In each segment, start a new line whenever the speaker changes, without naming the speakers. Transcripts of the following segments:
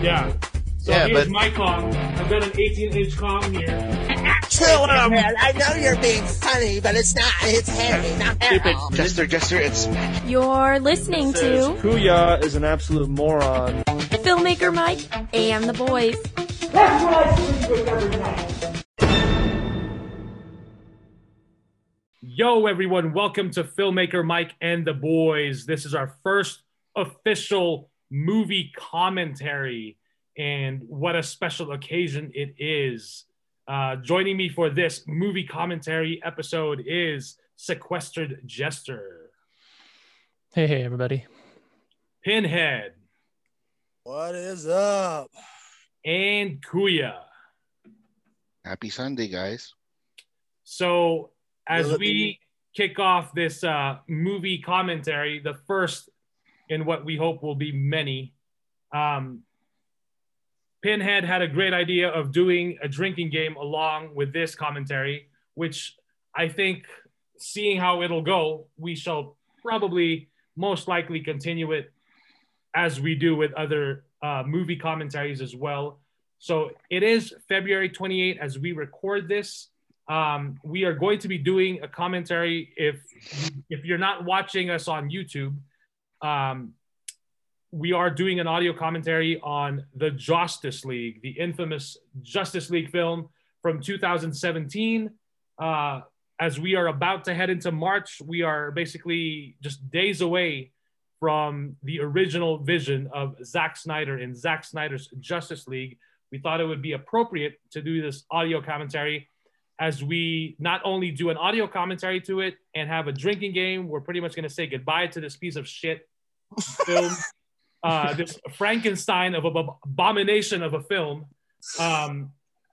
Yeah. So
Yeah,
here's
but-
my Kong. I've got an 18 inch Kong here.
Kill him!
I know you're being funny, but it's not. It's heavy, not
Stupid.
heavy.
Jester, Jester, it's
You're listening to
Kuya is an absolute moron.
Filmmaker Mike and the boys.
Yo, everyone. Welcome to Filmmaker Mike and the Boys. This is our first official movie commentary, and what a special occasion it is. Uh, joining me for this movie commentary episode is Sequestered Jester,
Hey, hey, everybody.
Pinhead,
What is up?
and Kuya.
happy Sunday, guys.
So as
Yeah, let
we
me-
kick off this uh, movie commentary, the first in what we hope will be many, um, Pinhead had a great idea of doing a drinking game along with this commentary, which I think, seeing how it'll go, we shall probably most likely continue it as we do with other uh, movie commentaries as well. So it is February 28 as we record this um, we are going to be doing a commentary if if you're not watching us on youtube um, we are doing an audio commentary on the justice league the infamous justice league film from 2017 uh, as we are about to head into march we are basically just days away from the original vision of Zack Snyder and Zack Snyder's Justice League, we thought it would be appropriate to do this audio commentary as we not only do an audio commentary to it and have a drinking game, we're pretty much going to say goodbye to this piece of shit film, uh, this Frankenstein of an abomination of a film. Um,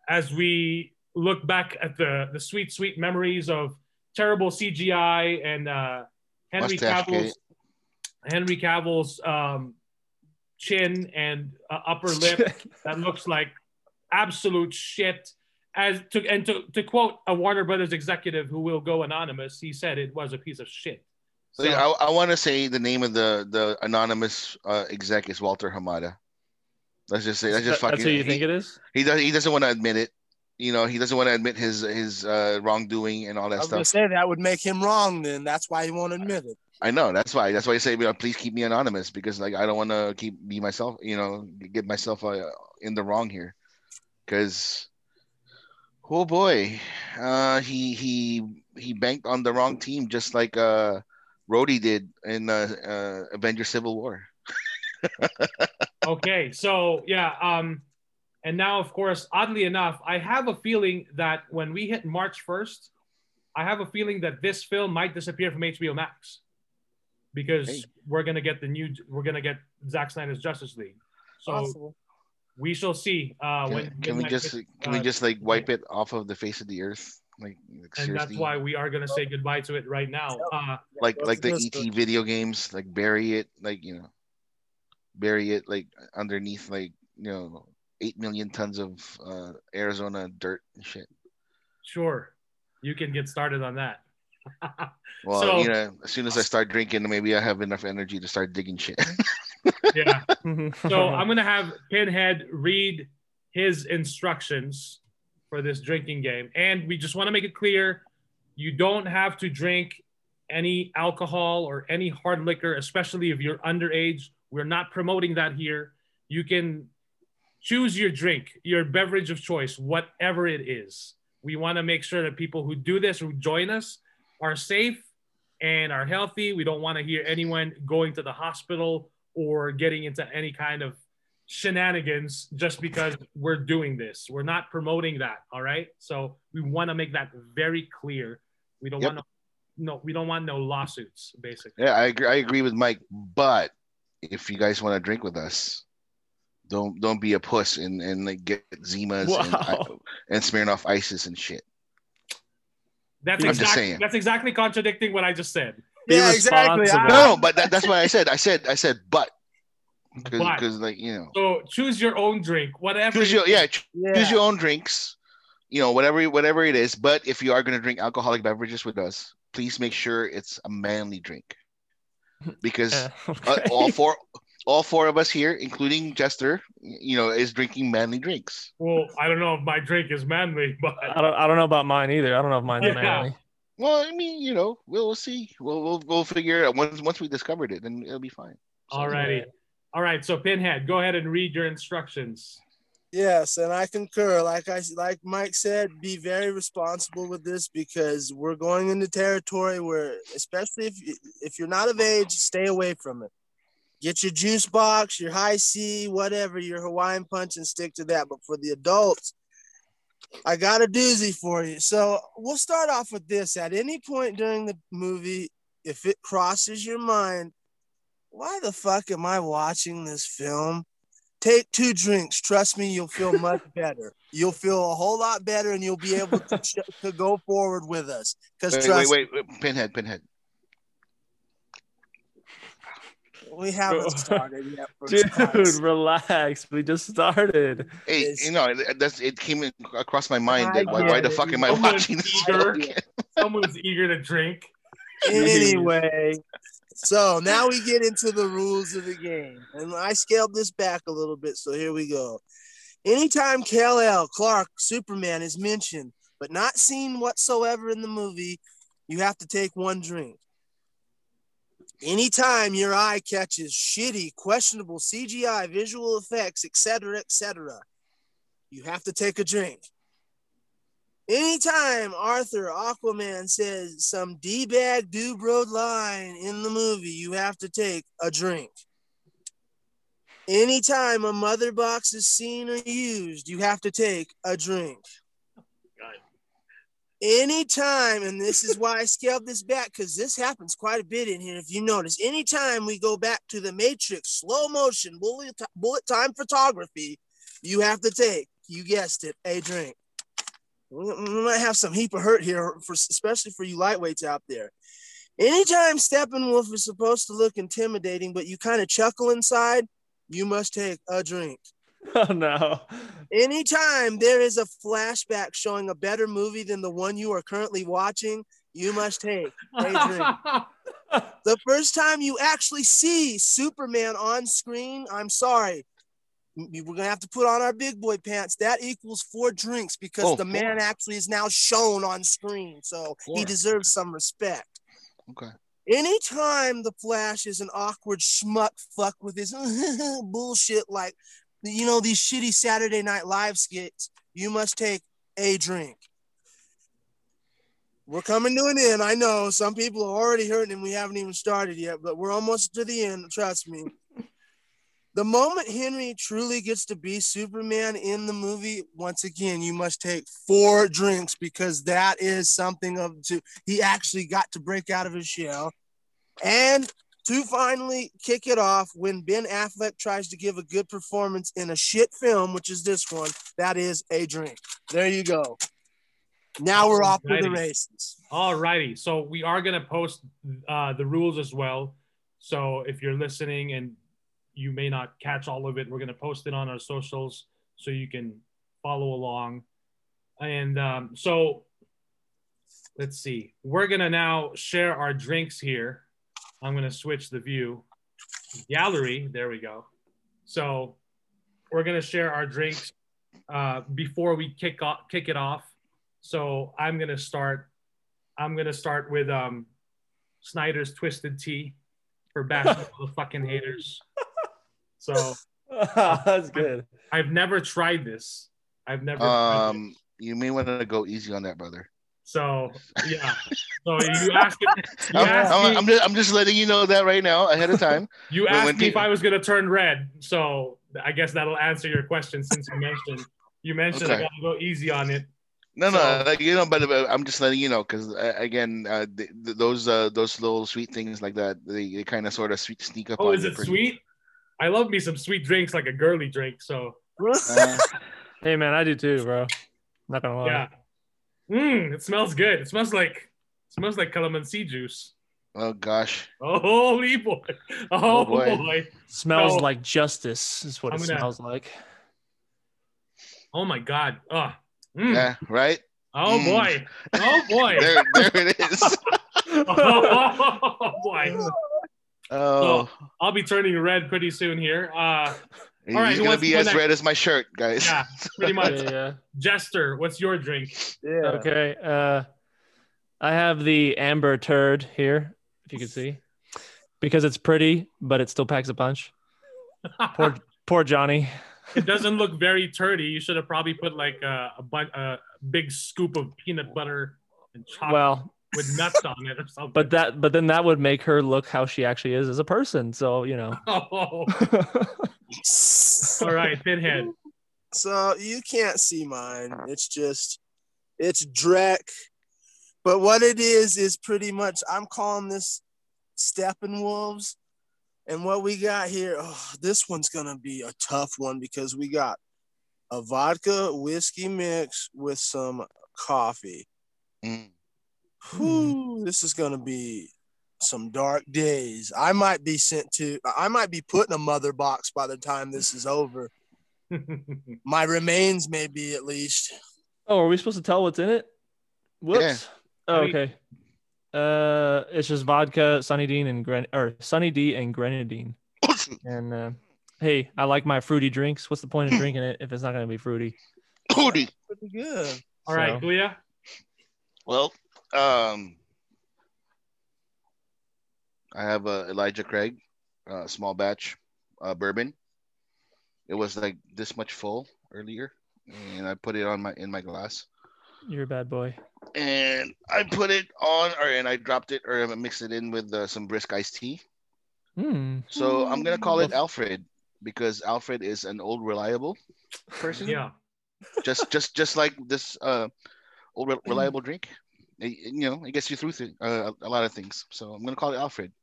as we look back at the, the sweet, sweet memories of terrible CGI and uh, Henry
Mustache
Cavill's Henry Cavill's um, chin and uh, upper lip that looks like absolute shit. As to and to, to quote a Warner Brothers executive who will go anonymous, he said it was a piece of shit.
So, yeah, I, I want to say the name of the the anonymous uh, exec is Walter Hamada. Let's just say that's just
That-
fucking.
That's who you
he-
think it is?
He does. He doesn't want to admit it. You know, he doesn't want to admit his his uh, wrongdoing and all
I
that
was gonna
stuff.
say that would make him wrong. Then that's why he won't admit it.
I know. That's why. That's why I say, you know, please keep me anonymous because, like, I don't want to keep be myself. You know, get myself uh, in the wrong here. Because, oh boy, uh, he he he banked on the wrong team, just like uh, Rhodey did in uh, uh, Avengers: Civil War.
okay, so yeah, um, and now of course, oddly enough, I have a feeling that when we hit March first, I have a feeling that this film might disappear from HBO Max because
Hey.
we're gonna get the new, we're gonna get Zack Snyder's Justice League. So
Possible.
we shall see. Uh,
Can,
when
can we
midnight
just
hits,
can we
uh,
just like wipe it off of the face of the earth? Like, like
and that's
seriously,
why we are gonna say goodbye to it right now. Uh,
like
That's
like the
just
ET video games, like bury it, like you know, bury it like underneath like you know eight million tons of uh, Arizona dirt and shit.
sure, you can get started on that.
Well,
So-
you know, as soon as I start drinking, maybe I have enough energy to start digging shit.
yeah. So I'm gonna have Pinhead read his instructions for this drinking game, and we just want to make it clear: you don't have to drink any alcohol or any hard liquor, especially if you're underage. We're not promoting that here. You can choose your drink, your beverage of choice, whatever it is. We want to make sure that people who do this, who join us, are safe and are healthy. We don't want to hear anyone going to the hospital or getting into any kind of shenanigans just because we're doing this. We're not promoting that. All right. So we want to make that very clear. We don't
Yep.
want to, no, we don't want no lawsuits, basically.
yeah, I agree. I agree with Mike, but if you guys want to drink with us. Don't don't be a puss and, and like get Zimas and,
Wow.
and Smirnoff Isis and shit.
That's
I'm just
exactly
saying.
that's exactly contradicting what I just said.
Be
Yeah, exactly.
responsible.
I-
No, but that, that's what I said. I said I said but
But-
because like you know
So choose your own drink, whatever.
choose your yeah
yeah.
choose your own drinks you know whatever whatever it is but if you are going to drink alcoholic beverages with us please make sure it's a manly drink because
Yeah,
uh, all
okay.
four all four of us here, including Jester, you know, is drinking manly drinks.
Well, I don't know if my drink is manly, but
I don't. I don't know about mine either. I don't know if mine's
Yeah.
manly.
Well, I mean, you know, we'll, we'll see. We'll, we'll we'll figure it out once once we discovered it, then it'll be fine.
alrighty. All right, so Pinhead, go ahead and read your instructions.
Yes, and I concur. Like I like Mike said, be very responsible with this because we're going into territory where, especially if you- if you're not of age, stay away from it. Get your juice box, your high C, whatever, your Hawaiian punch, and stick to that. But for the adults, I got a doozy for you. So we'll start off with this. At any point during the movie, if it crosses your mind, why the fuck am I watching this film? take two drinks. Trust me, you'll feel much better. You'll feel a whole lot better, and you'll be able to, ch- to go forward with us. Because
Wait,
trust
wait, wait, wait, Pinhead, Pinhead.
we haven't started yet. For
Dude,
starters.
relax. We just started.
Hey,
Is-
you know, it- that's it came in- across my mind that
I
why, why
get
the
it.
fuck am I
Someone's
watching this?
eager.
show again?
Someone's eager to drink.
anyway, so now we get into the rules of the game. And I scaled this back a little bit, so here we go. Anytime Kal El, Clark, Superman is mentioned, but not seen whatsoever in the movie, you have to take one drink. Anytime your eye catches shitty, questionable CGI, visual effects, etc., etc., you have to take a drink. Anytime Arthur Aquaman says some D bag dude road line in the movie, you have to take a drink. Anytime a mother box is seen or used, you have to take a drink.
God.
Anytime, and this is why I scaled this back because this happens quite a bit in here. If you notice, anytime we go back to the Matrix, slow motion, bullet, bullet time photography, you have to take, you guessed it, a drink. We, we might have some heap of hurt here, for especially for you lightweights out there. Anytime Steppenwolf is supposed to look intimidating, but you kind of chuckle inside, you must take a drink.
Oh no.
Anytime there is a flashback showing a better movie than the one you are currently watching, you must take drink. the first time you actually see Superman on screen, I'm sorry. We- We're gonna have to put on our big boy pants. That equals four drinks because
Oh,
the man
four.
actually is now shown on screen. So he
Four.
deserves some respect.
Okay.
Anytime the Flash is an awkward schmuck fuck with his bullshit, like you know these shitty Saturday Night Live skits, you must take a drink. We're coming to an end. I know some people are already hurting and we haven't even started yet, but we're almost to the end. Trust me. the moment Henry truly gets to be Superman in the movie, once again, you must take four drinks because that is something of to he actually got to break out of his shell. And to finally kick it off when Ben Affleck tries to give a good performance in a shit film, which is this one, that is a drink. There you go. Now we're off to the
Alrighty.
races.
All righty. So we are going to post uh, the rules as well. So if you're listening and you may not catch all of it, we're going to post it on our socials so you can follow along. And um, so let's see. We're going to now share our drinks here. I'm going to switch the view. Gallery. There we go. So we're going to share our drinks uh, before we kick, off, kick it off. So I'm going to start I'm gonna start with um, Snyder's Twisted Tea for basketball fucking haters. So
That's good.
I've never tried this. I've never. tried it.
Um, you may want to go easy on that, brother.
So yeah. So you asked you
I'm,
asked
I'm,
me,
I'm just, I'm just letting you know that right now ahead of time.
you
when-
asked
when
me if
people-
I was gonna turn red. So I guess that'll answer your question since you mentioned you mentioned I
Okay.
gotta go easy on it.
No,
So-
no, like, you know, but uh, I'm just letting you know because uh, again, uh, th- th- those uh, those little sweet things like that, they, they kind of sort of sweet sneak up
Oh,
on
is
you
it
pretty-
sweet? I love me some sweet drinks like a girly drink. So
Uh,
Hey man, I do too, bro. Not gonna lie.
yeah. Mmm, it smells good. It smells like it smells like calamansi juice.
oh gosh,
Oh, holy boy. Oh,
Oh,
boy.
boy.
Smells
So-
like justice is what
I'm
it
gonna-
smells like.
Oh my god. Oh, Mm.
yeah, right
oh boy.
Mm.
Oh boy.
there, there it is.
oh boy.
Oh,
I'll be turning red pretty soon here. Uh,
he's
all right, who
gonna
wants to
be
go
as
next?
red as my shirt, guys.
yeah, pretty
Yeah,
much.
yeah.
Jester, what's your drink?
Yeah.
Okay. Uh, I have the amber turd here, if you can see, because it's pretty, but it still packs a punch. Poor, poor Johnny.
it doesn't look very turdy. You should have probably put like a, a, bun- a big scoop of peanut butter and chocolate
Well,
with nuts on it or something.
but that, but then that would make her look how she actually is as a person. So you know.
Oh, all right, Pinhead.
So you can't see mine. It's just, it's Drek. But what it is is pretty much. I'm calling this Steppenwolves, and what we got here. Oh, this one's gonna be a tough one because we got a vodka whiskey mix with some coffee.
Mm.
Whew, this is gonna be some dark days. I might be sent to. I might be put in a mother box by the time this is over. My remains may be at least.
Oh, are we supposed to tell what's in it? Whoops. Oh,
I mean-
okay. Uh, it's just vodka, Sunny Dean, and Gren or Sunny D and grenadine.
Mm.
and uh, hey, I like my fruity drinks. What's the point of drinking it if it's not gonna be fruity?
Hootie.
Pretty good.
all right,
So-
Glia.
Well, um, I have uh, Elijah Craig, uh, small batch uh, bourbon. It was like this much full earlier, and I put it on my in my glass,
You're a bad boy.
and I put it on, or and I dropped it, or I mixed it in with uh, some brisk iced tea.
Hmm.
So I'm gonna call it Alfred because Alfred is an old reliable person.
Yeah.
just just just like this uh old re- reliable drink it, it, you know it gets you through th- uh, a lot of things so i'm gonna call it alfred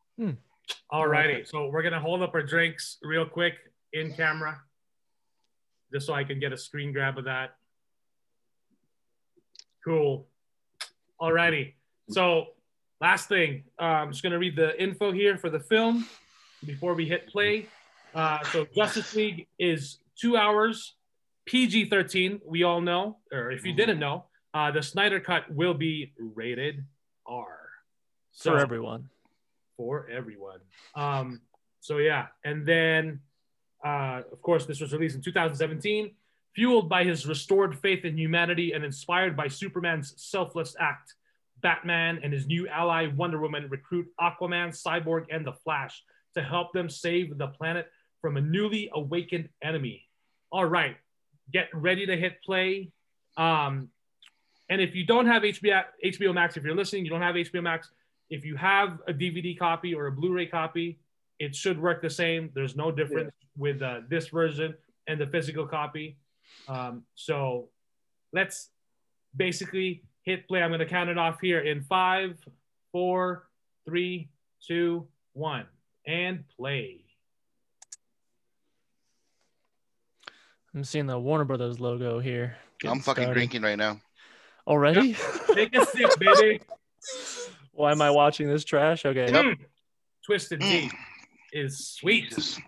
All
like
righty. So we're gonna hold up our drinks real quick in camera, just so I can get a screen grab of that. Cool. All righty. So last thing, uh, I'm just gonna read the info here for the film before we hit play. Uh, so Justice League is two hours, PG-13. We all know, or if you didn't know, uh, the Snyder Cut will be rated R. So
For everyone.
for everyone. Um, so yeah, and then uh, of course this was released in 2017, fueled by his restored faith in humanity and inspired by Superman's selfless act. Batman and his new ally Wonder Woman recruit Aquaman, Cyborg, and the Flash to help them save the planet from a newly awakened enemy. All right, get ready to hit play. Um, and if you don't have HBO, HBO Max, if you're listening, you don't have HBO Max, if you have a DVD copy or a Blu-ray copy, it should work the same. There's no difference with uh, this version and the physical copy. Um, so let's basically hit play. I'm going to count it off here in five, four, three, two, one, and play.
I'm seeing the Warner Brothers logo here.
i'm
Getting
fucking
started.
drinking right now
already.
Take a sip, baby.
Why am I watching this trash? Okay.
Yep.
Mm. Twisted Tea is sweet.
Jesus.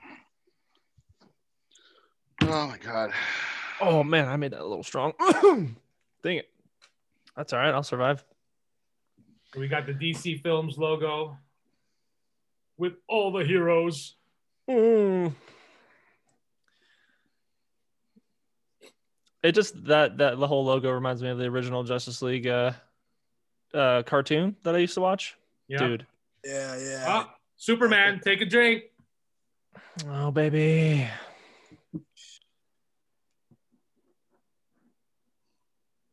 oh my god
Oh man, I made that a little strong. Dang it. That's all right. I'll survive.
We got the DC Films logo with all the heroes.
Mm. It just that that the whole logo reminds me of the original Justice League uh, uh, cartoon that I used to watch.
Yeah.
Dude.
Yeah, yeah.
Oh, Superman, take a drink.
Oh baby.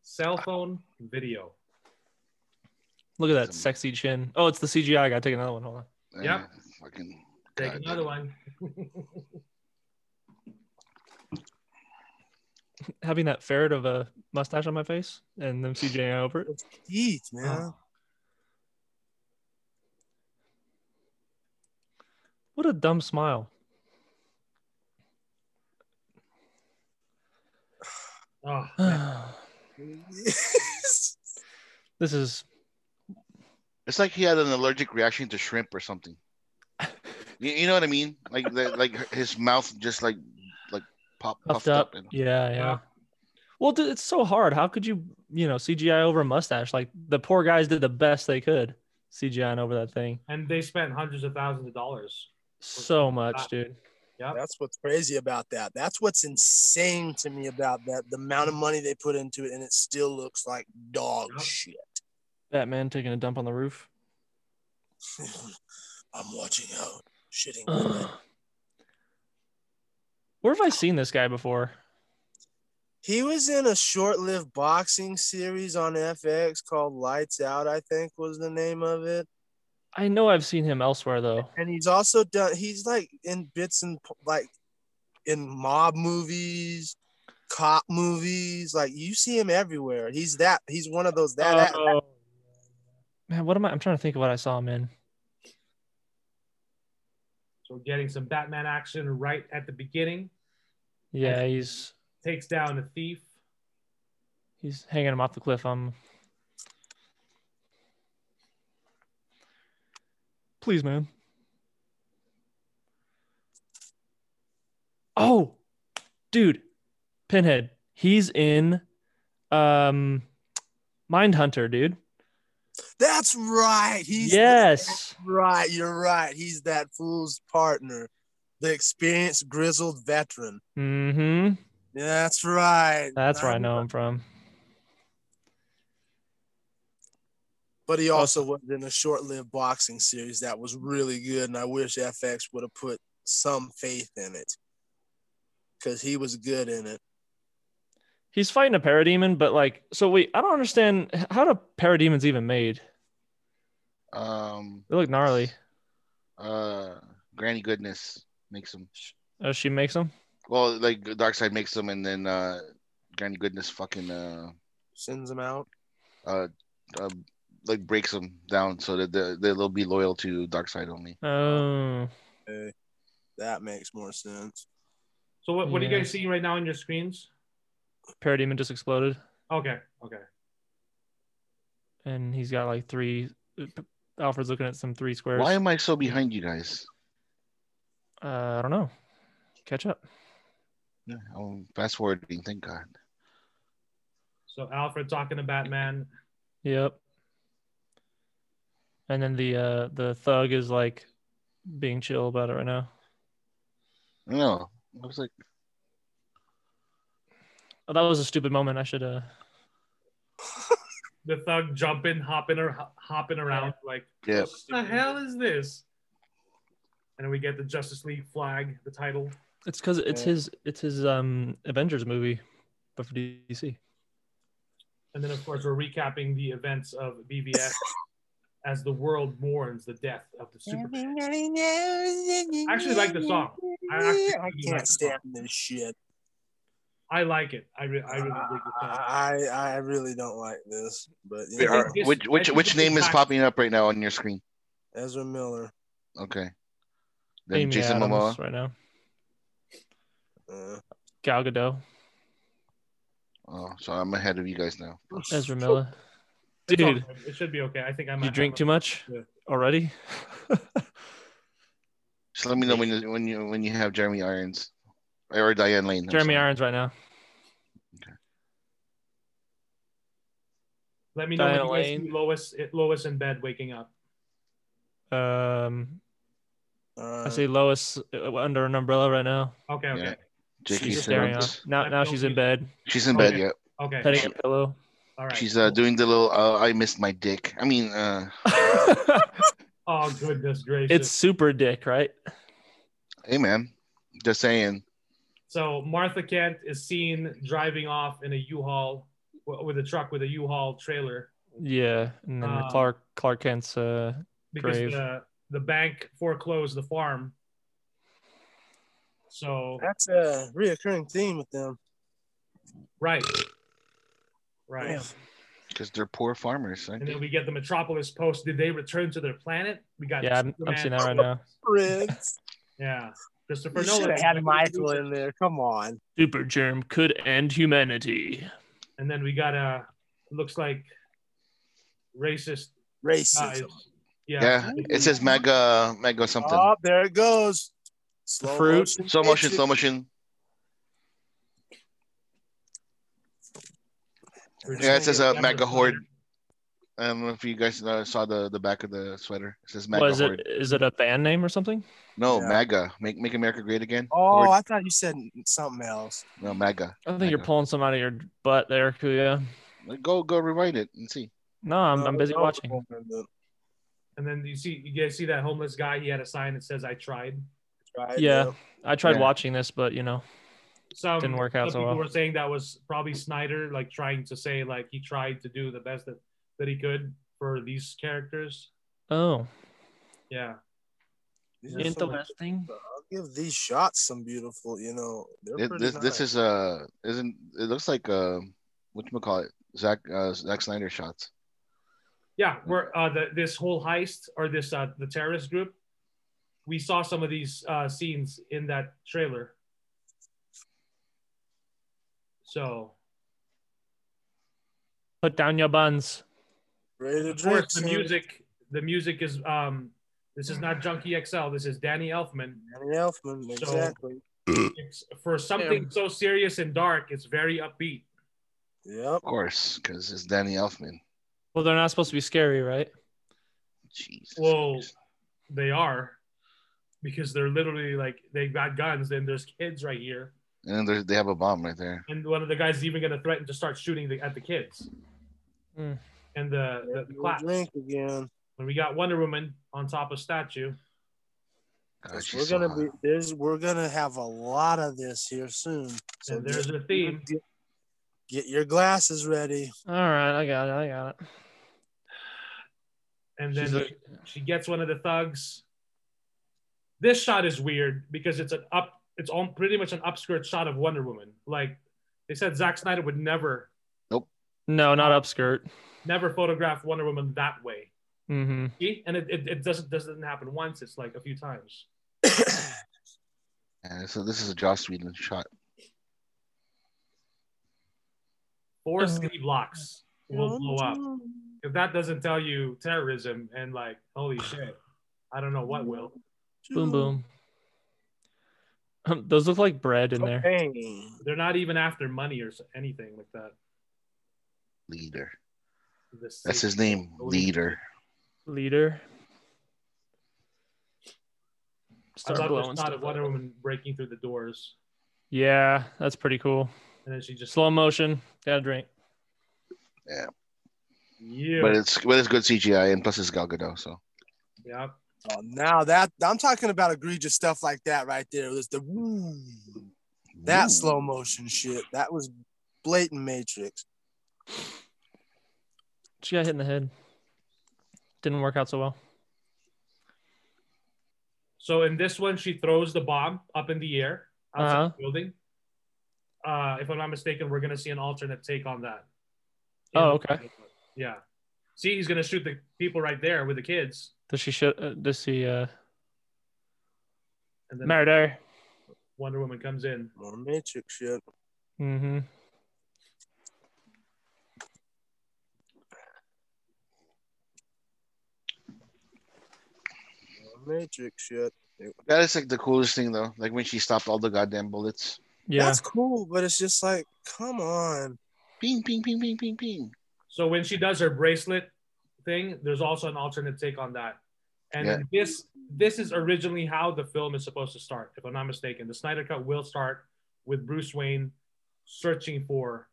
Cell phone video.
Look at that
Some-
sexy chin. Oh, it's the CGI. I gotta take another one. Hold on.
Yep.
Uh, fucking
Take
God.
another one.
Having that ferret of a mustache on my face and them CGI over it.
Eat, man.
What a dumb smile.
Oh, man.
this is
it's like he had an allergic reaction to shrimp or something you, you know what i mean like the, like his mouth just like like pop,
puffed
puffed
up.
up, and
Yeah, yeah.
Yeah.
Well, dude, it's so hard. How could you, you know, CGI over a mustache? Like the poor guys did the best they could. CGIing over that thing
and they spent hundreds of thousands of dollars. Ah.
so much, dude.
That's what's crazy about that. That's what's insane to me about that. The amount of money they put into it, and it still looks like dog
Yep.
shit.
Batman taking a dump on the roof.
I'm watching out. Shitting.
Ugh. Where have I seen this guy before?
He was in a short-lived boxing series on FX called Lights Out, I think was the name of it.
I know I've seen him elsewhere though.
And he's also done. He's like in bits and p- like in mob movies, cop movies. Like you see him everywhere. He's that. He's one of those that. that-
Oh. man, what am I? I'm trying to think of what I saw him in.
So we're getting some Batman action right at the beginning.
Yeah, he's
Takes down a thief.
he's hanging him off the cliff. Um, I'm. Please, man. Oh, dude, Pinhead. He's in, um, Mindhunter, dude.
that's right. He's
yes.
right. You're right. He's that fool's partner, the experienced grizzled veteran.
Mm-hmm.
That's right.
That's where I know him from.
But he also was in a short-lived boxing series that was really good, and I wish FX would have put some faith in it because he was good in it.
He's fighting a parademon, but like, so wait, I don't understand h- how do parademons even made?
Um,
They look gnarly.
uh, Granny Goodness makes them.
Oh, she makes them.
Well, like Darkseid makes them, and then uh, Granny Goodness fucking uh,
Sends him out.
uh, uh like breaks them down so that they- they'll be loyal to Darkseid only.
Oh,
Okay. That makes more sense.
So what, what are you
Yeah.
guys seeing right now on your screens?
parademon just exploded,
Okay, okay.
and he's got like three. uh, Alfred's looking at some three squares.
Why am I so behind you guys?
Uh, I don't know. Catch up.
Yeah, I'm fast forwarding. Thank God.
So Alfred talking to Batman.
Yep. And then the uh the thug is like being chill about it right now.
No, I was like,
Oh, that was a stupid moment. I should uh
The thug jumping, hopping or hopping around like
yeah,
what the hell is this? And then we get the Justice League flag, the title.
It's because it's
Yeah.
his it's his um Avengers movie, but for DC.
And then, of course, we're recapping the events of BVS as the world mourns the death of the Superman.
I
actually like the song. I actually
I
really like
can't
the song.
stand this shit.
I like it. I, re- I really dig the song.
I I really don't like this. But you
Wait,
know,
are-
this-
which
I
which
think
which
this
name
is
is
back-
popping up right now on your screen?
Ezra Miller.
Okay. Then
Amy
Jason
Adams
Momoa.
right now.
Uh,
Gal Gadot,
Oh, so I'm ahead of you guys now.
Ezra Miller.
It's all
Dude,
good. it should be okay. I think I might.
you drink too much
Yeah.
already?
Just let me know when you when you when you have Jeremy Irons or Diane Lane. I'm
Jeremy
sorry.
Irons right now.
Let me know when you
Diana
guys
Lane.
see Lois. Lois in bed waking up.
Um,
all
I
right.
see Lois uh, under an umbrella right now.
Okay, okay,
Yeah. J.K.
She's
She's,
staring off. Now, now she's in bed,
she's in bed.
Okay.
Yeah,
okay.
petting a pillow.
All right.
she's uh, doing the little. Uh, I missed my dick. I mean, uh,
oh goodness gracious!
it's super dick, right?
hey man, just saying.
So Martha Kent is seen driving off in a U-Haul w- with a truck with a U-Haul trailer
Yeah, and then
Um,
Clark Clark Kent's. Uh,
because
Grave.
the the bank foreclosed the farm. So
That's a reoccurring theme with them.
right, right,
Yeah.
Because they're poor farmers. Right?
and then we get the Metropolis Post. Did they return to their planet? We got
yeah, I'm, I'm
Superman.
seeing that right now.
Prince.
Yeah, Christopher
You should
Nolan
have had Michael in there. Come on.
Super germ could end humanity.
and then we got a looks like racist guys.
Racism.
Yeah,
Yeah, it says mega mega something.
Oh, there it goes. Slow
Fruit.
motion
slow motion,
picture.
slow motion.
We're
Yeah, it
just
says
gonna
uh,
That was
mega horde. I don't know if you guys uh, saw the, the back of the sweater. It says MAGA.
What is
Horde.
it? Is it a band name or something?
No,
Yeah.
MAGA. Make Make America Great Again.
Oh,
Horde.
I thought you said something else.
no, MAGA.
I think you're
MAGA.
pulling some out of your butt there, Kuya.
Go go rewrite it and see.
No, I'm, I'm busy
No,
watching.
And then you see, you guys see that homeless guy. He had a sign that says, "I tried."
Right,
Yeah.
no.
I tried
Yeah.
watching this, but you know,
Some
Didn't work out
some
so
people
well.
were saying that was probably Snyder, like trying to say like he tried to do the best that that he could for these characters.
oh,
Yeah,
These are some-
interesting.
I'll give these shots some beautiful, you know. They're
It,
pretty
this this
nice.
is uh isn't it looks like uh what you call it Zach uh, Zack Snyder shots.
yeah. We're uh, the, this whole heist or this uh, the terrorist group. We saw some of these uh, scenes in that trailer. So
Put down your buns.
Rated
of course, the
Drinks,
music the music is um this is not Junkie XL. This is Danny Elfman.
Danny Elfman,
So-
exactly.
It's, for something so serious and dark, it's very upbeat.
Yep.
Of course, because it's Danny Elfman.
Well, they're not supposed to be scary, right?
Jeez.
Well, they are because they're literally like they got guns and there's kids right here,
And then there's- they have a bomb right there.
and one of the guys is even gonna threaten to start shooting the, at the kids
Hmm.
and the, the, the clap.
Drink again.
When we got Wonder Woman on top of statue,
God,
'Cause
Ah, she's
we're
so
gonna
hot.
be there's we're gonna have a lot of this here soon. So
and there's
get,
a theme.
get, get your glasses ready.
All right, I got it. I got it.
and
She's
then
like-
she gets one of the thugs. This shot is weird because it's an up, it's all pretty much an upskirt shot of Wonder Woman. Like they said, Zack Snyder would never,
No, not
Oh.
upskirt.
never photograph Wonder Woman that way.
Mm-hmm.
See? And it, it, it doesn't doesn't happen once. It's like a few times.
Yeah, so this is a Joss Whedon shot.
Four
Uh.
city blocks will blow up. If that doesn't tell you terrorism and like holy shit, I don't know what will.
Boom, boom. Um, Those look like bread in there.
Hey.
They're not even after money or s- anything like that.
Leader.
This
That's his name. Leader.
Leader.
I
Start
love
blowing
this shot
stuff.
of Wonder
up.
Woman breaking through the doors,
Yeah, that's pretty cool.
and then she just
Slow motion. Got a drink.
Yeah.
But it's but it's good CGI and plus it's Gal Gadot. So
yeah.
Oh, now that I'm talking about egregious stuff like that right there. There's the woo, that
Ooh.
slow motion shit. That was blatant Matrix.
She got hit in the head. Didn't work out so well.
So in this one, she throws the bomb up in the air outside
Uh-huh.
the building. Uh, if I'm not mistaken, we're gonna see an alternate take on that.
Oh, okay.
Yeah. See, he's gonna shoot the people right there with the kids.
Does she show? Uh, does she? Uh,
And then
murder.
Wonder Woman comes in.
More Matrix shit.
Mm-hmm.
More Matrix shit.
that is like the coolest thing though. Like when she stopped all the goddamn bullets.
Yeah.
That's cool, but it's just like, come on.
Ping ping ping ping ping ping.
So when she does her bracelet thing, there's also an alternate take on that. And
Yeah.
this this is originally how the film is supposed to start, if I'm not mistaken. The Snyder Cut will start with Bruce Wayne searching for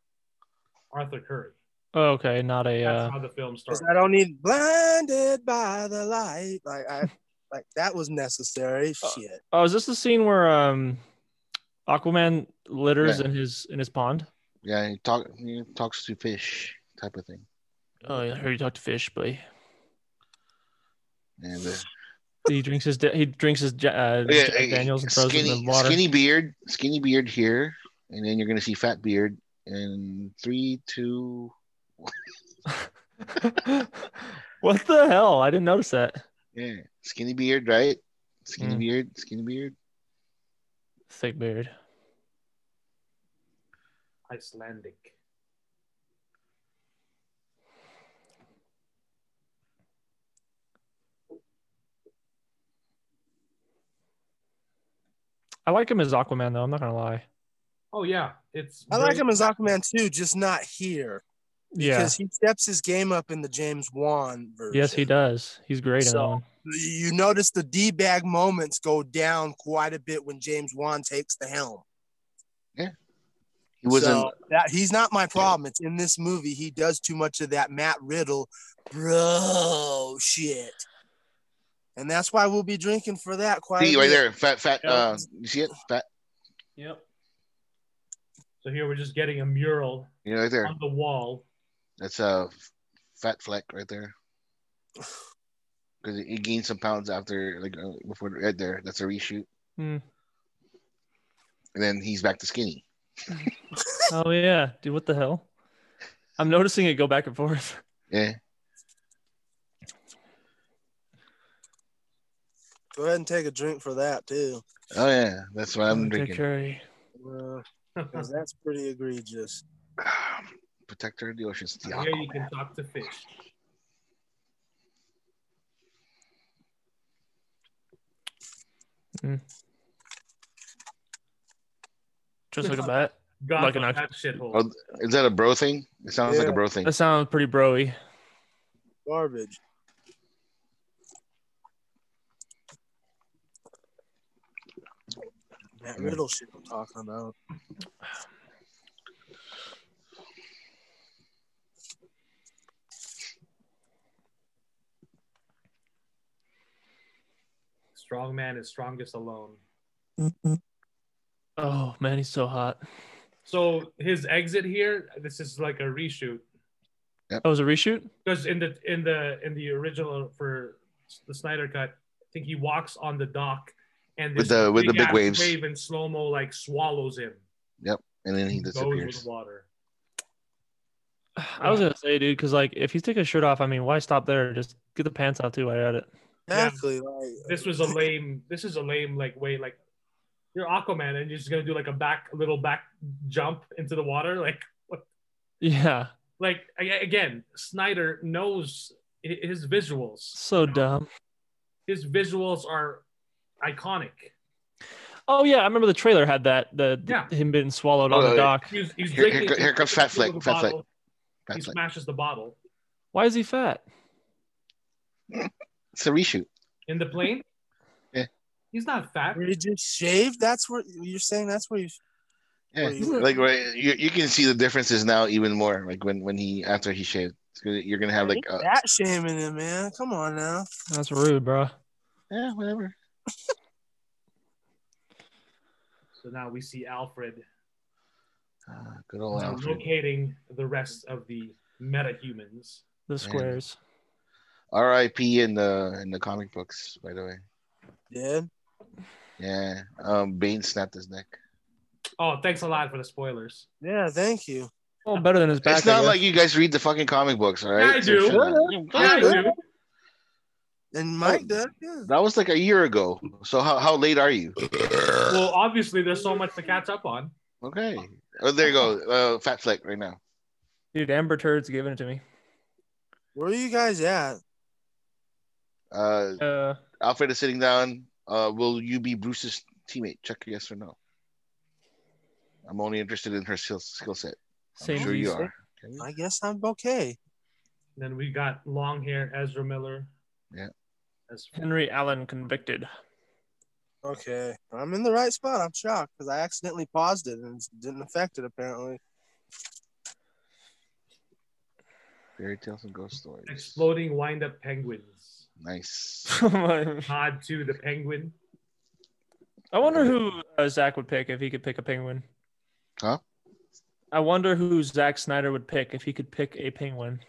Arthur Curry.
Oh, okay. Not a.
That's
Uh,
how the film starts.
Because I don't need blinded by the light. Like I like that was necessary. Shit.
oh, is this the scene where um, Aquaman litters
Yeah.
in his in his pond?
Yeah, he talk he talks to fish type of thing.
Oh, yeah, I heard you talk to fish, but
And uh,
he drinks his da- he drinks his Ja- uh,
yeah,
Jack
hey,
Daniels and throws
skinny,
it in the water.
skinny beard, skinny beard here, and then you're gonna see fat beard in three, two.
what the hell? I didn't notice that.
Yeah, skinny beard, right? Skinny
Mm.
beard, skinny beard.
Thick beard.
Icelandic.
I like him as Aquaman though. I'm not gonna lie.
Oh yeah, it's.
I like
very-
him as Aquaman too, just not here.
Yeah.
because he steps his game up in the James Wan version.
Yes, he does. He's great in that
So-
one.
You notice the D bag moments go down quite a bit when James Wan takes the helm.
He wasn't.
So that he's not my problem. It's in this movie. He does too much of that Matt Riddle, bro, shit. And that's why we'll be drinking for that quite.
see
a
right
bit.
there, fat, fat.
Yeah.
Uh, you see it, fat.
Yep.
So here we're just getting a mural
You know, right there.
on the wall.
That's a fat fleck right there. Because he gained some pounds after, like, uh, before right there. That's a reshoot.
Hmm.
And then he's back to skinny.
Oh yeah, dude. What the hell? I'm noticing it go back and forth.
Yeah.
Go ahead and take a drink for that too.
Oh yeah, that's what I'm
Take
drinking.
care of you.
Uh, 'cause that's pretty egregious.
Protector of the oceans. The
Here you
Aquaman.
can talk to fish.
Just look at that.
God,
Like an
fuck
act-
that shithole.
Oh, Is that a bro thing? It sounds like a
Yeah.
bro thing.
That sounds pretty broy.
Garbage. Matt Riddle shit I'm talking about.
Strong man is strongest alone.
Oh man, he's so hot.
So his exit here, this is like a reshoot.
That was a reshoot.
Because in the in the in the original for the Snyder cut, I think he walks on the dock and
With
this
the- with the big
ass
waves.
wave in slow mo like swallows him.
And then he
Goes with
disappears.
water.
I was gonna say, dude, because like if he's taking his shirt off, I mean, why stop there? Just get the pants off too. I at it.
Yeah.
Exactly. Like,
This was a lame. This is a lame like way like you're Aquaman and you're just gonna do like a back a little back jump into the water like
Yeah,
like a- again Snyder knows hi- his visuals.
so dumb.
His visuals are iconic.
Oh yeah, I remember the trailer had that. The, the-
Yeah.
him being swallowed on
Oh,
the
yeah.
dock.
He's, he's
Here-
drinking-
here- here comes Fat Fleck,
with a
Fat Fleck.
bottle. He
That's like,
smashes the bottle
Why is he fat?
it's a reshoot.
in the plane.
Yeah.
He's not fat.
where he just shaved? That's where you're saying that's where you
Yeah.
Wait.
Like right, you, you can see the differences now even more. Like when when he after he shaved, It's gonna- you're gonna have like a,
that shaming him, man. Come on now.
That's rude, bro.
yeah whatever.
So now we see Alfred
Ah, good old
uh,
Alfred.
locating the rest of the metahumans.
The squares.
R.I.P. in the in the comic books, by the way.
Yeah.
Yeah. Um, Bane snapped his neck.
Oh, thanks a lot for the spoilers.
Yeah, thank you.
Well, better than his back.
it's
I
not
guess.
like you guys read the fucking comic books, all right?
I do.
shut up.
Yeah, I do.
And Mike does, yeah.
That was like a year ago. So how, how late are you?
Well, obviously, there's so much to catch up on.
Okay. Oh, there you go. Uh, fat fleck right now.
dude. Amber Turd's giving it to me.
Where are you guys at?
Uh,
Uh,
Alfred is sitting down. Uh, will you be Bruce's teammate? Check yes or no. I'm only interested in her skill skill set. I'm
same
sure you
geez.
are.
I guess I'm okay.
Then we got long hair Ezra Miller.
Yeah.
As
Henry Allen convicted.
Okay. I'm in the right spot. I'm shocked because I accidentally paused it and it didn't affect it apparently.
Fairy tales and ghost stories.
exploding wind up penguins.
Nice.
I
Nod to the penguin.
wonder who uh, Zach would pick if he could pick a penguin.
Huh?
I wonder who Zack Snyder would pick if he could pick a penguin.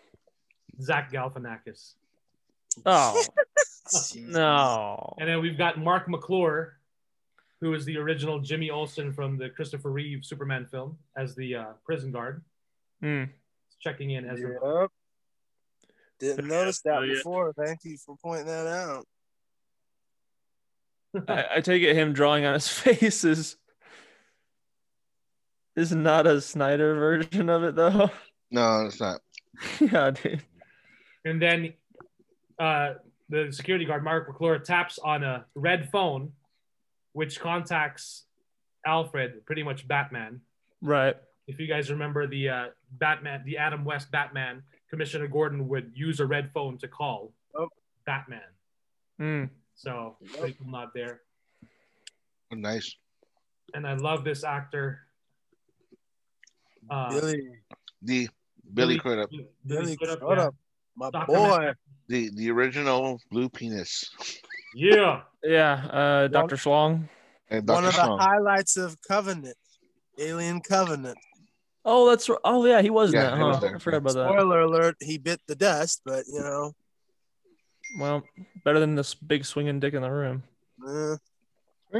Zach Galifianakis.
Oh
Jeez.
no!
And then we've got Mark McClure, who is the original Jimmy Olsen from the Christopher Reeve Superman film as the uh, prison guard.
Hmm.
Checking in as a
Yep. Didn't notice that
Oh, yeah.
before. Thank you for pointing that out.
I, I take it him drawing on his face is is not a Snyder version of it though.
No, it's not.
yeah, dude.
And then uh, the security guard, Mark McClure, taps on a red phone, which contacts Alfred, pretty much Batman.
Right.
If you guys remember the uh, Batman, the Adam West Batman, Commissioner Gordon would use a red phone to call
Oh.
Batman.
Mm.
So
Yep.
pretty cool nod there.
Nice.
And I love this actor. Uh,
Billy,
The Billy Crudup,
Billy,
Billy,
Crudup,
shut
yeah.
up, my
Dr.
boy.
the the original Blue Penis,
Yeah.
Yeah, uh, Dr. Schlong.
and
One
Doctor
of the
Strong.
highlights of Covenant, Alien Covenant.
Oh, that's r- oh yeah, he was
Yeah,
in that.
he
Huh?
was there.
I forgot about that.
Spoiler alert: he bit the dust, but you know,
Well, better than this big swinging dick in the room.
eh,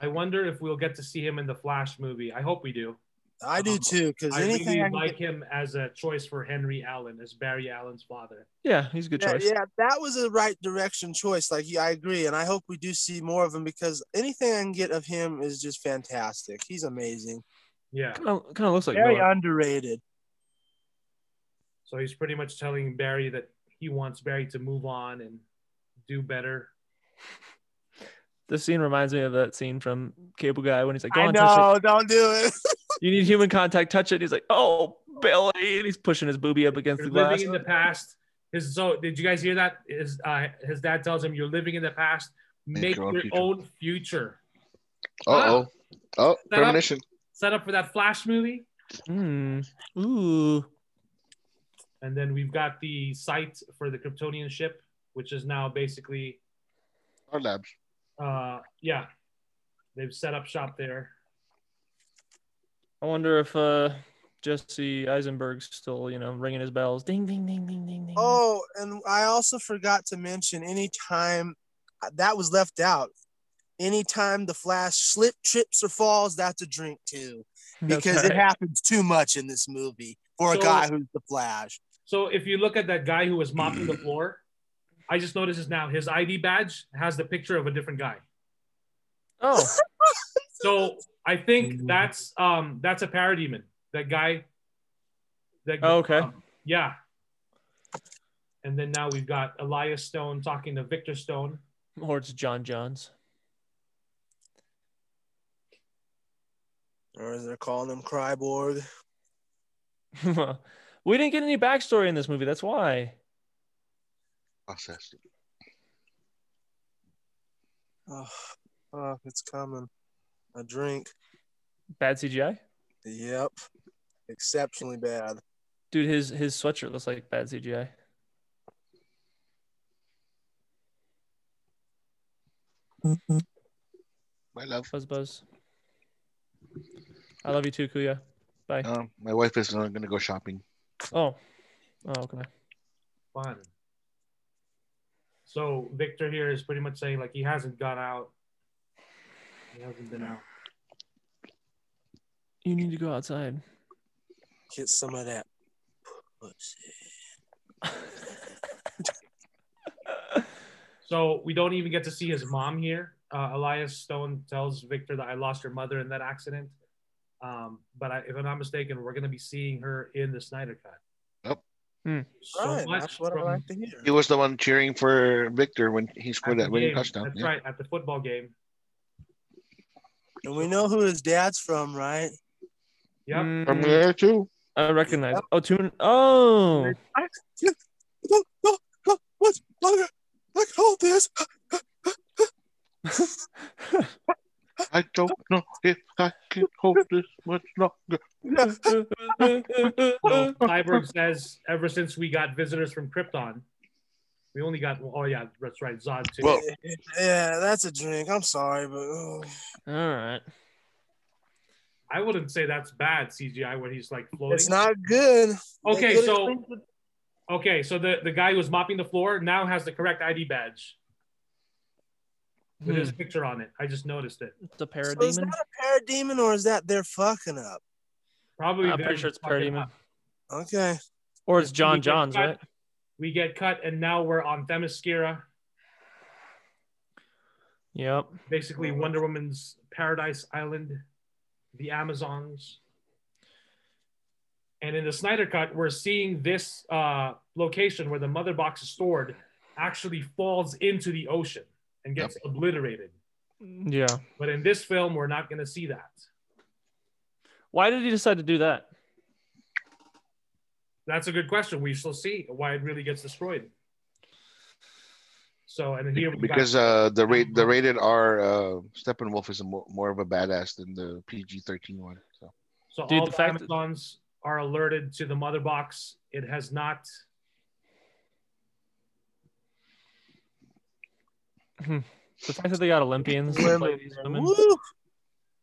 I wonder if we'll get to see him in the Flash movie. I hope we do.
I do too. Because
I
anything,
really
I can
like him as a choice for Henry Allen, as Barry Allen's father.
Yeah, he's a good
Yeah,
choice.
yeah, that was a right direction choice. Like, yeah, I agree, and I hope we do see more of him because anything I can get of him is just fantastic. He's amazing,
Yeah.
Kind of kind of looks like
very
Miller.
underrated.
So he's pretty much telling Barry that he wants Barry to move on and do better.
This scene reminds me of that scene from Cable Guy when he's like, "Go
I
on, touch
know, don't do it.
it. You need human contact. Touch it." He's like, "Oh, Billy," and he's pushing his booby up against
You're
the
living
glass.
in the past. His, so did you guys hear that? His uh, his dad tells him, "You're living in the past. Make your
future."
own future."
Uh oh. Oh,
Set up.
premonition.
Set up for that Flash movie,
Mm. Ooh,
and then we've got the site for the Kryptonian ship, which is now basically,
Our labs.
uh, yeah, they've set up shop there.
I wonder if uh, Jesse Eisenberg's still, you know, ringing his bells. Ding, ding, ding, ding, ding, ding.
Oh, and I also forgot to mention any time that was left out. Anytime the Flash slip, trips, or falls, that's a drink too,
That's
because it
right.
happens too much in this movie for a
So-
guy who's the Flash.
So if you look at that guy who was mopping the floor, I just noticed this now. His ID badge has the picture of a different guy.
Oh,
So I
Mm-hmm.
think that's um that's a parademon. That guy. That
Oh, okay.
um, yeah. And then now we've got Elias Stone talking to Victor Stone.
or it's John Johns.
Or as they're calling him Cryborg.
we didn't get any backstory in this movie. That's why.
Process.
Oh, fuck, it's coming. A drink.
Bad CGI,
Yep. Exceptionally bad.
dude. His his sweatshirt looks like bad CGI.
My love.
Fuzz buzz. I love you too, Kuya. Bye.
Uh.
Um, my wife is going to go shopping.
Oh. Oh, okay.
Fun. So Victor here is pretty much saying like he hasn't gone out. He hasn't been out.
You need to go outside.
Get some of that pussy.
So we don't even get to see his mom here. Uh, Elias Stone tells Victor that I lost her mother in that accident. Um, but I, if I'm not mistaken, we're going to be seeing her in the Snyder Cut.
Yep.
Hmm.
So
right,
much
that's what
from
I like to hear.
He was the one cheering for Victor when he
at
scored
the
that winning
game.
touchdown.
That's
yeah.
right, at the football game.
And we know who his dad's from, right?
Yep.
Mm,
From there too.
I recognize. Oh, tune. Oh,
No, no, no, much longer. I hold this.
I don't know if I can hold this much longer.
So Cyborg says, ever since we got visitors from Krypton, we only got, oh yeah, that's right, Zod too.
Well-
Yeah, that's a drink. I'm sorry, but oh.
all right.
I wouldn't say that's bad CGI when he's like floating.
it's not good.
Okay,
They could've
so
cleaned it-
Okay, so the, the guy who was mopping the floor now has the correct ID badge with
Hmm.
his picture on it. I just noticed it.
It's a
so is
parademon.
that a parademon or is that they're fucking up?
Probably.
I'm pretty
them
sure it's
fucking
parademon,
up.
Okay.
or it's John
Did you get
Johns,
that?
right?
We get cut, and now we're on Themyscira,
Yep.
basically Wonder Woman's paradise island, the Amazons. And in the Snyder Cut, we're seeing this uh, location where the mother box is stored actually falls into the ocean and gets obliterated.
Yeah.
But in this film, we're not going to see that.
Why did he decide to do that?
That's a good question. We shall see why it really gets destroyed. So and here we got-
because uh, the rate the rated R uh, Steppenwolf is a mo- more of a badass than the PG thirteen one. So
So
Dude,
all
the
the,
fact that-
Amazons are alerted to the mother box. It has not.
The fact that they got Olympians to play
Women,
these
man.
women.
Woo!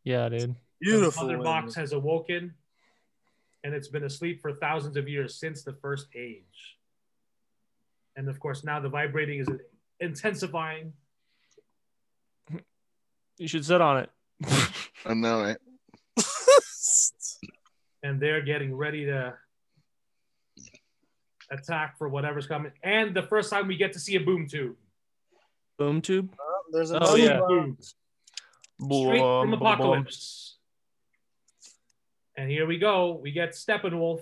Yeah, dude.
Beautiful.
The mother
women.
box has awoken, and it's been asleep for thousands of years since the first age. And of course, now the vibrating is intensifying.
You should sit on it.
I know, eh? right?
and they're getting ready to attack for whatever's coming. And the first time we get to see a boom tube.
Boom tube.
Oh, There's
Oh,
another
yeah.
Boom.
one.
Straight
Boom,
from
boom, boom.
Apocalypse. And here we go. We get Steppenwolf.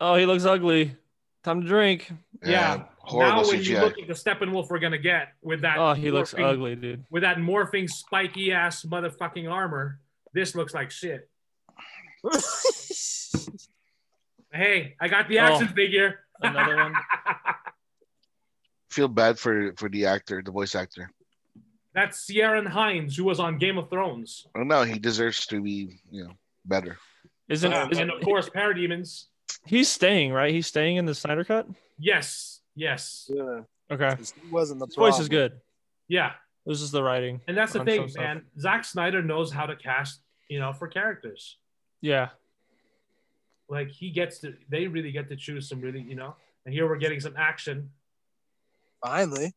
Oh, he looks ugly. Time to drink.
Yeah.
horrible
now when you
CGI.
look at the Steppenwolf we're gonna get with that
Oh, he looks
morphing-
ugly, dude.
with that morphing spiky ass motherfucking armor, this looks like shit. Hey, I got the
Oh.
action figure.
Another one.
Feel bad for for the actor, the voice actor.
That's Sierra Hines, who was on Game of Thrones.
I don't know. He deserves to be, you know, better.
Isn't,
Um,
isn't
and of course, Parademons.
he's staying right? He's staying in the Snyder cut.
Yes, yes,
Yeah,
Okay,
'cause he wasn't the
his voice
problem.
is good.
yeah.
This is the writing.
And that's the
On some
thing,
stuff.
man. Zack Snyder knows how to cast, you know, for characters.
Yeah,
Like he gets to, they really get to choose some really, you know. And here we're getting some action.
Finally.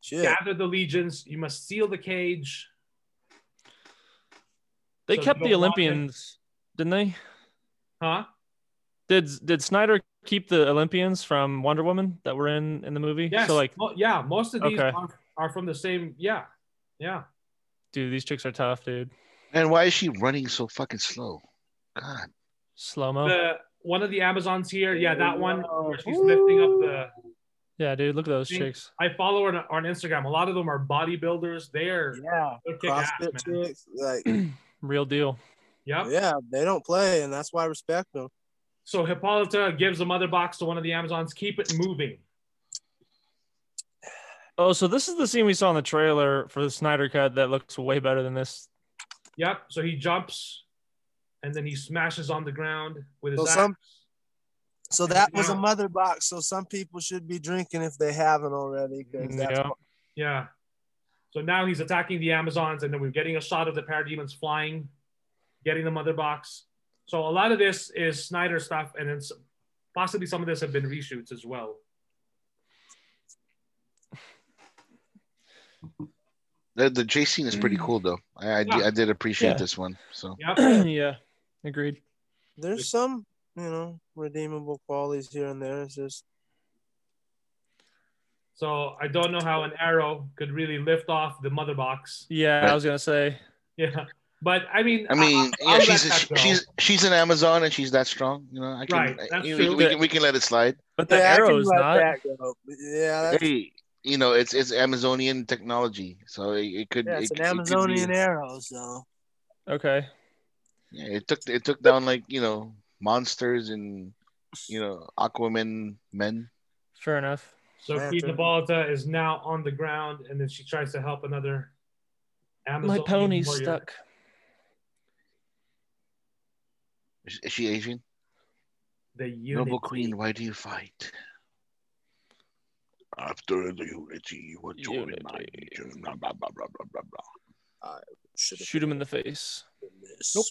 Shit.
Gather the legions. You must seal the cage.
they
So
kept
you
the
don't want them-
Olympians, didn't they?
Huh?
Did did Snyder keep the Olympians from Wonder Woman that were in in the movie?
Yes.
So like,
Mo- yeah, most of these
Okay.
are, are from the same. Yeah, yeah.
dude, these chicks are tough, dude.
And why is she running so fucking slow? God.
Slow mo.
The one of the Amazons here. Yeah, that one.
Oh,
where She's lifting up the.
yeah, dude, look at those
Think-
chicks.
I follow her on, on Instagram. A lot of them are bodybuilders. They're
Yeah.
they're kick ass, man.
CrossFit chicks. Like,
Real deal.
Yep.
yeah, they don't play, and that's why I respect them.
So Hippolyta gives the mother box to one of the Amazons. Keep it moving.
Oh, so this is the scene we saw in the trailer for the Snyder cut that looks way better than this.
Yep. So he jumps, and then he smashes on the ground with his
So
axe.
some- So that was a
Yeah.
mother box. So some people should be drinking if they haven't already. 'cause that's
Yeah.
yeah. So now he's attacking the Amazons, and then we're getting a shot of the parademons flying, getting the mother box. So a lot of this is Snyder stuff, and then s- possibly some of this have been reshoots as well.
The, the chase scene is pretty cool though. I I,
Mm. Yeah.
I did appreciate
Yeah.
this one. So
Yep.
yeah, agreed.
there's some, you know, redeemable qualities here and there. It's just
so I don't know how an arrow could really lift off the mother box.
Yeah,
Right.
I was gonna say.
Yeah. But I mean,
I mean,
I'll
yeah,
let
she's
that go.
she's she's an Amazon and she's that strong. You know, I can,
Right, that's
you know, we,
true.
we can we can let it slide.
But the
Yeah, I can
arrow's
let
not.
that go. Yeah, Uh, that's,
Hey, you know, it's it's Amazonian technology, so it, it could.
yeah,
it,
it's an
it could be-
Amazonian arrow. So
Okay.
Yeah, it took it took down like you know monsters and you know Aquaman men.
Fair enough.
So
Yeah,
Queen
true.
Nabalta is now on the ground, and then she tries to help another Amazon.
My pony's stuck.
Is, is she Asian?
The unit.
Noble queen, why do you fight? After the unity, what joy
Unity.
my nation, blah, blah, blah, blah, blah, blah, blah.
should
Shoot him in the face.
this.
Nope.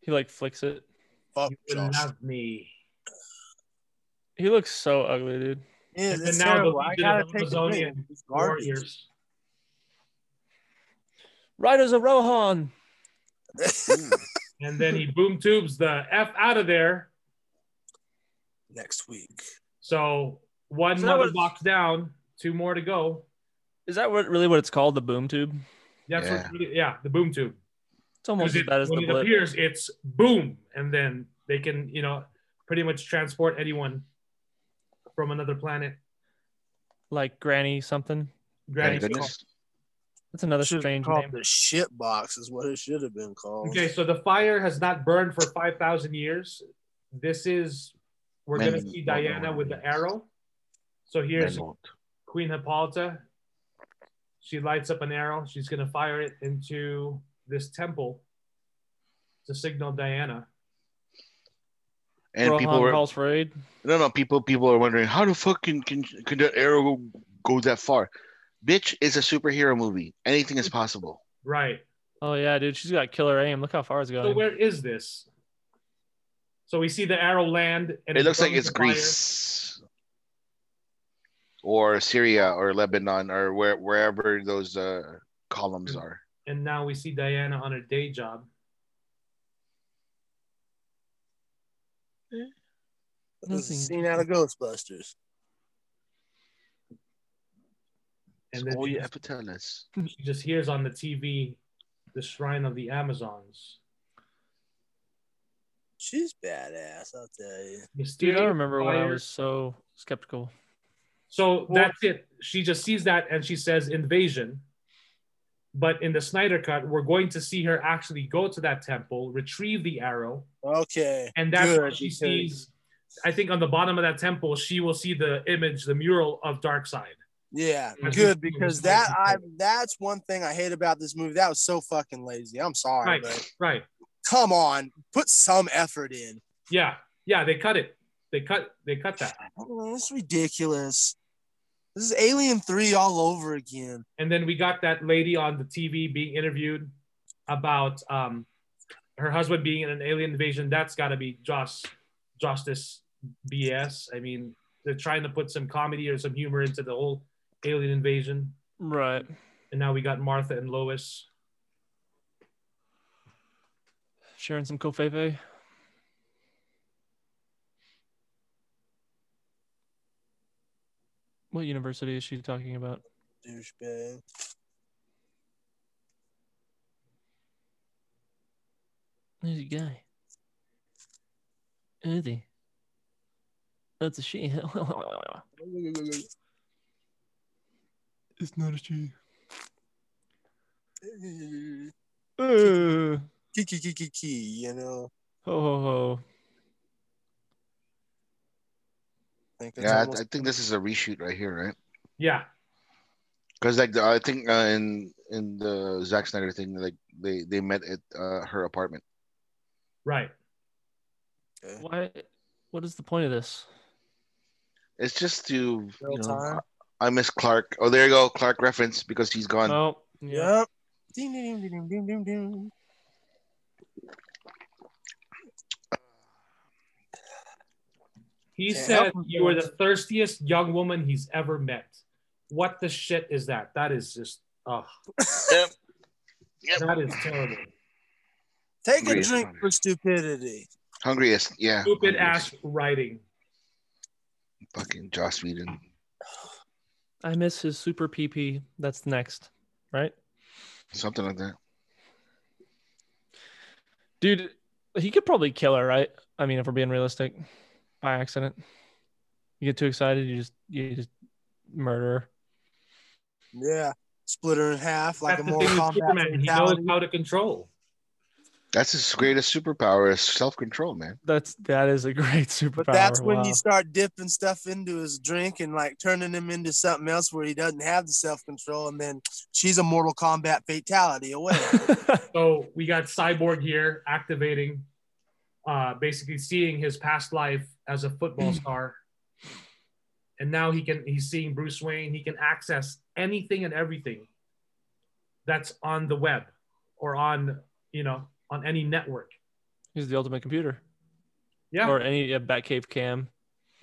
He like flicks it.
Fuck
You will
Josh.
love me.
He looks so ugly, dude.
Yeah,
And
it's
now the
terrible. I
Legion
gotta
of
take a
Amazonian
drink. It's garbage.
Warriors.
Riders of Rohan.
Hmm,
And then he boom tubes the F out of there.
Next week.
So one
Is that
mother
what-
box down, two more to go.
Is that what really what it's called? The boom tube?
That's what, yeah, the boom tube.
It's almost
'Cause
as
it-
bad as
when
the
it
blip.
appears, it's boom, and then they can, you know, pretty much transport anyone from another planet.
Like Granny something.
Thank
Granny
goodness.
That's another
Should have
strange
called
name.
the shit box is what it should have been called.
Okay, so the fire has not burned for 5,000 years. This is, we're going to
Many
see Diana with the arrow. So here's Queen Hippolyta. She lights up an arrow. She's going to fire it into this temple to signal Diana.
And
Rohan
people were
calls for aid.
no no people people are wondering how the fuck can can, can that arrow go, go that far? Bitch is a superhero movie. Anything is possible.
Right.
Oh yeah, dude, she's got killer aim. Look how far it's
So
going.
where is this? So we see the arrow land, and
It looks like
burns
it's
the fire.
Greece or Syria or Lebanon or where, wherever those uh, columns are.
And now we see Diana on her day job.
This is a
Nothing.
scene out of Ghostbusters.
And
That's
then
all
she
you have
just-
to tell us.
she just hears on the TV the Shrine of the Amazons.
She's badass, I'll tell you.
Dude,
Mysterious
I remember when I
fire.
was so skeptical.
So that's it. She just sees that and she says invasion. But in the Snyder cut, we're going to see her actually go to that temple, retrieve the arrow,
Okay.
and that's
Good,
where she
because-
sees. I think on the bottom of that temple, she will see the image, the mural of Darkseid.
Yeah,
I think-
good because that I that's one thing I hate about this movie. That was so fucking lazy. I'm sorry,
Right,
but
right.
come on, put some effort in.
Yeah, yeah. They cut it. They cut. They cut that.
Oh, That's ridiculous. This is Alien Three all over again.
and then we got that lady on the TV being interviewed about um, her husband being in an alien invasion. That's got to be Joss, Justice BS. I mean, they're trying to put some comedy or some humor into the whole alien invasion,
Right.
and now we got Martha and Lois.
Sharing some kofefe. What university is she talking about?
Douchebag.
Who's the guy? Who's he? That's a she. it's not a she. Uh,
Key, key, key, key, key, you know.
ho ho ho.
I think it's
Yeah, I,
almost-
I think this is a reshoot right here, right?
Yeah,
Because like the, I think uh, in in the Zack Snyder thing, like they they met at uh, her apartment.
right.
Why? What is the point of this?
It's just to
Real
you know,
time.
I miss Clark. Oh, there you go, Clark reference because he's gone.
Oh, yeah.
Yep. Ding, ding, ding, ding, ding, ding, ding.
He
Yeah.
said you were the thirstiest young woman he's ever met. What the shit is that? That is just oh,
Yep. Yep.
that is terrible.
Take a
Great.
drink for stupidity.
Hungriest, yeah.
Stupid
hungriest.
ass writing.
Fucking Joss Whedon.
I miss his super PP. That's next, right?
Something like that.
Dude, he could probably kill her, right? I mean, if we're being realistic, by accident, you get too excited, you just you just murder her.
Yeah. Split her in half like
That's the
a Mortal
thing with
Kombat.
Superman. He knows
fatality.
how to control.
That's his greatest superpower is self control, man.
That's that is a great superpower.
But that's when
Wow.
you start dipping stuff into his drink and like turning him into something else where he doesn't have the self control, and then she's a Mortal Kombat fatality away.
So we got Cyborg here activating, uh, basically seeing his past life as a football
Hmm.
star, and now he can he's seeing Bruce Wayne. He can access anything and everything that's on the web or on you know on any network.
He's the ultimate computer.
Yeah.
Or any uh, Batcave cam.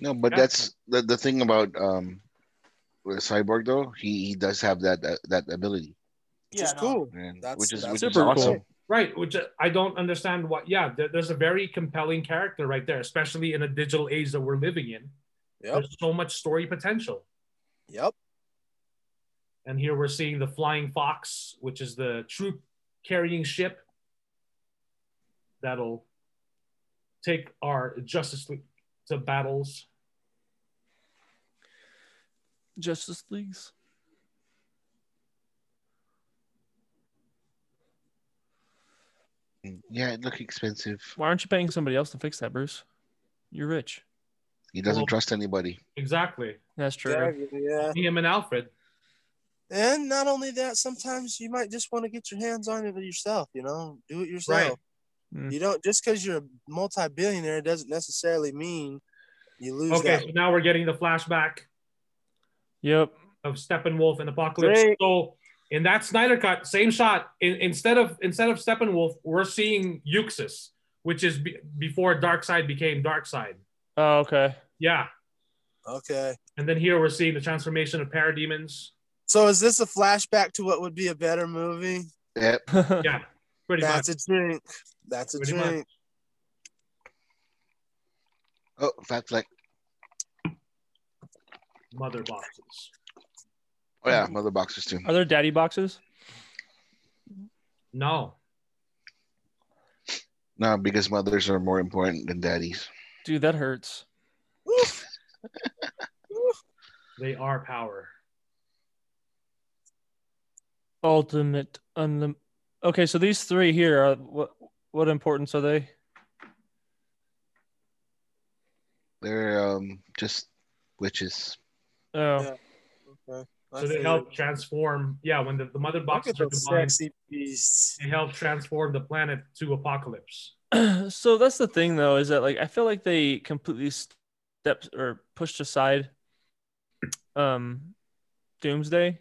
No, but
Yeah.
that's the, the thing about um with Cyborg though, he, he does have that that, that ability.
Which is cool.
Man,
That's-
which is
that's
which is
super
awesome.
cool.
Right, which I don't understand what. Yeah, there, there's a very compelling character right there, especially in a digital age that we're living in.
Yep.
There's so much story potential.
Yep.
And here we're seeing the Flying Fox, which is the troop carrying ship that'll take our Justice League to battles.
Justice Leagues.
Mm, Yeah, it looked expensive.
Why aren't you paying somebody else to fix that, Bruce? You're rich.
He doesn't
Well-
trust anybody.
Exactly.
That's true.
Exactly, yeah.
Him and Alfred.
And not only that, sometimes you might just want to get your hands on it yourself, you know, do it yourself.
Mm.
You don't just because you're a multi billionaire doesn't necessarily mean you lose
Okay,
that.
so now we're getting the flashback
Yep.
of Steppenwolf and Apocalypse.
Great.
So in that Snyder cut, same shot. In, instead of instead of Steppenwolf, we're seeing Euxis, which is be, before Darkseid became Darkseid.
Oh, okay.
Yeah,
Okay.
and then here we're seeing the transformation of parademons.
So is this a flashback to what would be a better movie?
Yep.
Yeah, Pretty
That's
much.
a drink. That's a
Pretty much.
drink.
Oh, fat fleck.
Mother boxes.
Oh yeah, mother boxers too.
Are there daddy boxes?
No,
No, because mothers are more important than daddies.
Dude, that hurts.
they are power.
Ultimate unlim. Okay, so these three here are what? What importance are they?
They're um just witches.
Oh,
Yeah. Okay.
So they help transform. Yeah, when the, the mother
Look
boxes
at
are
those
combined,
sexy beasts.
they help transform the planet to apocalypse.
so that's the thing though is that like i feel like they completely stepped or pushed aside um doomsday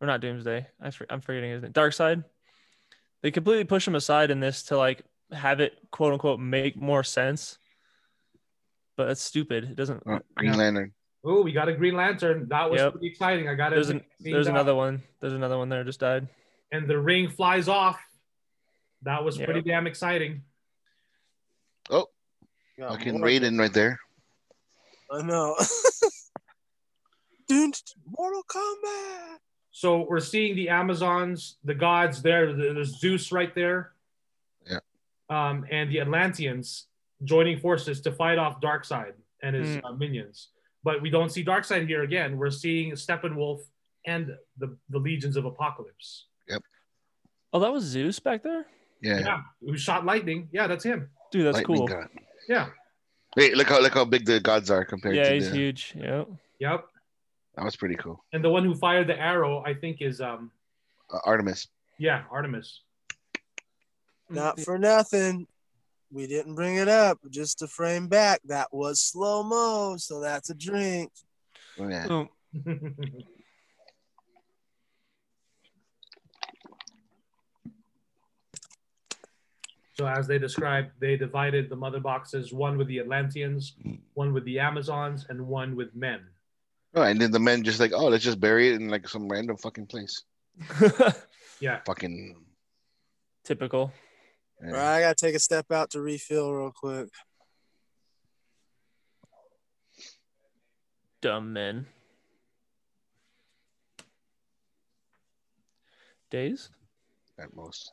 or not doomsday I for, i'm forgetting his name dark side they completely push him aside in this to like have it quote unquote make more sense but that's stupid it doesn't
Oh, Green
Yeah.
Lantern.
Oh, we got a Green Lantern. That was
Yep.
pretty exciting. I got it.
there's an, there's another one there's another one there just died
and the ring flies off. That was pretty damn exciting.
Yeah,
Fucking
more-
Raiden right there.
I know. Dude, Mortal Kombat.
So we're seeing the Amazons, the gods there. There's Zeus right there.
Yeah.
Um, and the Atlanteans joining forces to fight off Darkseid and his
Mm.
uh, minions. But we don't see Darkseid here again. We're seeing Steppenwolf and the, the legions of Apocalypse.
oh that was zeus back there
Yeah.
Yeah. Who shot lightning. Yeah, that's him.
dude that's
Lightning
cool
God.
Yeah.
Wait, look how look how big the gods are compared
yeah
to
he's
the,
huge yeah
Yep.
that was pretty cool.
And the one who fired the arrow, I think, is um,
Uh, Artemis.
Yeah, Artemis.
Not for nothing. We didn't bring it up just to frame back. That was slow mo, so that's a drink.
Oh, yeah.
Oh,
so as they described, they divided the mother boxes, one with the Atlanteans, one with the Amazons, and one with men.
Oh, and then the men just like, oh, let's just bury it in like some random fucking place.
Oh.
Yeah.
Fucking
typical
yeah.
All right, I gotta take a step out to refill real quick.
dumb men. Days?
at most.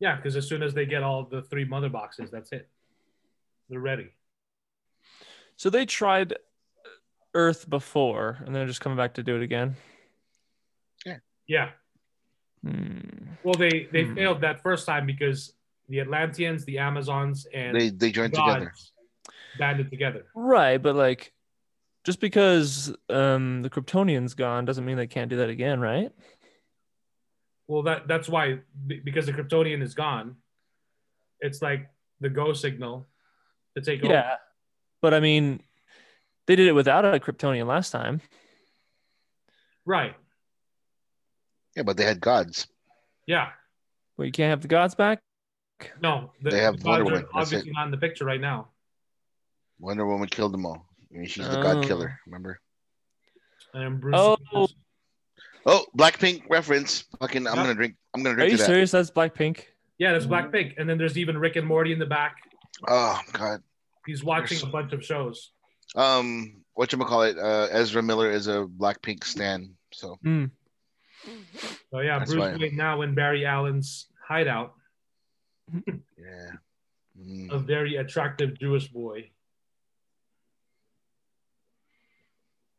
Yeah, because as soon as they get all the three mother boxes, that's it. They're ready.
So they tried Earth before and they're just coming back to do it again.
Yeah.
Hmm.
Well, they they
Hmm.
failed that first time because the Atlanteans, the Amazons, and
They they joined together.
gods banded together.
Right, but like just because um the Kryptonian's gone doesn't mean they can't do that again, right?
Well, that that's why be- because the Kryptonian is gone, it's like the go signal to take over.
Yeah. But I mean they did it without a Kryptonian last time.
Right.
Yeah, but they had gods.
Yeah.
Well, you can't have the gods back.
No, the,
They have
the gods
Wonder
are
Woman, that's
obviously not in the picture right now.
Wonder Woman killed them all. I mean, she's the
Oh.
god killer. Remember?
And Bruce.
Oh.
Oh, Blackpink reference. Fucking, I'm
Yeah.
gonna drink. I'm gonna
Are
drink
you
to that.
serious? That's Blackpink.
Yeah, there's
Mm-hmm.
Blackpink, and then there's even Rick and Morty in the back.
Oh god.
He's watching a bunch of shows.
Um, what you call it? Uh, Ezra Miller is a Blackpink stan. So
Hmm.
So yeah,
That's
Bruce
right.
Wayne now in Barry Allen's hideout,
yeah. Mm.
Uh,
a very attractive Jewish boy,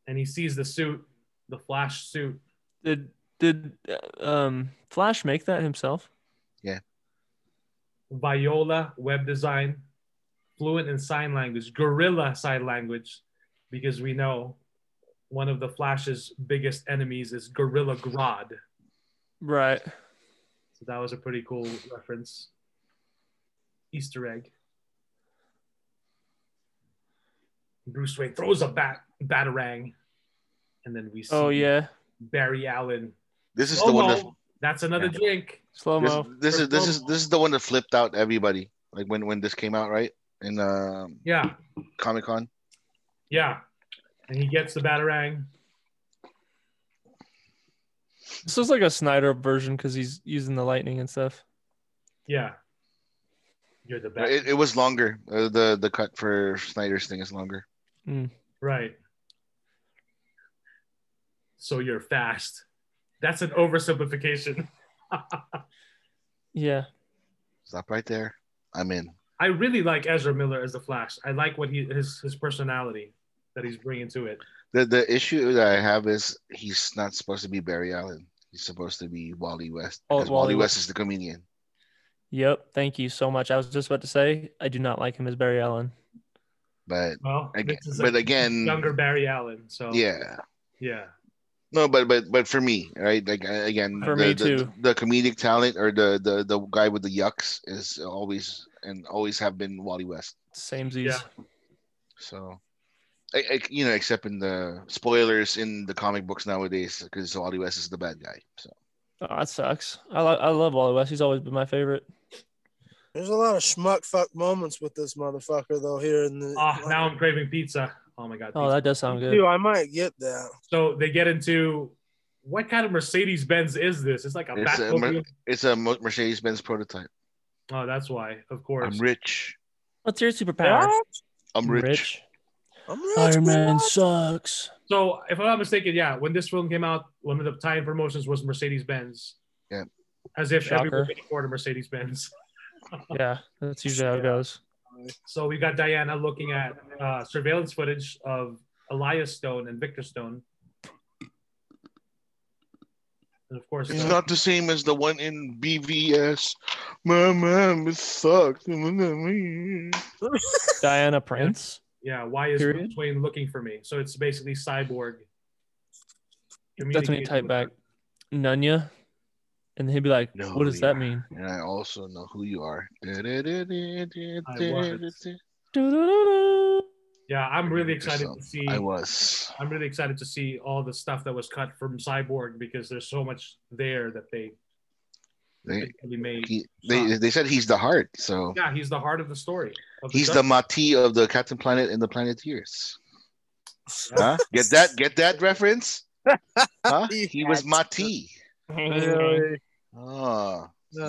and he sees the suit, the Flash suit.
Did did uh, um Flash make that himself?
Viola web design, fluent in sign language, gorilla sign language, because we know one of the Flash's biggest enemies is Gorilla Grodd.
Right.
So that was a pretty cool reference. Easter egg. Bruce Wayne throws a bat batarang, and then we see
Oh yeah.
Barry Allen.
This is
Oh,
the one
no,
that
that's another
Yeah.
drink.
Slow
this,
mo.
this
For
is this is
promo.
this is the one that flipped out everybody. Like when when this came out, right? In um,
Yeah,
Comic Con.
yeah. And he gets the batarang.
This is like a Snyder version because he's using the lightning and stuff.
Yeah. You're the best.
It, it was longer. Uh, the the cut for Snyder's thing is longer.
Right. So you're fast. That's an oversimplification.
Yeah.
Stop right there. I'm in.
I really like Ezra Miller as the Flash. I like what he his his personality that he's bringing to it.
The the issue that I have is he's not supposed to be Barry Allen. He's supposed to be Wally West.
Oh,
because
Wally
Wally West is the comedian.
Yep. Thank you so much. I was just about to say I do not like him as Barry Allen.
But
Well,
Aga-
this is a
but again-
younger Barry Allen. So
yeah,
yeah,
no, but but but for me, right? Like uh, again,
For
the,
me
the,
too.
The, comedic talent or the, the the guy with the yucks is always and always have been Wally West.
Same
Yeah.
So, I, I, you know, except in the spoilers in the comic books nowadays, because Wally West is the bad guy. So
Oh, that sucks. I lo- I love Wally West. He's always been my favorite.
There's a lot of schmuck fuck moments with this motherfucker though here in the.
Ah, now I'm craving pizza. Oh my god.
Oh,
pizza.
that does sound
Dude,
good.
I might get that.
so they get into what kind of Mercedes Benz is this? It's like a
It's a Mer-
Batmobile.
it's a Mercedes Benz prototype.
oh, that's why, of course.
I'm rich.
What's your superpower?
I'm rich.
I'm rich.
Iron
man.
Man sucks.
So, if I'm not mistaken, yeah, when this film came out, one of the tie-in promotions was Mercedes Benz.
Yeah.
As if
Shocker.
everybody could afford a Mercedes Benz.
Yeah, that's usually how it goes.
So we got Diana looking at uh, surveillance footage of Elias Stone and Victor Stone. And of course,
It's
uh,
not the same as the one in BVS. My mom it sucks. It's
Diana Prince.
yeah, why is
Period.
Bruce Wayne looking for me? So it's basically cyborg.
That's when he
communicating
typed
with
back
her.
Nunya, and he'd be like,
No,
"What does that
yeah.
mean?"
And I also know who you are.
I was. Yeah, I'm really excited to see.
I was.
I'm really excited to see all the stuff that was cut from Cyborg because there's so much there that they
They,
really made.
he, they, they said he's the heart, so
Yeah, he's the heart of the story. of
he's the
Justice
Mati of the Captain Planet and the Planeteers.
League.
Huh? Get that? Get that reference? Huh? He was Mati. Oh, see?
Uh,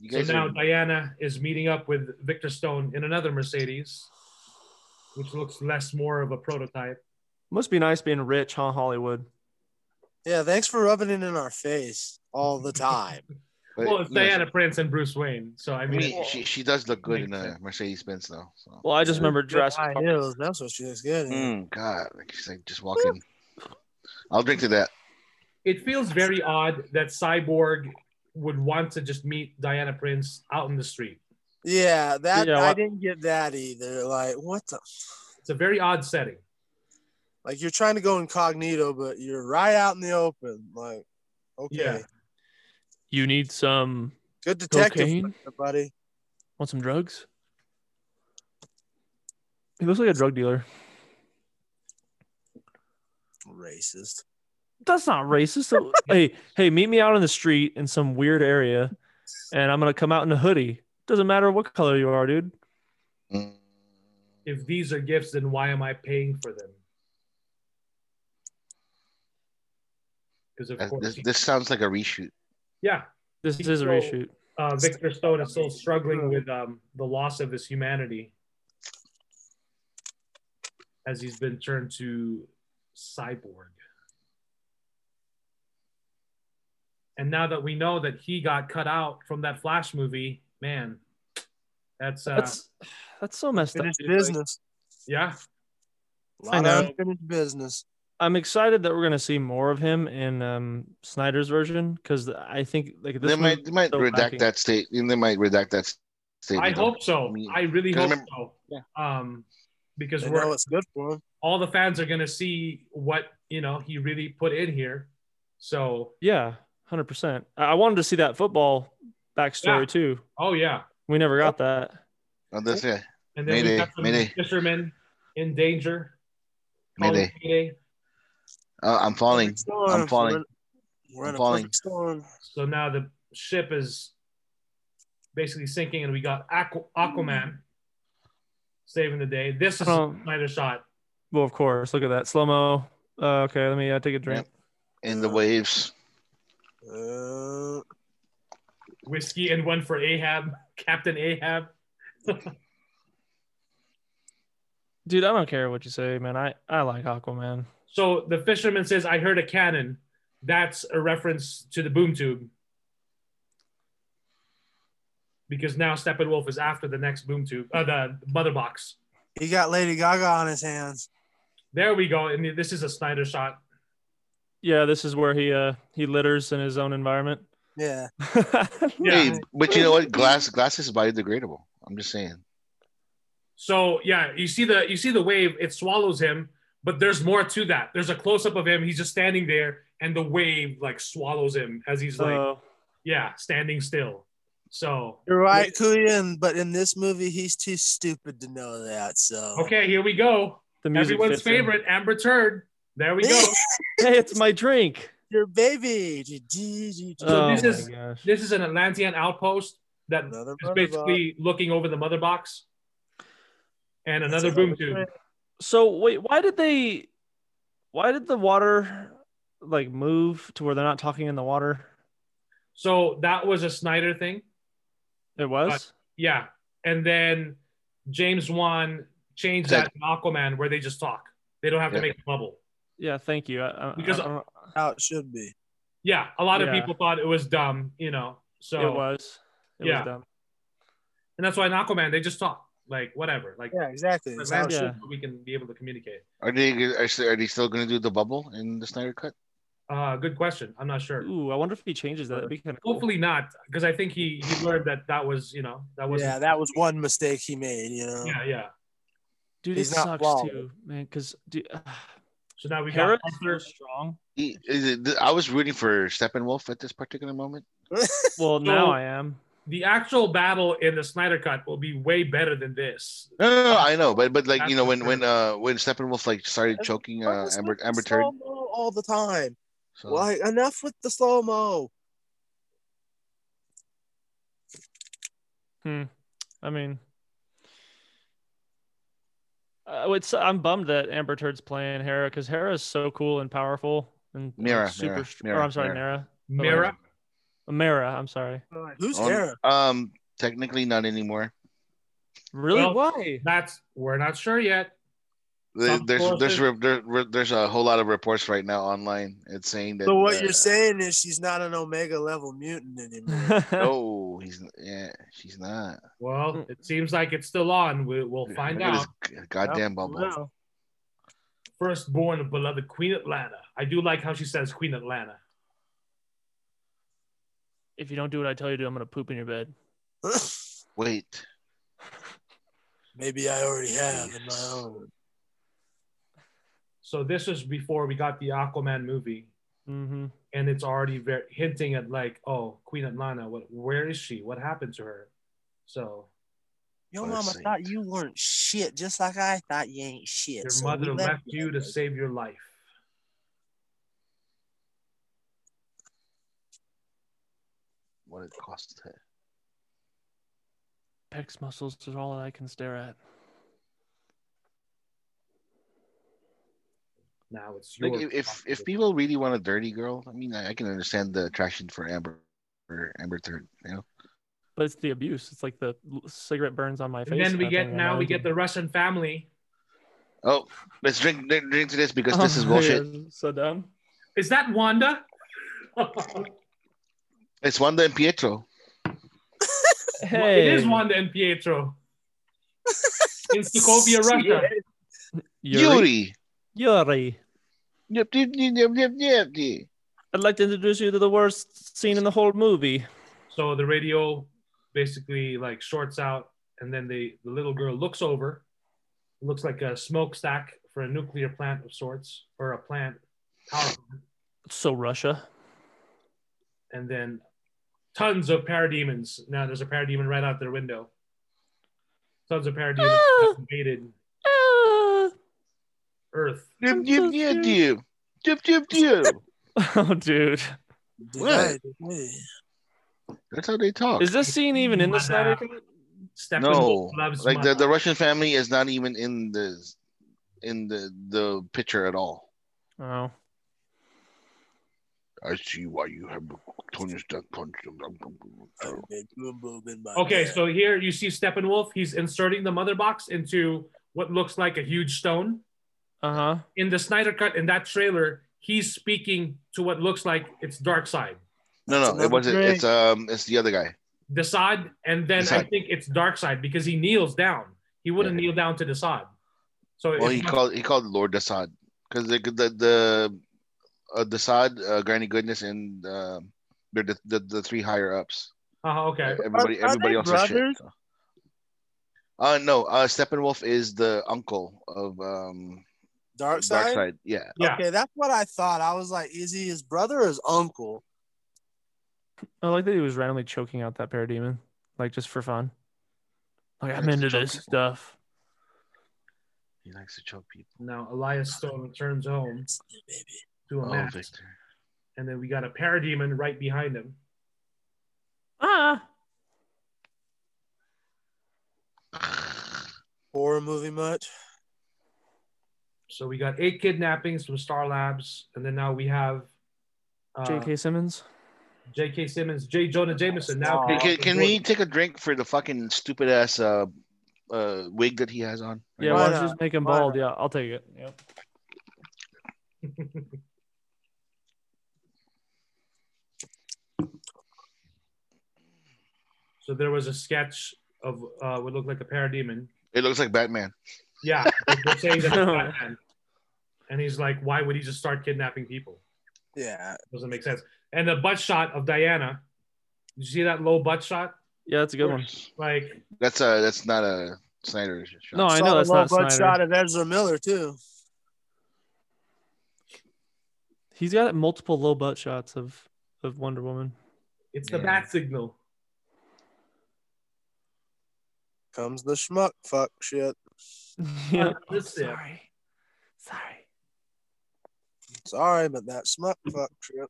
you
So
guys
now
are-
Diana is meeting up with Victor Stone in another Mercedes, which looks less more of a prototype.
Must be nice being rich, huh, Hollywood?
Yeah, thanks for rubbing it in our face all the time.
but,
well, it's
you know,
Diana Prince and Bruce Wayne. So I
I
mean,
mean, she, she does look good in
Makes
a
sense.
Mercedes Benz though. So.
Well, I just remember
Good
Jurassic
high
Park.
heels, That's what she looks good. in.
Mm, God, like she's like just walking. I'll drink to that.
it feels very odd that Cyborg would want to just meet Diana Prince out in the street.
Yeah, that
Yeah,
I
what-
didn't get that either. Like, what the?
It's a very odd setting.
Like, you're trying to go incognito, but you're right out in the open. Like, okay,
Yeah.
You need some.
good detective,
Cocaine?
buddy.
Want some drugs? He looks like a drug dealer.
Racist.
That's not racist. So- hey, hey, meet me out on the street in some weird area, and I'm gonna come out in a hoodie. Doesn't matter what color you are, dude.
Mm.
If these are gifts, then why am I paying for them? Because of
That-
course,
This, this sounds like a reshoot.
yeah,
This is a reshoot.
uh, Victor Stone is still struggling with um, the loss of his humanity as he's been turned to cyborg. And now that we know that he got cut out from that Flash movie, man, that's, uh,
That's that's so messed up.
Finished
dude. Like,
business.
yeah,
A lot
I know.
of unfinished business.
I'm excited that we're gonna see more of him in um, Snyder's version because I think like this
they
one-
might they might
so
redact
lacking.
that state. They might redact that statement.
I hope
I
so.
mean,
I really
'cause I
hope
remember-
so. Um, because
They
we're
know what's good for him.
all the fans are gonna see what you know he really put in here. So
yeah, hundred percent. I-, I wanted to see that football backstory
Yeah.
too.
oh yeah,
We never got that.
Oh, that's it.
and then we
Mayday,
got some
mayday.
fishermen in danger. calling
Mayday.
mayday.
Uh, I'm falling.
Perfect storm.
I'm falling.
We're in, we're in
I'm
a
falling.
perfect storm.
So now the ship is basically sinking, and we got Aqu- Aquaman saving the day. This is
Oh.
Snyder shot.
Well, of course. Look at that slow mo. Uh, okay, let me uh, take a drink.
in the waves.
Uh,
Whiskey and one for Ahab, Captain Ahab.
Dude, I don't care what you say, man. I I like Aquaman.
So the fisherman says, "I heard a cannon." That's a reference to the boom tube. Because now Steppenwolf is after the next boom tube, uh, the mother box.
he got Lady Gaga on his hands.
There we go. And this is a Snyder shot.
Yeah, this is where he uh he litters in his own environment.
Yeah.
Yeah.
Hey, but you know what? Glass glass is biodegradable. I'm just saying.
So yeah, you see the you see the wave. It swallows him, but there's more to that. There's a close up of him. He's just standing there, and the wave like swallows him as he's like
So,
yeah standing still. So
You're right, Kuyan, but in this movie, he's too stupid to know that. So
okay, here we go.
the music
Everyone's
fits in.
favorite Amber Turd. There we go.
Hey, it's my drink.
your baby. G-G-G-G.
So
oh
this
my
is-
gosh.
this is an Atlantean outpost that is
Another mother box.
basically looking over the mother box, and
That's
another
another
boom tube.
trick.
So wait, why did they? Why did the water like move to where they're not talking in the water?
So that was a Snyder thing.
It was.
Yeah, and then James Wan changed that in Aquaman where they just talk. They don't have to
Yeah.
make a bubble.
Yeah, thank you. I, I,
Because-
I don't-
how it should be.
Yeah, a lot of
Yeah.
people thought it was dumb, you know. So
it was. It
Yeah.
was dumb.
and that's why in Aquaman they just talk like whatever. Like
Yeah, exactly.
for
It's how it
Atlantis,
should
Yeah.
we can be able to communicate.
Are they are they- are they still going to do the bubble in the Snyder cut?
Uh, good question. I'm not sure.
Ooh, I wonder if he changes that. That'd be kind of cool.
Hopefully not, because I think he he learned that that was you know that
be.
was
Yeah, that was one mistake he made, you know.
yeah yeah.
Dude,
He's
it
not
sucks
flawed.
too, man. Because
So now we
Hera
got
is so
Arthur.
strong.
He, is it, I was rooting for Steppenwolf at this particular moment.
Well, now I am.
The actual battle in the Snyder Cut will be way better than this.
No, no, no, I know, but but like you know when when uh when Steppenwolf like started choking
Why
uh,
was
Amber
with the
Amber Uh-huh. Turd.
slow-mo all the time.
So,
Like enough with the slow mo.
Hmm. I mean, uh, it's, I'm bummed that Amber Turd's playing Hera because Hera is so cool and powerful and like,
Mira,
super.
Mira,
str-
Mira,
or I'm sorry, Mira.
Oh,
Mira,
Mira. I'm sorry.
Who's
on-
Hera?
Um, technically not anymore.
Really?
Well,
Why?
that's we're not sure yet.
There-
Some
There's there's
sources-
re- there- re- there's a whole lot of reports right now online. It's saying that.
So what
uh,
you're saying is she's not an Omega level mutant anymore.
No, he's yeah, she's not.
Well, it seems like it's still on. We, we'll find
Look at
out.
this g- goddamn bubble.
Wow.
Firstborn of beloved Queen Atlanta. I do like how she says Queen Atlanta.
If you don't do what I tell you to, I'm gonna poop in your bed.
Wait,
Maybe I already have in my
Yes.
own.
So this was before we got the Aquaman movie,
Mm-hmm.
and it's already very, hinting at like, oh, Queen Atlanta. What? Where is she? What happened to her? So
Your
Let's
mama
see.
thought you weren't shit, just like I thought you ain't shit.
your
so we
mother left you to
alone.
save your life.
what it cost?
Pecs muscles is all I can stare at.
Now it's your.
Like if- if if people really want a dirty girl, I mean, I, I can understand the attraction for Amber, for Amber Third. You know,
But it's the abuse. It's like the l- cigarette burns on my face.
and then we
I
get
think
now we
reminds
get
me.
the Russian family.
oh, let's drink drink, drink to this because this is
Oh my
bullshit.
gosh, So dumb.
Is that Wanda?
It's Wanda and Pietro.
Hey,
It is Wanda and Pietro. In Sokovia, Russia.
Yuri,
Yuri. Yuri.
Yep, yep, yep, yep, yep, yep.
I'd like to introduce you to the worst scene in the whole movie.
So the radio basically like shorts out, and then the, the little girl looks over. It looks like a smokestack for a nuclear plant of sorts, or a plant. Power plant.
So Russia.
And then tons of parademons. Now there's a parademon right out their window. Tons of parademons
Ah.
invaded
Ah.
Earth.
Yep,
I'm
yep,
so
yep,
scared.
yep. Yep, yep, yep.
Oh, dude,
What? Oh.
What?
That's how they talk.
is this scene even in the Snyder Cut?
No,
Steppenwolf loves
like the,
mother.
the Russian family is not even in the in the the picture at all.
Oh,
I see why you have Tony Stark punched him.
Okay, so here you see Steppenwolf. He's inserting the mother box into what looks like a huge stone.
uh huh.
In the Snyder cut, in that trailer, he's speaking to what looks like it's Dark Side,
No, no,
That's
it wasn't.
another
It's um, it's the other guy.
Desaad, and then I
Desaad.
think it's Dark Side because he kneels down. He wouldn't kneel down to Desaad. So
Well,
it
he
must-
called he called Lord Dasad because the the the uh, Dasad, uh, Granny Goodness, and uh, they're the, the the three higher ups.
uh-huh, okay.
Everybody,
Are- are
everybody
they
else has shit.
brothers?
Uh, no, uh, Steppenwolf is the uncle of um, Dark
Dark side.
Side. Yeah,
Yeah.
Okay, that's what I thought. I was like, is he his brother or his uncle?
I like that he was randomly choking out that parademon, like just for fun. Like I'm
Like to
into
choke
this
people.
stuff.
he likes to choke people.
Now Elias Stone returns home to a
Oh,
mask,
Victor.
and then we got a parademon right behind him.
Ah,
Horror movie much?
So we got eight kidnappings from Star Labs, and then now we have uh,
J.K. Simmons.
J.K. Simmons, J. Jonah Jameson. Now,
Um,
Hey, can, can we take a drink for the fucking stupid ass uh, uh, wig that he has on?
Yeah,
Why
why don't
not?
you just make him
Why
bald? Yeah, I'll take it. Yep.
So there was a sketch of uh, what looked like a parademon.
It looks like Batman.
Yeah, they're saying that it's Batman. And he's like, why would he just start kidnapping people?
Yeah.
Doesn't make sense. And the butt shot of Diana. Did you see that low butt shot?
Yeah, that's a good one.
Like,
That's uh that's not a Snyder shot.
No, Oh, I
Saw
know
the
that's not
low butt
Snyder.
shot of Ezra Miller too.
He's got multiple low butt shots of of Wonder Woman.
it's the
Yeah.
bat signal.
Comes the schmuck fuck shit.
yeah.
Oh, sorry.
sorry. Sorry.
Sorry, but that schmuck fuck shit.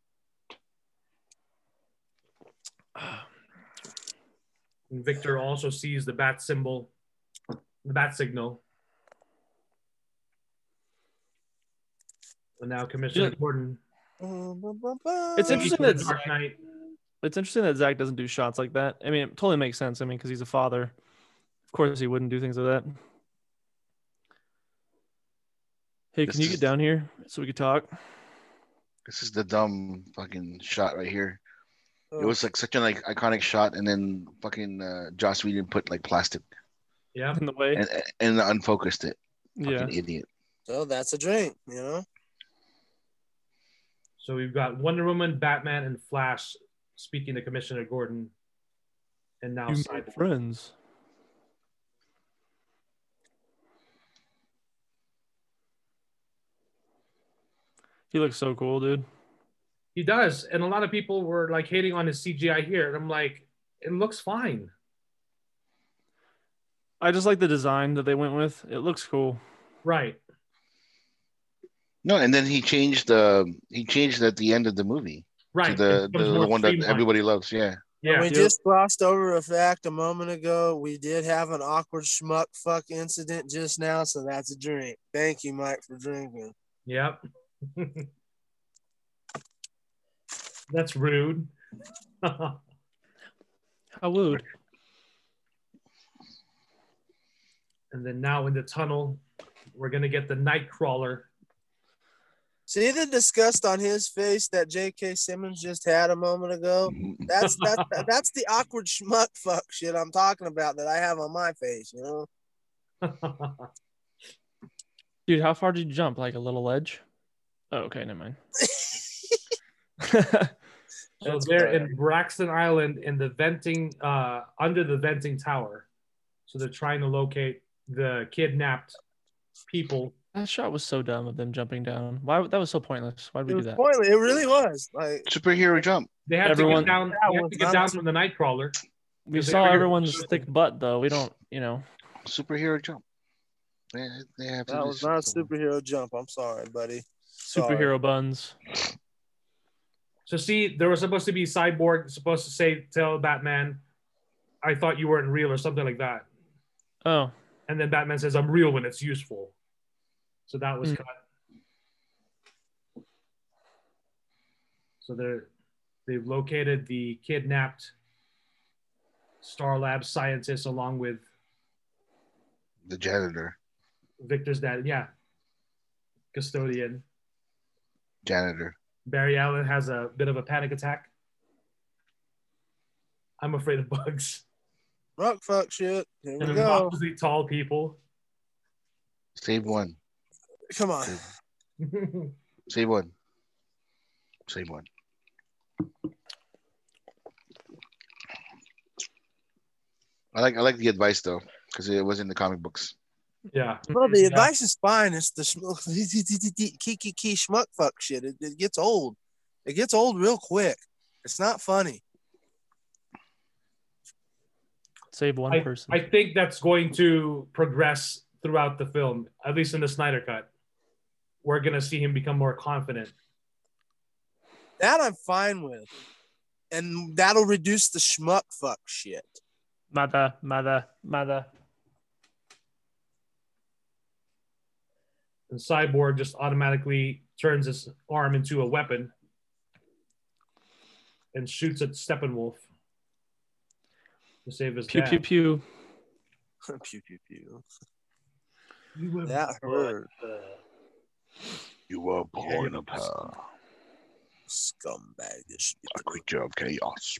And Victor also sees the bat symbol, the bat signal. And now Commissioner
Yeah.
Gordon.
It's
takes
interesting
to the
that-
Dark Knight.
It's interesting that Zach doesn't do shots like that. I mean, it totally makes sense. I mean, because he's a father. Of course, he wouldn't do things like that. Hey,
This
can you
is-
get down here so we could talk?
This is the dumb fucking shot right here. It
Oh,
was like such an like, iconic shot, and then fucking uh, Joss Whedon put like plastic
Yeah.
In the way.
and and unfocused it.
yeah.
Fucking idiot.
So that's a drink, you know?
So we've got Wonder Woman, Batman, and Flash speaking to Commissioner Gordon, and now
You
Cyborg.
made friends. He looks so cool, dude.
He does, and a lot of people were like hating on his CGI here, and I'm like, it looks fine.
I just like the design that they went with. It looks cool.
Right.
No, and then he changed the he changed at the end of the movie
Right.
to the
It becomes
the, the
more
one that
streamlined.
everybody loves. Yeah,
Yeah.
we
Yep.
just glossed over a fact a moment ago. We did have an awkward schmuck fuck incident just now, so that's a drink. Thank you, Mike, for drinking.
Yep. That's rude.
How would?
and then now in the tunnel, we're gonna get the Nightcrawler.
See the disgust on his face that J.K. Simmons just had a moment ago. That's that's that's the awkward schmuck fuck shit I'm talking about that I have on my face. You know,
Dude, how far did you jump? Like a little ledge? Oh, okay, never mind.
So
That's
they're
bad.
in Braxton Island in the venting, uh, under the venting tower. So they're trying to locate the kidnapped people.
that shot was so dumb of them jumping down. Why would- that was so pointless? Why
It
would we
was
do that?
pointless. It really was. Like
Superhero jump.
They have
Everyone-
to get down. They have to get down from the Nightcrawler.
We
Is it
saw
weird?
everyone's thick butt though. We don't, you know.
Superhero jump. They, they have to
that
do
was not a
something.
superhero jump. I'm sorry, buddy. Sorry.
Superhero buns.
So see, there was supposed to be Cyborg supposed to say, "Tell Batman, I thought you weren't real" or something like that.
Oh,
And then Batman says, "I'm real when it's useful." So that was
Mm.
cut. So they're they've located the kidnapped Star Lab scientist along with
The janitor.
Victor's dad. Yeah, custodian.
Janitor.
Barry Allen has a bit of a panic attack. I'm afraid of bugs
Rock fuck shit. Here
and
we go.
impossibly tall people.
Save one.
Come on.
Save one. Save one. I like I like the advice though, because it was in the comic books.
yeah.
Well, the
Yeah.
advice is fine. It's the schmuck, key, key, key, schmuck fuck shit. It, it gets old. It gets old real quick. It's not funny.
save one person.
I think that's going to progress throughout the film, at least in the Snyder cut. We're gonna see him become more confident.
That I'm fine with. And that'll reduce the schmuck fuck shit.
mother, mother, mother.
And Cyborg just automatically turns his arm into a weapon and shoots at Steppenwolf to save his
Pew
dad.
pew pew.
pew pew pew.
You have
That hurt.
the-
You were
born
a
power,
Scumbag. This shit.
creature of chaos.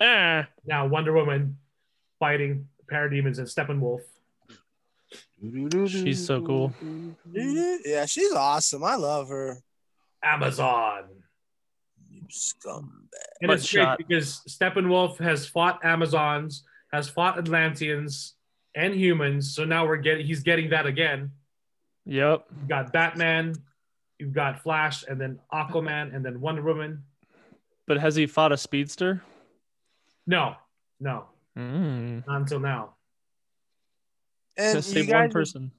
Ah.
now Wonder Woman fighting parademons and Steppenwolf.
She's so cool.
Yeah, she's awesome. I love her.
Amazon.
You scumbag.
And
Butt
it's great
shot.
because Steppenwolf has fought Amazons, has fought Atlanteans and humans. So now we're getting he's getting that again.
Yep.
You've got Batman, you've got Flash, and then Aquaman, and then Wonder Woman.
But has he fought a speedster?
No, no,
Mm.
not until now.
And
Just
you
save one
guys,
person.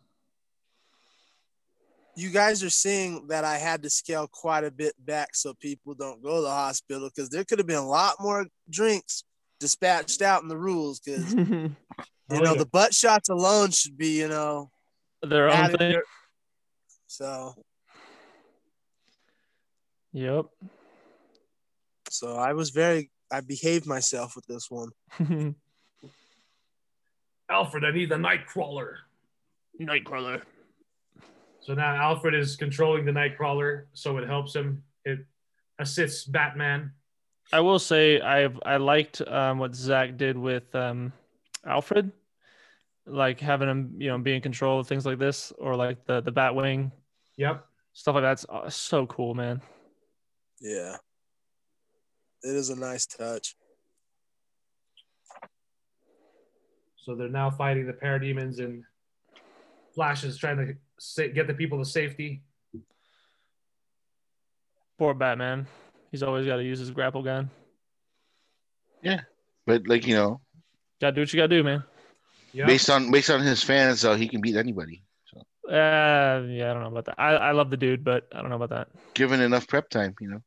you guys are seeing that I had to scale quite a bit back so people don't go to the hospital because there could have been a lot more drinks dispatched out in the rules because you
Oh,
know
yeah.
the butt shots alone should be you know
Their own
Added
thing.
so
Yep.
so I was very I behaved myself with this one.
Alfred, I need the Nightcrawler.
Nightcrawler.
So now Alfred is controlling the Nightcrawler, so it helps him. It assists Batman.
I will say I've I liked um, what Zach did with um, Alfred, like having him you know be in control of things like this or like the the Batwing
Yep.
stuff like that's uh, so cool, man.
Yeah, it is a nice touch.
So they're now fighting the parademons, and Flash is trying to sa- get the people to safety.
Poor Batman, he's always got to use his grapple gun.
But like you know,
Got to do what you got to do, man.
Yep.
based on based on his fans, uh, he can beat anybody. So
Uh, yeah, I don't know about that. I, I love the dude, but I don't know about that.
given enough prep time, you know.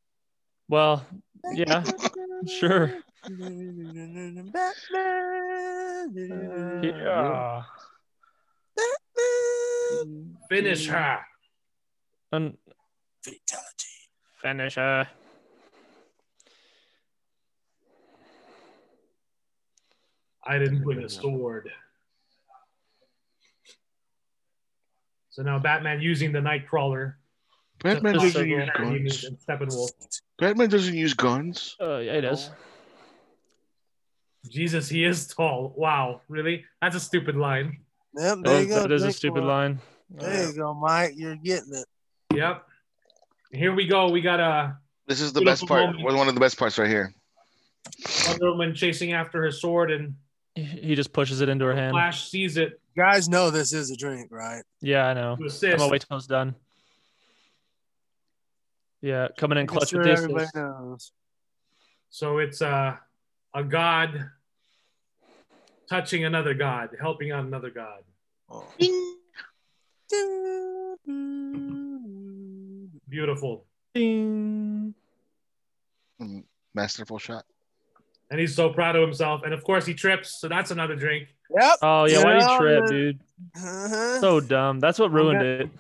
Well, yeah, sure.
Batman.
Yeah.
Finish her.
Un-
Fatality.
finish her.
I didn't bring a sword. So now Batman using the Nightcrawler.
Batman
to
That's
stop
doesn't
so
use
the
guns.
parademons and Steppenwolf.
Batman doesn't use guns.
Uh, yeah, he does.
Jesus, he is tall. Wow, really? That's a stupid line.
Yep, there
That is,
you go.
that is a
Drink
stupid
more.
line.
There you go, Mike. You're getting it.
Yep. Here we go. We got uh, a
This is the
Beautiful
best part.
moment.
One of the best parts right here.
Wonder Woman chasing after his sword, and
He- He just pushes it into her hand.
Flash sees it
You guys know this is a drink, right?
Yeah, I know.
to
I'm
assist.
gonna wait till it's done. Yeah, coming in
I'm
clutch
sure
with this.
everybody
is-
knows.
So it's uh, a god touching another god, helping out another god.
Oh.
Beautiful.
Ding.
Masterful shot.
And he's so proud of himself. And of course, he trips. So that's another drink.
Yep.
Oh yeah, why do you
Yeah,
trip,
man.
dude?
Uh-huh.
So dumb. That's what ruined it.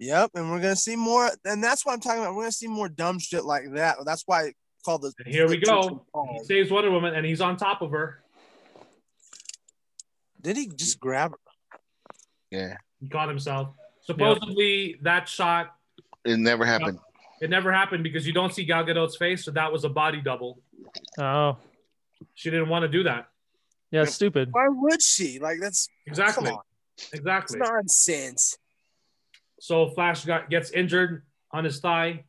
Yep, and we're gonna see more, and that's what I'm talking about. We're gonna see more dumb shit like that. That's why it's called the.
And here we go. He
Oh,
saves Wonder Woman, and he's on top of her.
Did he just grab her?
Yeah.
He caught himself. Supposedly, that shot
It never happened.
it never happened because you don't see Gal Gadot's face, so that was a body double.
Oh
She didn't want to do that.
yeah, it's stupid.
Why would she? Like that's
Exactly.
Come on, it's
Exactly.
nonsense.
So Flash got gets injured on his thigh,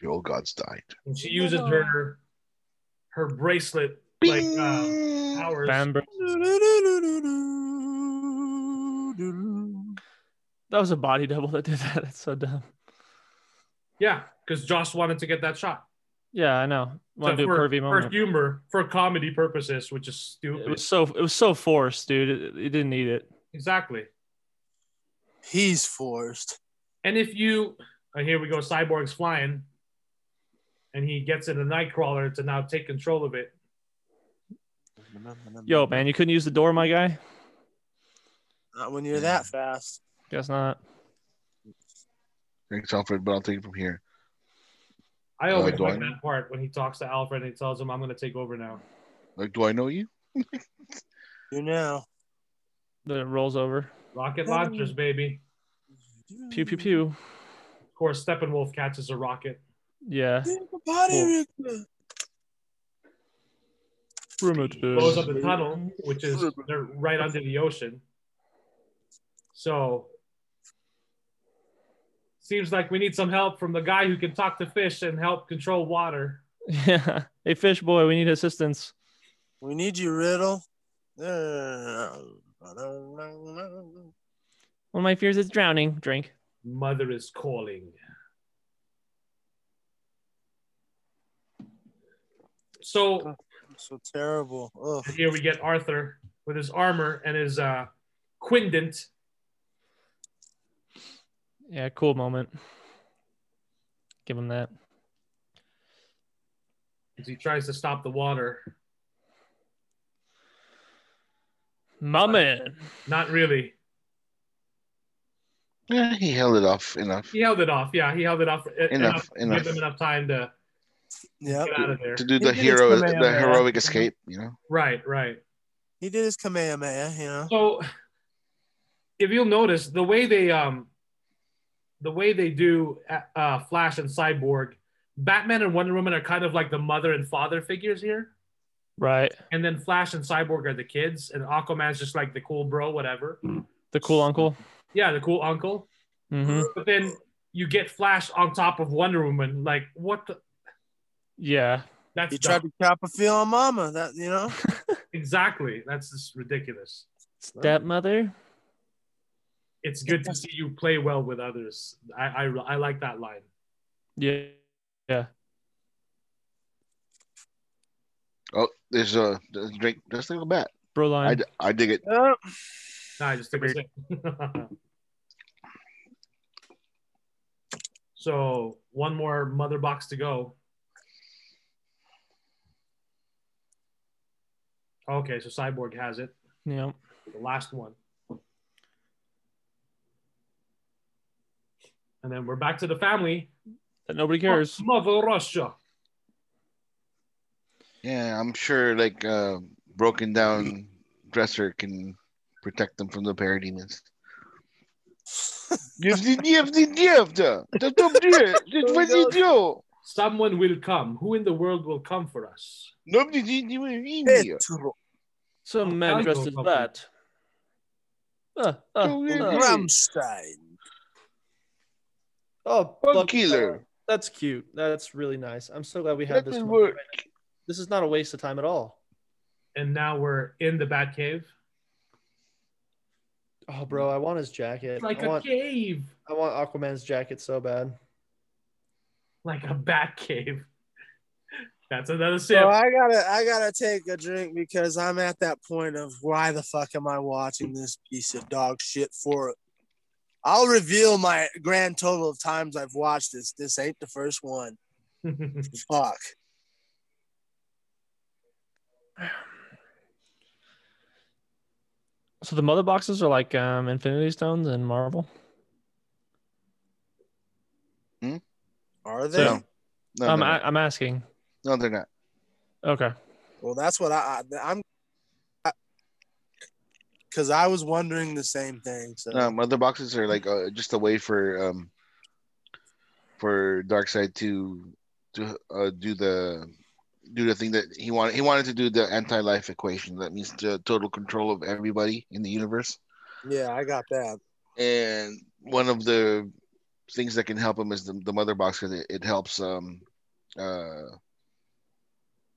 The old gods died.
and she uses her her bracelet like uh, powers.
Bam, bro. That was a body double that did that. That's so dumb.
Yeah, because Joss wanted to get that shot.
Yeah, I know.
So
Want to do a
for,
pervy
for
moment?
humor, for comedy purposes, which is
It
stupid.
was so it was so forced, dude. It, it didn't need it.
exactly.
He's forced.
And if you, and here we go, Cyborg's flying, and he gets in a Nightcrawler to now take control of it.
Yo, man, you couldn't use the door, my guy.
Not when you're that fast.
Guess not.
Thanks, Alfred, but I'll take it from here.
I
Uh,
always
do I-
like that part when he talks to Alfred and he tells him, "I'm going to take over now."
Like, do I know you?
You know.
Then it rolls over.
Rocket launchers, baby.
Pew pew pew.
Of course, Steppenwolf catches a rocket.
Yeah.
Body Rick.
blows up the tunnel, which is they're right under the ocean. So seems like we need some help from the guy who can talk to fish and help control water.
Yeah. Hey, fish boy, we need assistance.
We need you, Riddle.
One of my fears is drowning. Drink.
Mother is calling. So
So terrible. Ugh.
here we get Arthur with his armor and his uh, quindent.
Yeah, cool moment. Give him that.
as He tries to stop the water.
My man.
Not really.
Yeah, he held it off enough.
He held it off. Yeah, he held it off enough,
Enough,
enough.
enough.
give them enough time to
Yep.
get out of there.
To do
He
the
did his
hero, the
Kamehameha.
heroic escape, you know?
Right, right.
He did his Kamehameha, you know.
So if you'll notice the way they um the way they do uh, uh Flash and Cyborg, Batman and Wonder Woman are kind of like the mother and father figures here.
Right.
And then Flash and Cyborg are the kids and Aquaman's just like the cool bro whatever.
Mm-hmm.
The cool uncle.
Yeah, the cool uncle.
Mm-hmm.
But then you get Flash on top of Wonder Woman like what the
Yeah.
that's
He tried
dumb.
to chop a feel on Mama. That you know.
exactly. That's just ridiculous.
Stepmother.
It's good to see you play well with others. I I, I like that line.
Yeah. Yeah.
Oh, there's a there's a drink just like a bat.
Bro
I,
line.
d- I dig it.
Yep.
No, I just took a sip. so one more mother box to go. Okay, so Cyborg has it.
yeah.
The last one. And then we're back to the family. Oh,
That nobody cares.
Mother Russia.
Yeah, I'm sure like uh, broken down dresser can protect them from the parademons. Give the- give the- give the- the- the- the- the- what you do?
Someone will come. Who in the world will come for us?
Nobody did you in India.
Pedro.
So man dressed as
Uncle.
that. Uh, uh,
Go
uh.
Rammstein.
Oh,
Bug
bug
killer.
That's cute. That's really nice. I'm so glad we had
That
this.
didn't
moment.
work.
This is not a waste of time at all.
And now we're in the Batcave.
Oh, bro, I want his jacket.
Like
I
a
want
cave,
I want Aquaman's jacket so bad.
like a Batcave. That's another sip.
So I gotta, I gotta take a drink because I'm at that point of why the fuck am I watching this piece of dog shit for? I'll reveal my grand total of times I've watched this. This ain't the first one. Fuck.
So the mother boxes are like um, Infinity Stones and Marvel.
Are they?
No, no,
um,
no,
I, I'm asking.
no, they're not.
Okay.
Well, that's what I, I I'm. Because I was wondering the same thing. So
No, mother Um, boxes are like uh, just a way for um for Darkseid to to uh, do the do the thing that he wanted. He wanted to do the anti-life equation. That means the total control of everybody in the universe.
yeah, I got that.
And one of the things that can help him is the, the mother box because it, it helps um uh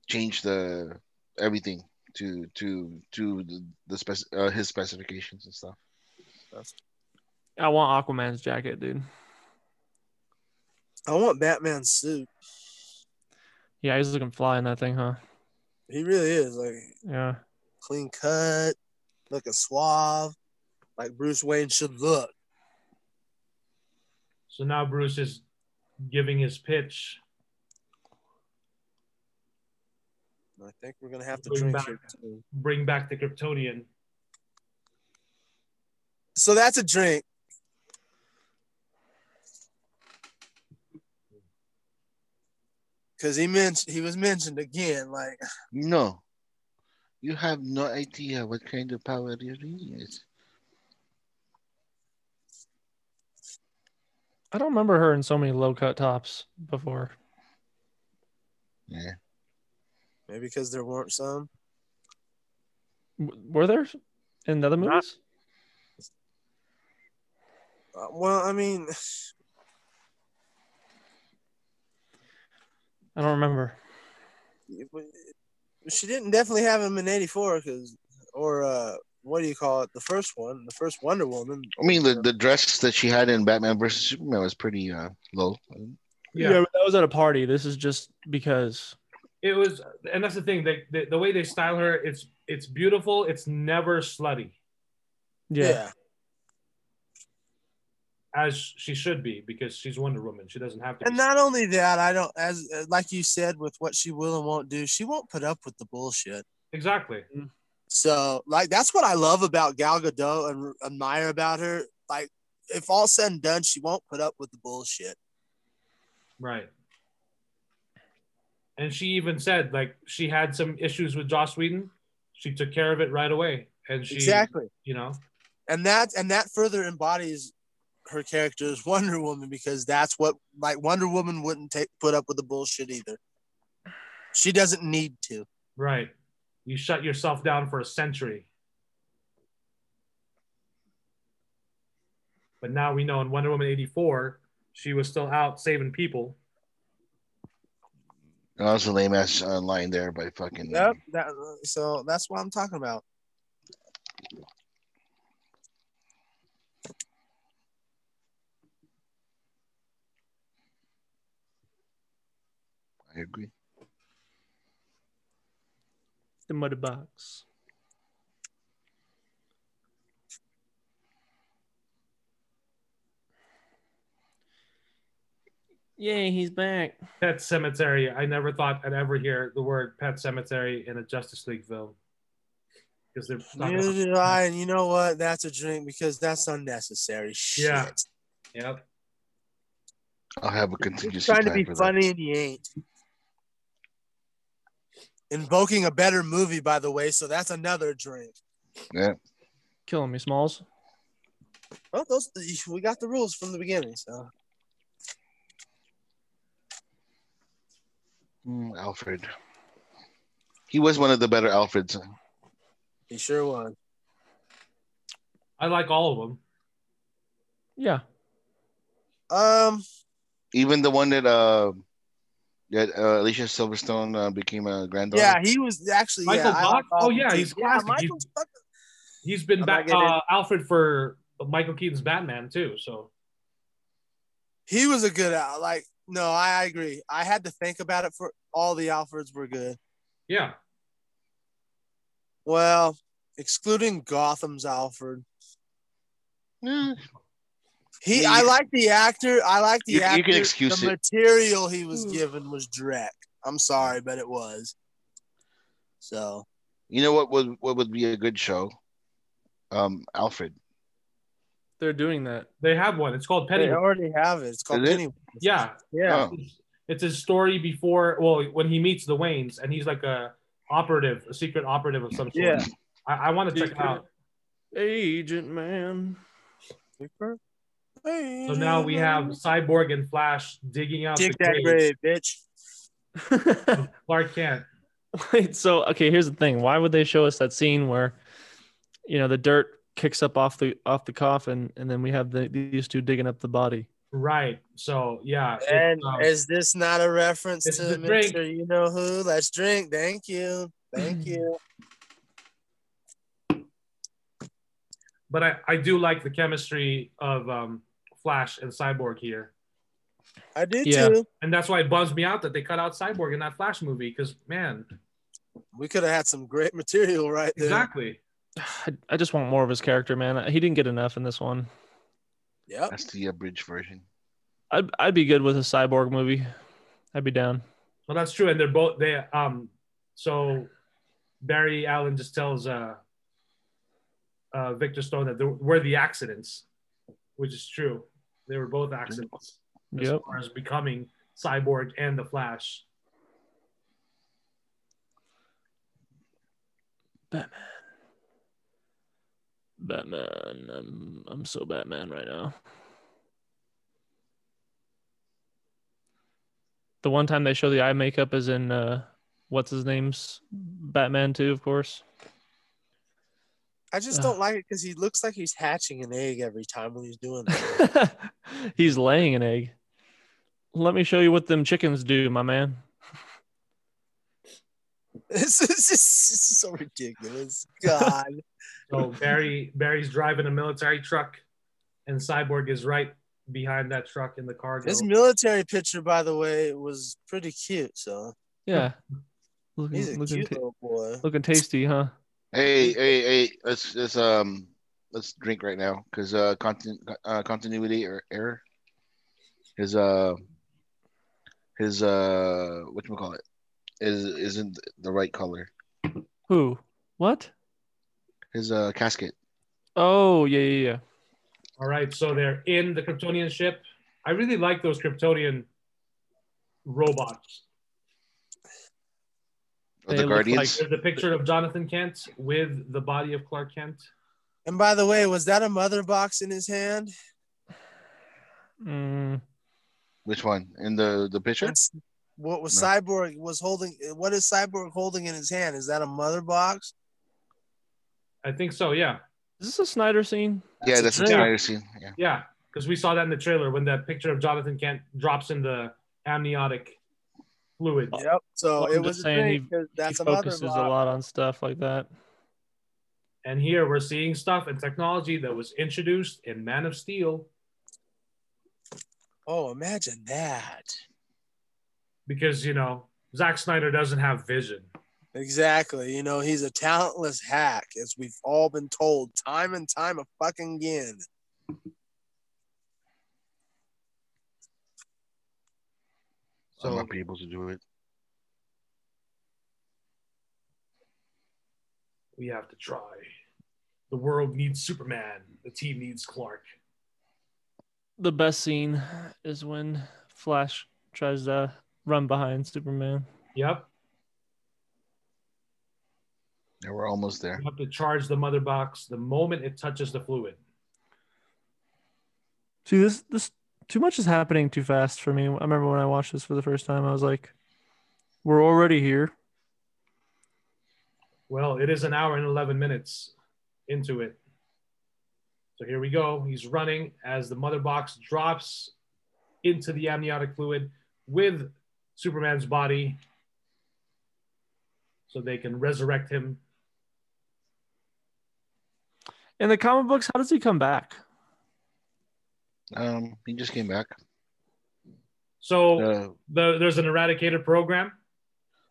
change the everything to to to the, the spec uh, his specifications and stuff.
I want Aquaman's jacket, dude.
I want Batman's suit.
Yeah, he's looking fly in that thing, huh?
He really is like
Yeah.
clean cut, looking suave, like Bruce Wayne should look.
so now Bruce is giving his pitch.
I think we're gonna have to
Going
drink
back.
here too.
Bring back the Kryptonian.
So that's a drink. Cause he mentioned he was mentioned again, like
No. You have no idea what kind of power it is.
I don't remember her in so many low cut tops before.
Yeah.
maybe because there weren't some.
W- were there in the other
Not-
movies?
Uh, well, I mean,
I don't remember.
it wa- she didn't definitely have him in '84, cause or uh, what do you call it? The first one, the first Wonder Woman.
I mean, the, the dress that she had in Batman versus Superman was pretty uh, low.
Yeah.
but that was at a party. This is just because.
it was and that's the thing they, the, the way they style her it's it's beautiful it's never slutty
Yeah.
as she should be because she's wonder woman she doesn't have to
And
be
not only that, I don't as uh, like you said with what she will and won't do, she won't put up with the bullshit.
exactly
So, like, that's what I love about Gal Gadot and admire about her. Like, if all said and done, she won't put up with the bullshit.
right and she even said like she had some issues with joss whedon she took care of it right away and she
exactly.
you know
And that and that further embodies her character as Wonder Woman because that's what like Wonder Woman wouldn't take put up with the bullshit either. She doesn't need to.
right you shut yourself down for a century but now we know in wonder woman 84 she was still out saving people
That was a lame ass uh, line there by fucking.
Yep. That, so that's what I'm talking about.
I agree.
The mother box. Yay, he's back.
Pet Cemetery. I never thought I'd ever hear the word Pet Cemetery in a Justice League film. Because they're not
Neither did I, and you know what? That's a drink because that's unnecessary. Shit.
Yeah. Yep.
I'll have a
You're
contingency.
trying to
plan
be
for that.
funny and you ain't. Invoking a better movie, by the way, so that's another drink.
Killing me, Smalls.
Well, Oh, those we got the rules from the beginning, so
Mm, Alfred. He was one of the better Alfreds.
he sure won.
I like all of them.
Yeah.
Um,
Even the one that uh that uh, Alicia Silverstone uh, became a granddaughter.
yeah, he was actually
Michael
yeah, I
Bach?
like all
Oh,
the
yeah,
teams.
he's
yeah,
classic.
Michael's fucking
He's been
I'm
back
not getting-
uh, Alfred for Michael Keaton's Batman too. So
he was a good out. Like, no, I, I agree. I had to think about it for all the Alfords were good.
yeah,
Well, excluding Gotham's Alfred.
Yeah.
He,
Eh. Yeah,
I
you-
like the actor. I like the
you- you can
actor.
excuse
the
it. Hmm.
material he was given was dreck. I'm sorry, but it was. So
You know what would what would be a good show? Um, Alfred.
They're doing that.
they have one. It's called
they
Penny.
already have it. It's called
Is it?
Penny.
Yeah,
Yeah.
Oh.
it's his story before. Well, when he meets the Waynes, and he's like a operative, a secret operative of some sort.
Yeah.
I, I want to check it out.
Agent man.
So now we have Cyborg and Flash digging out
Dig
the
that grave, bitch.
Clark Kent.
Wait, so okay, here's the thing. Why would they show us that scene where you know the dirt kicks up off the off the coffin and then we have the, these two digging up the body?
Right. So yeah. it's,
And
um,
is this not a reference
it's
to
the
Mr.
drink.
You know who? Let's drink. Thank you. Thank you.
but I, I do like the chemistry of um, Flash and Cyborg here.
I do
Yeah.
too.
And that's why it bums me out that they cut out Cyborg in that Flash movie because, man,
We could have had some great material right there.
exactly.
I, I just want more of his character, man. He didn't get enough in this one.
Yep.
That's the abridged version.
I'd I'd be good with a cyborg movie. I'd be down.
Well, that's true. And they're both, they, um, so Barry Allen just tells uh, uh, Victor Stone that they were the accidents, which is true. They were both accidents as
Yep.
far as becoming Cyborg and the Flash.
Batman. I'm I'm so Batman right now. The one time they show the eye makeup is in uh what's his name's Batman 2, of course.
I just
Ugh.
don't like it because he looks like he's hatching an egg every time when he's doing that.
He's laying an egg. Let me show you what them chickens do, my man.
this, is just, this is so ridiculous. God.
So Barry Barry's driving a military truck, and Cyborg is right behind that truck in the cargo.
His military picture, by the way, was pretty cute. So
Yeah. Looking,
he's a
Mm, looking,
cute
ta-
little boy.
looking tasty, huh?
Hey, hey, hey! Let's let's um let's drink right now because uh, contin- uh continuity or error. His uh his uh what call it is isn't the right color.
Who? What?
His uh casket.
Oh, yeah, yeah, yeah.
All right, so they're in the Kryptonian ship. I really like those Kryptonian robots.
of
They
the
look
Guardians.
There's a picture of Jonathan Kent with the body of Clark Kent.
And by the way, was that a mother box in his hand?
Mm,
Which one in the the picture?
That's what was
No.
Cyborg was holding? What is Cyborg holding in his hand? Is that a mother box?
I think so. Yeah,
is this a Snyder scene?
yeah, that's the
Yeah.
Snyder scene. Yeah.
yeah, because we saw that in the trailer when that picture of Jonathan Kent drops in the amniotic fluid.
Yep. So
Well, I'm
it
just
was a
saying
drink,
he-
'cause that's
he
a mother
focuses
box.
a lot on stuff like that.
And here we're seeing stuff and technology that was introduced in Man of Steel
Oh, imagine that.
because you know Zack Snyder doesn't have vision.
Exactly. You know, he's a talentless hack, as we've all been told time and time a fucking again.
So, I'm
So
not be able to do it.
we have to try. The world needs Superman. The team needs Clark.
The best scene is when Flash tries to run behind Superman.
Yep.
Yeah, we're almost there.
You have to charge the mother box the moment it touches the fluid.
See, this this too much is happening too fast for me. I remember when I watched this for the first time, I was like, "We're already here."
Well, it is an hour and 11 minutes into it. So here we go. He's running as the mother box drops into the amniotic fluid with Superman's body so they can resurrect him.
In the comic books, how does he come back?
Um, he just came back.
So
Uh,
the, there's an eradicator program.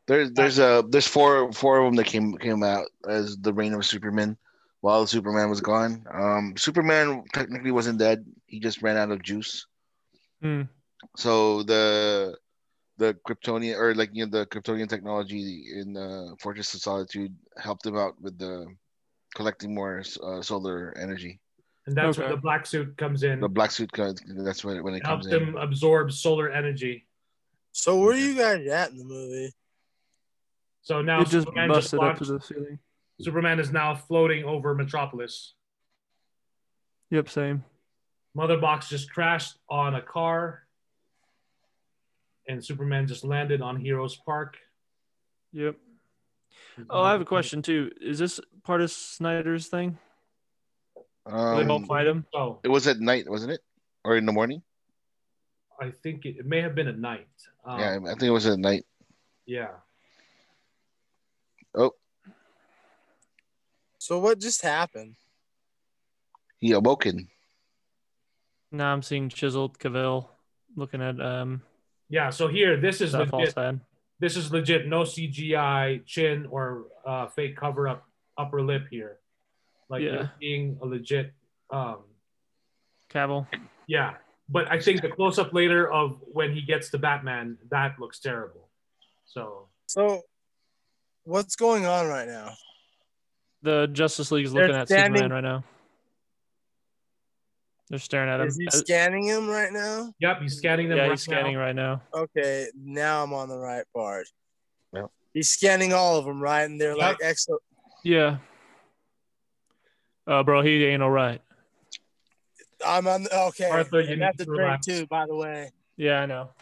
there's there's uh there's four four of them that came came out as the reign of Superman while Superman was gone. Um, Superman technically wasn't dead. He just ran out of juice.
Hmm.
So the the Kryptonian or like you know the Kryptonian technology in uh, Fortress of Solitude helped him out with the collecting more uh, solar energy.
And that's
Okay.
where the black suit comes in.
The black suit comes. That's when it, when it comes
helps
in.
Hmm. him absorb solar energy.
So where you guys at in the movie?
So now
It just
Superman, just
busted up to
launched-
the ceiling.
Superman is now floating over Metropolis.
Yep, same.
Mother Box just crashed on a car, and Superman just landed on Heroes Park.
Yep. Oh, I have a question too. Is this part of Snyder's thing? they
Um,
don't fight him.
So
it was at night, wasn't it, or in the morning?
I think it, it may have been at night. Um,
yeah,
yeah.
I think it was at night.
So what just happened?
He awoken.
Now I'm seeing chiseled Cavill looking at um
Yeah, So here, this is
that false
legit.
head.
This is legit. No CGI chin or uh, fake cover up upper lip here. Like
Yeah.
you're seeing a legit. Um,
Cavill.
yeah. But I think the close up later of when he gets to Batman, that looks terrible. So
So what's going on right now?
The Justice League's
They're
looking at
standing-
Superman right now. They're staring at him.
Is he
Uh,
scanning him right now?
Yep, he's scanning them.
yeah,
right
he's scanning
Now.
right now.
Okay, now I'm on the right part.
Yep.
He's scanning all of them, right? And they're
Yep.
like, "Excellent."
Yeah. Uh, bro, he ain't all right.
I'm on. The, okay,
Arthur, you
And
need
that's a
to
drink
relax.
too, by the way.
Yeah, I know.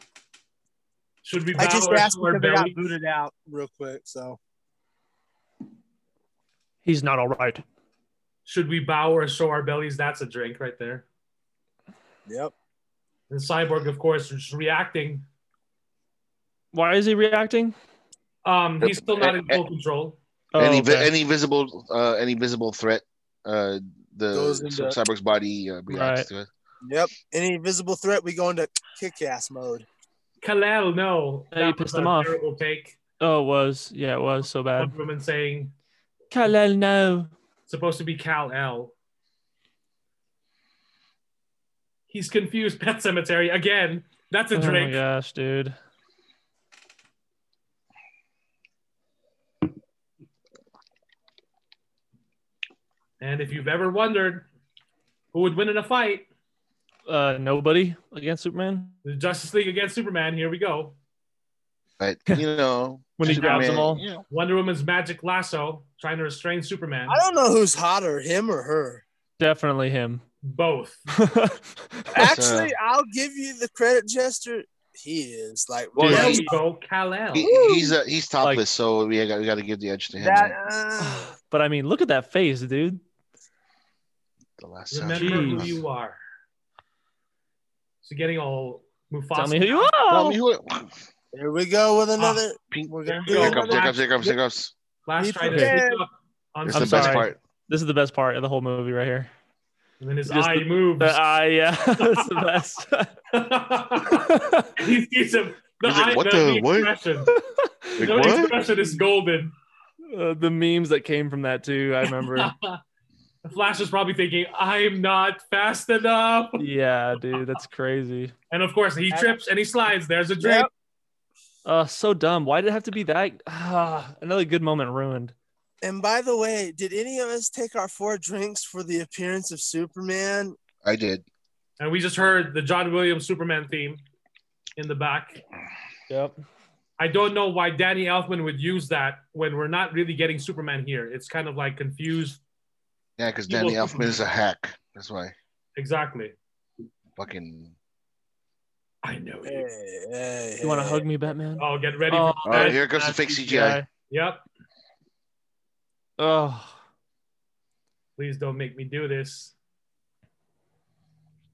Should we
I
bow
just
or,
asked
or
because I got
belly?
booted out real quick. So
He's not all right.
Should we bow or show our bellies? That's a drink right there.
yep.
And Cyborg, of course, is reacting.
Why is he reacting?
Um, he's still not in full control.
Oh,
any vi-
okay.
any visible uh, any visible threat uh, the
Goes into-
cyborg's body uh, reacts to it.
Yep. Any visible threat, we go into kick ass mode.
Kalel, no.
Yeah,
That
you
was
pissed
a
him off.
Terrible take.
oh, it was. Yeah, it was so bad.
One woman saying
Kal-El, no.
it's supposed to be Cal L. He's confused. Pet Cemetery again. That's a
Oh my
drink.
gosh, dude.
and if you've ever wondered who would win in a fight,
Uh, nobody against Superman
the Justice League against Superman. Here we go.
But you know,
when he grabs them
Superman-
all.
yeah.
Wonder Woman's magic lasso trying to restrain Superman.
I don't know who's hotter, him or her.
Definitely him.
Both.
uh,
Actually, I'll give you the credit, Jester. He is like
Well,
there
really
he-
we go, Kal-El.
He, he's uh, he's topless,
Like-
so we got we got to give the edge to him.
that.
uh,
uh,
but I mean, look at that face, dude.
the last time.
Remember
Jeez.
who you are. So getting all Mufasa.
Tell me who you
Well, I
are.
mean, who,
Here we go with another.
pink,
We're gonna
Here we
here
go.
comes,
do
here comes, here comes, here comes.
Last
He's
try to
okay.
sneak up on
It's
I'm
the best
sorry.
part.
This is the best part of the whole movie right here.
and then his
Just
eye
the-
moves.
The eye, yeah, that's the best.
he sees him. The
He's like,
eye,
"What
the,
the-
the
what?"
expression.
Like,
the
what?
expression is golden.
Uh, the memes that came from that too. I remember.
The Flash is probably thinking, "I'm not fast enough,"
yeah, dude, that's crazy.
and of course he trips and he slides. There's a drink.
Uh, so dumb. Why did it have to be that? Ah, another good moment ruined.
And by the way, did any of us take our four drinks for the appearance of Superman?
I did.
And we just heard the John Williams Superman theme in the back.
Yep.
I don't know why Danny Elfman would use that when we're not really getting Superman here. It's kind of like confused.
Yeah, because
You
Danny
will-
Elfman is a hack. That's why.
Exactly.
Fucking.
I know
Hey, hey,
You want to
hey.
hug me, Batman?
Oh, get ready.
Oh,
for
Oh,
that.
here comes the fake CGI.
Yep.
Oh,
Please don't make me do this.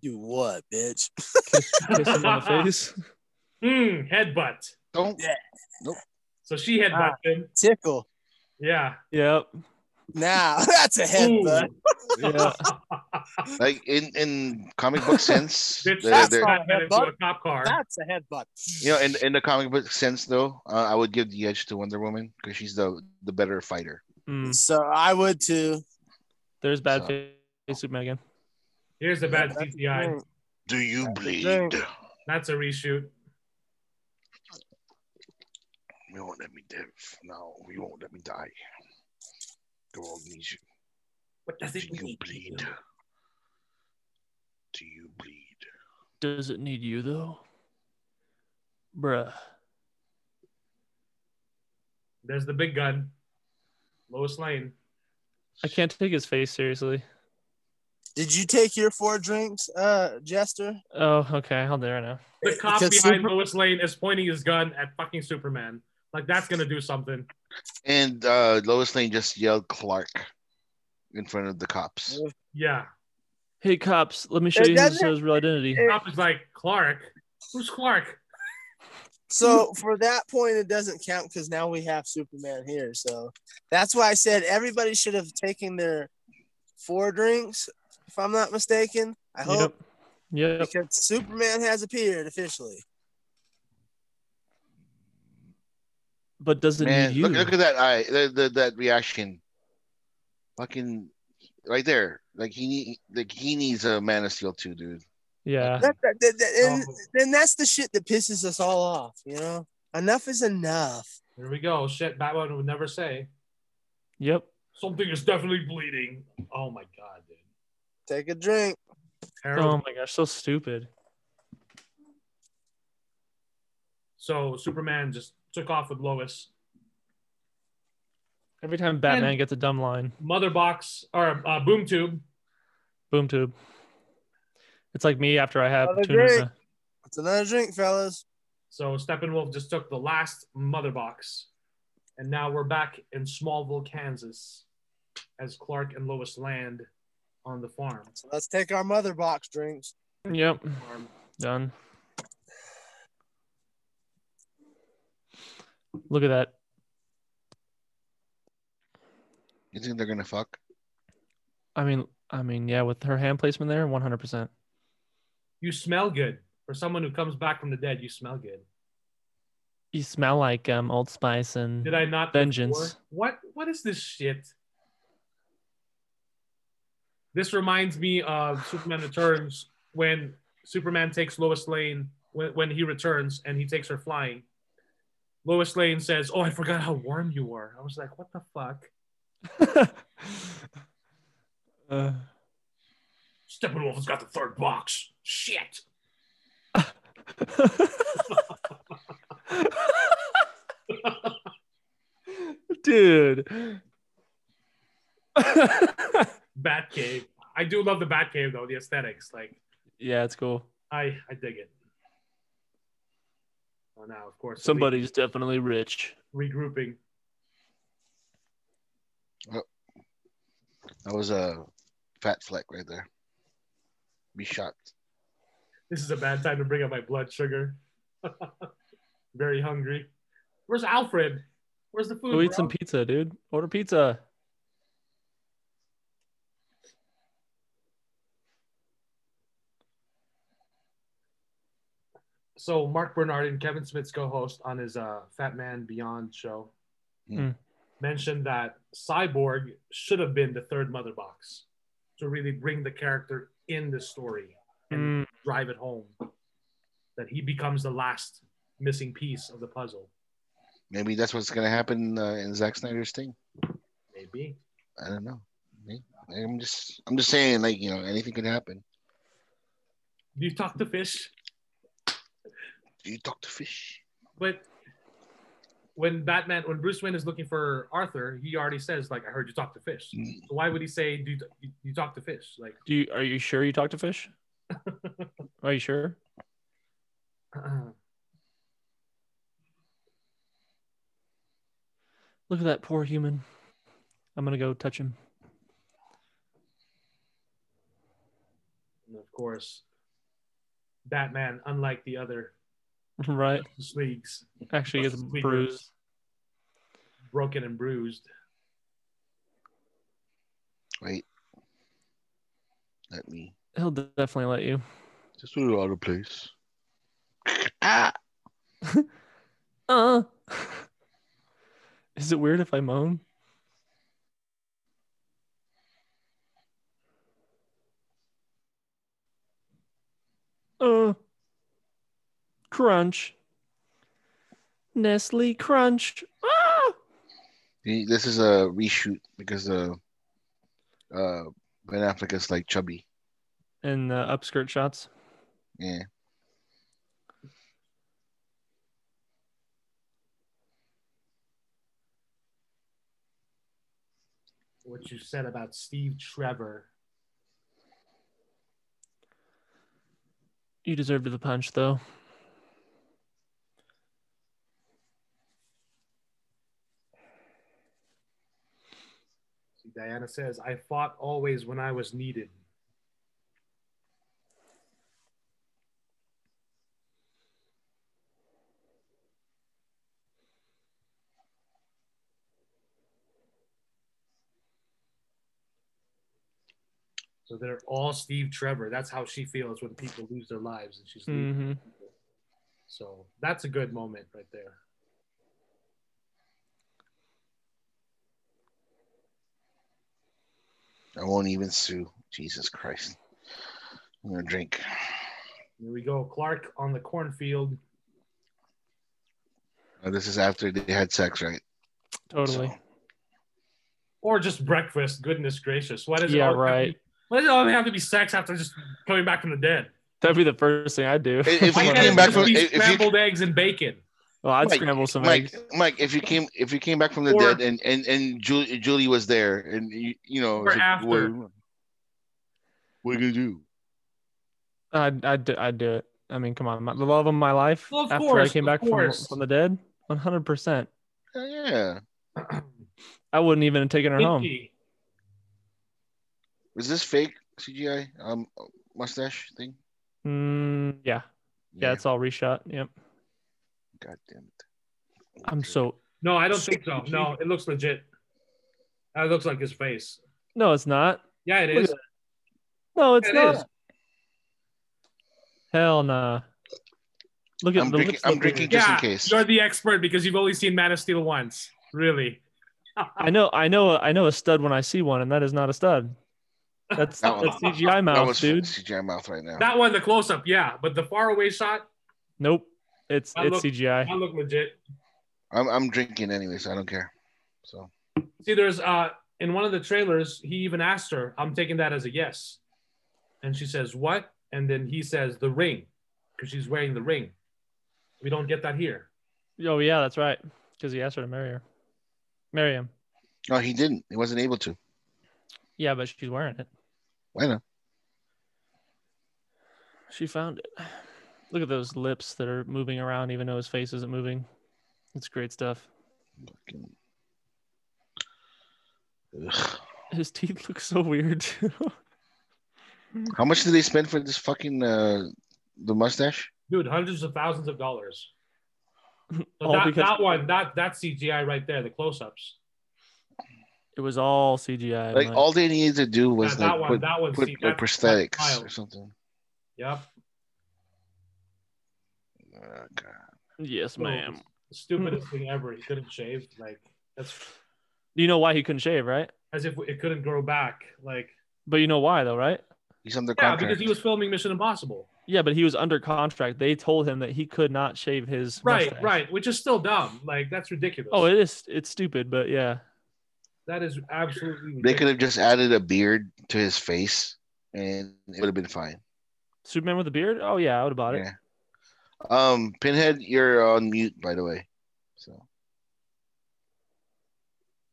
You what, bitch?
Kiss him on the face.
Mm, headbutt.
Don't.
So she headbutted
Ah.
him.
Tickle.
Yeah.
Yep.
Now that's a headbutt.
Yeah.
Like in in comic book sense,
Bitch,
they're-
that's
they're-
not headed into a
headbutt.
cop car.
That's a headbutt.
you know, in in the comic book sense though, uh, I would give the edge to Wonder Woman because she's the the better fighter.
Mm,
So I would too.
there's bad
So-
face Superman again.
Here's a bad CGI.
Do you bleed?
thing.
That's a reshoot.
You won't let me live. No, you won't let me die. The world needs you.
What does
Do
it
you
mean?
bleed? Do you bleed?
Does it need you though? Bruh.
There's the big gun. Lois Lane.
I can't take his face seriously.
Did you take your four drinks, uh, Jester?
Oh, okay. I'll do it right now.
The
It-
cop behind
because Super-
Lois Lane is pointing his gun at fucking Superman. Like that's gonna do something.
And uh, Lois Lane just yelled Clark in front of the cops.
Yeah.
Hey cops, let me show
It
you his,
doesn't-
his real identity.
Cop is like Clark. Who's Clark?
So for that point, it doesn't count because now we have Superman here. So that's why I said everybody should have taken their four drinks, if I'm not mistaken. I
Yep.
hope
Yep.
because Superman has appeared officially.
But does it
Man,
need you?
look, look at that eye, the, the, that reaction. Fucking right there. Like he need, like he needs a Man of Steel too, dude.
yeah.
That, that, that- that- and
Oh.
then that's the shit that pisses us all off. You know, enough is enough.
Here we go. Shit, Batman would never say.
Yep.
Something is definitely bleeding. Oh my god, dude.
Take a drink.
Terrible.
Um,
Oh my gosh, so stupid.
so Superman just took off with Lois.
Every time Batman gets a dumb line,
Mother box or uh, boom tube.
boom tube. It's like me after I have
Another
tuna.
It's another drink, fellas.
So Steppenwolf just took the last mother box. And now we're back in Smallville, Kansas, as Clark and Lois land on the farm.
So let's take our mother box drinks.
Yep.
farm.
Done. Look at that.
You think they're gonna fuck?
I mean, I mean, yeah, with her hand placement there, one hundred percent.
You smell good. For someone who comes back from the dead, you smell good.
You smell like um Old Spice and
Did I not?
Vengeance.
before? What What is this shit? This reminds me of Superman Returns when Superman takes Lois Lane when, when he returns and he takes her flying. Lois Lane says, "Oh, I forgot how warm you were." I was like, "What the fuck?"
uh,
Steppenwolf has got the third box. Shit.
Dude.
Batcave. I do love the Batcave though. The aesthetics, like
yeah, it's cool.
I, I dig it. Oh, now of course somebody
Somebody's definitely rich.
regrouping.
That was a fat fleck right there. Be shot.
This is a bad time to bring up my blood sugar. Very hungry. Where's Alfred? Where's the food?
Go eat
bro?
some pizza, dude. Order pizza.
so Mark Bernard and Kevin Smith's co-host on his uh, Fat Man Beyond show
Hmm.
mentioned that Cyborg should have been the third mother box to really bring the character in the story and
Mm.
drive it home. That he becomes the last missing piece of the puzzle.
Maybe that's what's gonna happen uh, in Zack Snyder's thing.
Maybe.
I don't know. May- I'm just I'm just saying like you know anything could happen.
You talk to fish.
Do you talk to fish?
But when Batman, when Bruce Wayne is looking for Arthur, he already says like, "I heard you talk to fish." So why would he say, "Do you, you talk to fish?" Like,
Do you are you sure you talk to fish? are you sure? Look at that poor human. I'm gonna go touch him.
and of course, Batman, unlike the other
Right.
Justice leagues,
Actually gets
Sleepers.
bruised.
broken and bruised.
Wait. Let me
He'll de- definitely let you.
just put it out of place. Ah!
Uh. Is it weird if I moan? Uh. Crunch. Nestle Crunch. Ah!
This is a reshoot because uh uh Ben Affleck is like chubby.
And uh, upskirt shots.
Yeah.
What you said about Steve Trevor.
You deserved the punch, though.
See, Diana says, I fought always when I was needed. So they're all Steve Trevor. That's how she feels when people lose their lives and she's leaving.
Mm-hmm.
So that's a good moment right there.
I won't even sue. Jesus Christ. I'm gonna drink.
Here we go. Clark on the cornfield.
Uh, this is after they had sex, right?
Totally.
So-
or just breakfast. Goodness gracious, why does it
Yeah,
always have to
right.
be- why does it always have to be sex after just coming back from the dead?
That'd be the first thing I'd do.
If- if
Why
you
can't
came
it
back
just
from-
be
if you-
scrambled eggs and bacon?
well, I'd
Mike,
scramble some
Mike,
eggs.
Mike, if you came, if you came back from the
Or-
dead, and and and Julie, Julie was there, and you, you know,
Or
it's like,
after.
What, what are you gonna do?
I'd, I'd, do- I'd do it. I mean, come on, my, the love of my life.
Well, of
after
course,
I came
of
back from,
course.
from the dead, one hundred percent.
Hell Oh, yeah,
I wouldn't even have taken her home.
Pinky.
was this fake CGI um mustache thing?
Mm, yeah. yeah, it's all reshot. Yep.
God damn it!
I'm so
No, I don't think so. No, it looks legit. That looks like his face.
no, it's not.
Yeah, it
Look
is.
at No, it's
It
not.
is.
Hell nah. Look at
I'm
the
drinking-
lips
I'm
look
drinking
weird.
Just in
yeah,
case.
you're the expert because you've only seen Man of Steel once. Really?
I know, I know, I know a stud when I see one, and that is not a stud. That's
That
that's
was-
CGI
that
mouth,
was
dude.
CGI mouth right now.
That one, the close up, yeah. But the faraway shot,
Nope, it's
That
it's
look-
CGI.
that looked legit.
I'm I'm drinking anyway, so I don't care. So
See, there's uh in one of the trailers, he even asked her, I'm taking that as a yes. And she says, What? And then he says, The ring, because she's wearing the ring. We don't get that here.
Oh yeah, that's right. Because he asked her to marry her, marry him.
no, he didn't. He wasn't able to.
Yeah, but she's wearing it.
Why not?
She found it. Look at those lips that are moving around, even though his face isn't moving. It's great stuff.
Fucking- Ugh.
His teeth look so weird. too.
How much did they spend for this fucking uh the mustache?
Dude, hundreds of thousands of dollars. But
all
that,
because
that one, that that's CGI right there, the close ups.
it was all CGI.
Like
Mike.
all they needed to do was
That,
like
that one,
put,
that one,
put
see,
like
that's-
prosthetics
wild.
or something.
Yep.
Oh, God.
yes,
Oh,
So,
ma'am.
the Stupidest thing ever. He couldn't shave. Like, that's
You know why he couldn't shave, right?
as if it couldn't grow back. Like,
But you know why though, right?
He's under
yeah,
contract.
because he was filming Mission Impossible.
Yeah, but he was under contract. They told him that he could not shave his
Right,
mustache.
right. Which is still dumb. Like, that's ridiculous.
Oh, it is. It's stupid, but yeah.
that is absolutely
they
ridiculous.
could have just added a beard to his face and it would have been fine.
Superman with a beard? Oh yeah, I would have bought it.
Yeah. Um, Pinhead, you're on mute, by the way. So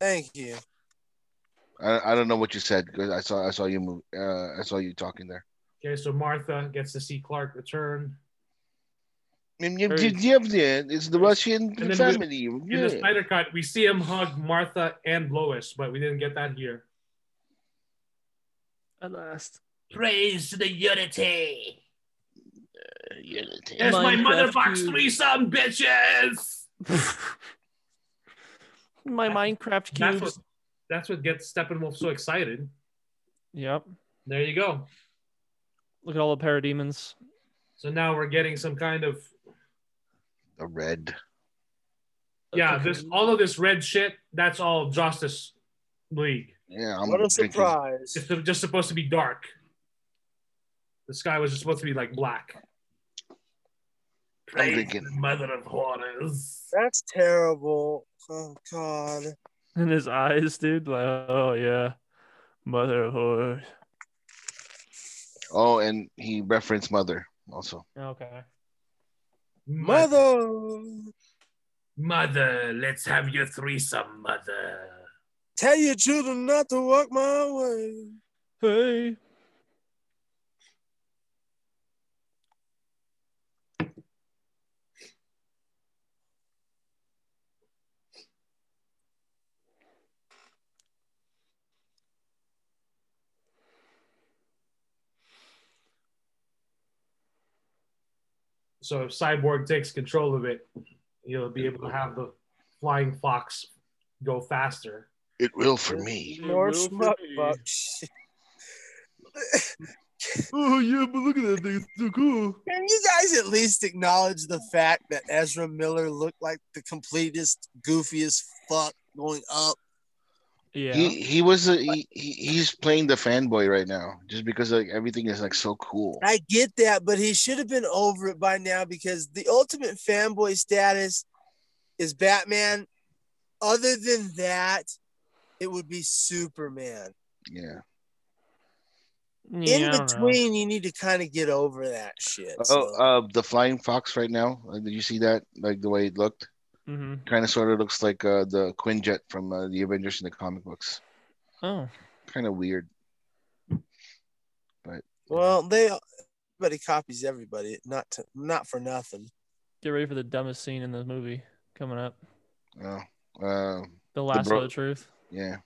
Thank you.
I, I don't know what you said because I saw I saw you move. Uh, I saw you talking there.
Okay, so Martha gets to see Clark return.
Very-
It's the Russian
then we-
family.
In the
Yeah.
Snyder Cut, we see him hug Martha and Lois, but we didn't get that here.
At last.
Praise to the unity.
You're the
There's
tail.
my
Minecraft
motherbox
cube.
threesome, bitches.
My Minecraft
That's what,
cubes.
that's what gets Steppenwolf so excited.
Yep.
There you go.
Look at all the parademons.
So now we're getting some kind of
The red.
yeah.
Okay.
This all of this red shit. That's all Justice League.
Yeah, I'm
what a
drinking.
surprise!
It's just supposed to be dark. The sky was just supposed to be like black.
I'm drinking.
Mother of horrors.
That's terrible. Oh God.
In his eyes, dude. Like, oh yeah, mother of horrors.
Oh, and he referenced mother also.
Okay.
Mother,
Mother, let's have your threesome, mother.
tell your children not to walk my way.
Hey.
So if Cyborg takes control of it, he'll be able to have the flying fox go faster.
It will for me.
More
Will for
schmuck
me.
buck.
Oh yeah, but look at that thing. It's so cool.
Can you guys at least acknowledge the fact that Ezra Miller looked like the completest, goofiest fuck going up?
Yeah.
He he was a, he, he he's playing the fanboy right now just because like everything is like so cool.
I get that, but he should have been over it by now because the ultimate fanboy status is Batman. Other than that, it would be Superman.
Yeah.
Yeah, I
In
don't know.
between, you need to kind of get over that shit.
Oh,
so.
uh, the flying fox right now. Like, did you see that? Like the way it looked,
Mhm.
kind of sort of looks like uh, the Quinjet from uh, the Avengers in the comic books.
Oh.
Kind of weird.
well, they everybody copies everybody, not to, not for nothing.
Get ready for the dumbest scene in the movie coming up.
Oh, uh,
The last
bro-
of the truth.
yeah.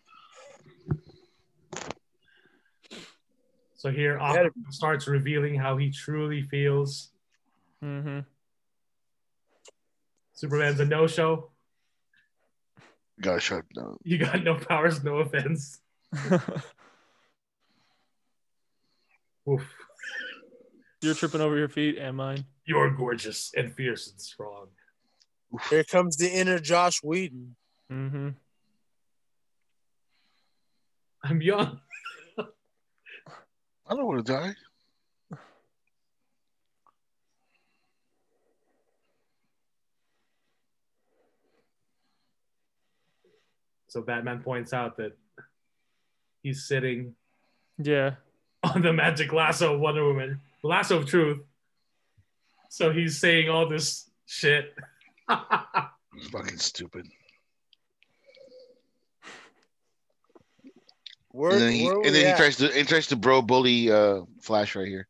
So here, Aquaman starts revealing how he truly feels.
Mm-hmm.
Superman's a no-show.
Gotta shut down.
You got no powers, no offense. Oof.
You're tripping over your feet and mine.
You're gorgeous and fierce and strong.
Here comes the inner Josh Whedon.
Mm-hmm.
I'm young.
I don't want to die.
So Batman points out that he's sitting
Yeah.
on the magic lasso of Wonder Woman, the lasso of truth. So he's saying all this shit.
Fucking stupid.
Where,
And then he
where were
and
we
then he
at?
tries to he tries to bro bully uh Flash right here.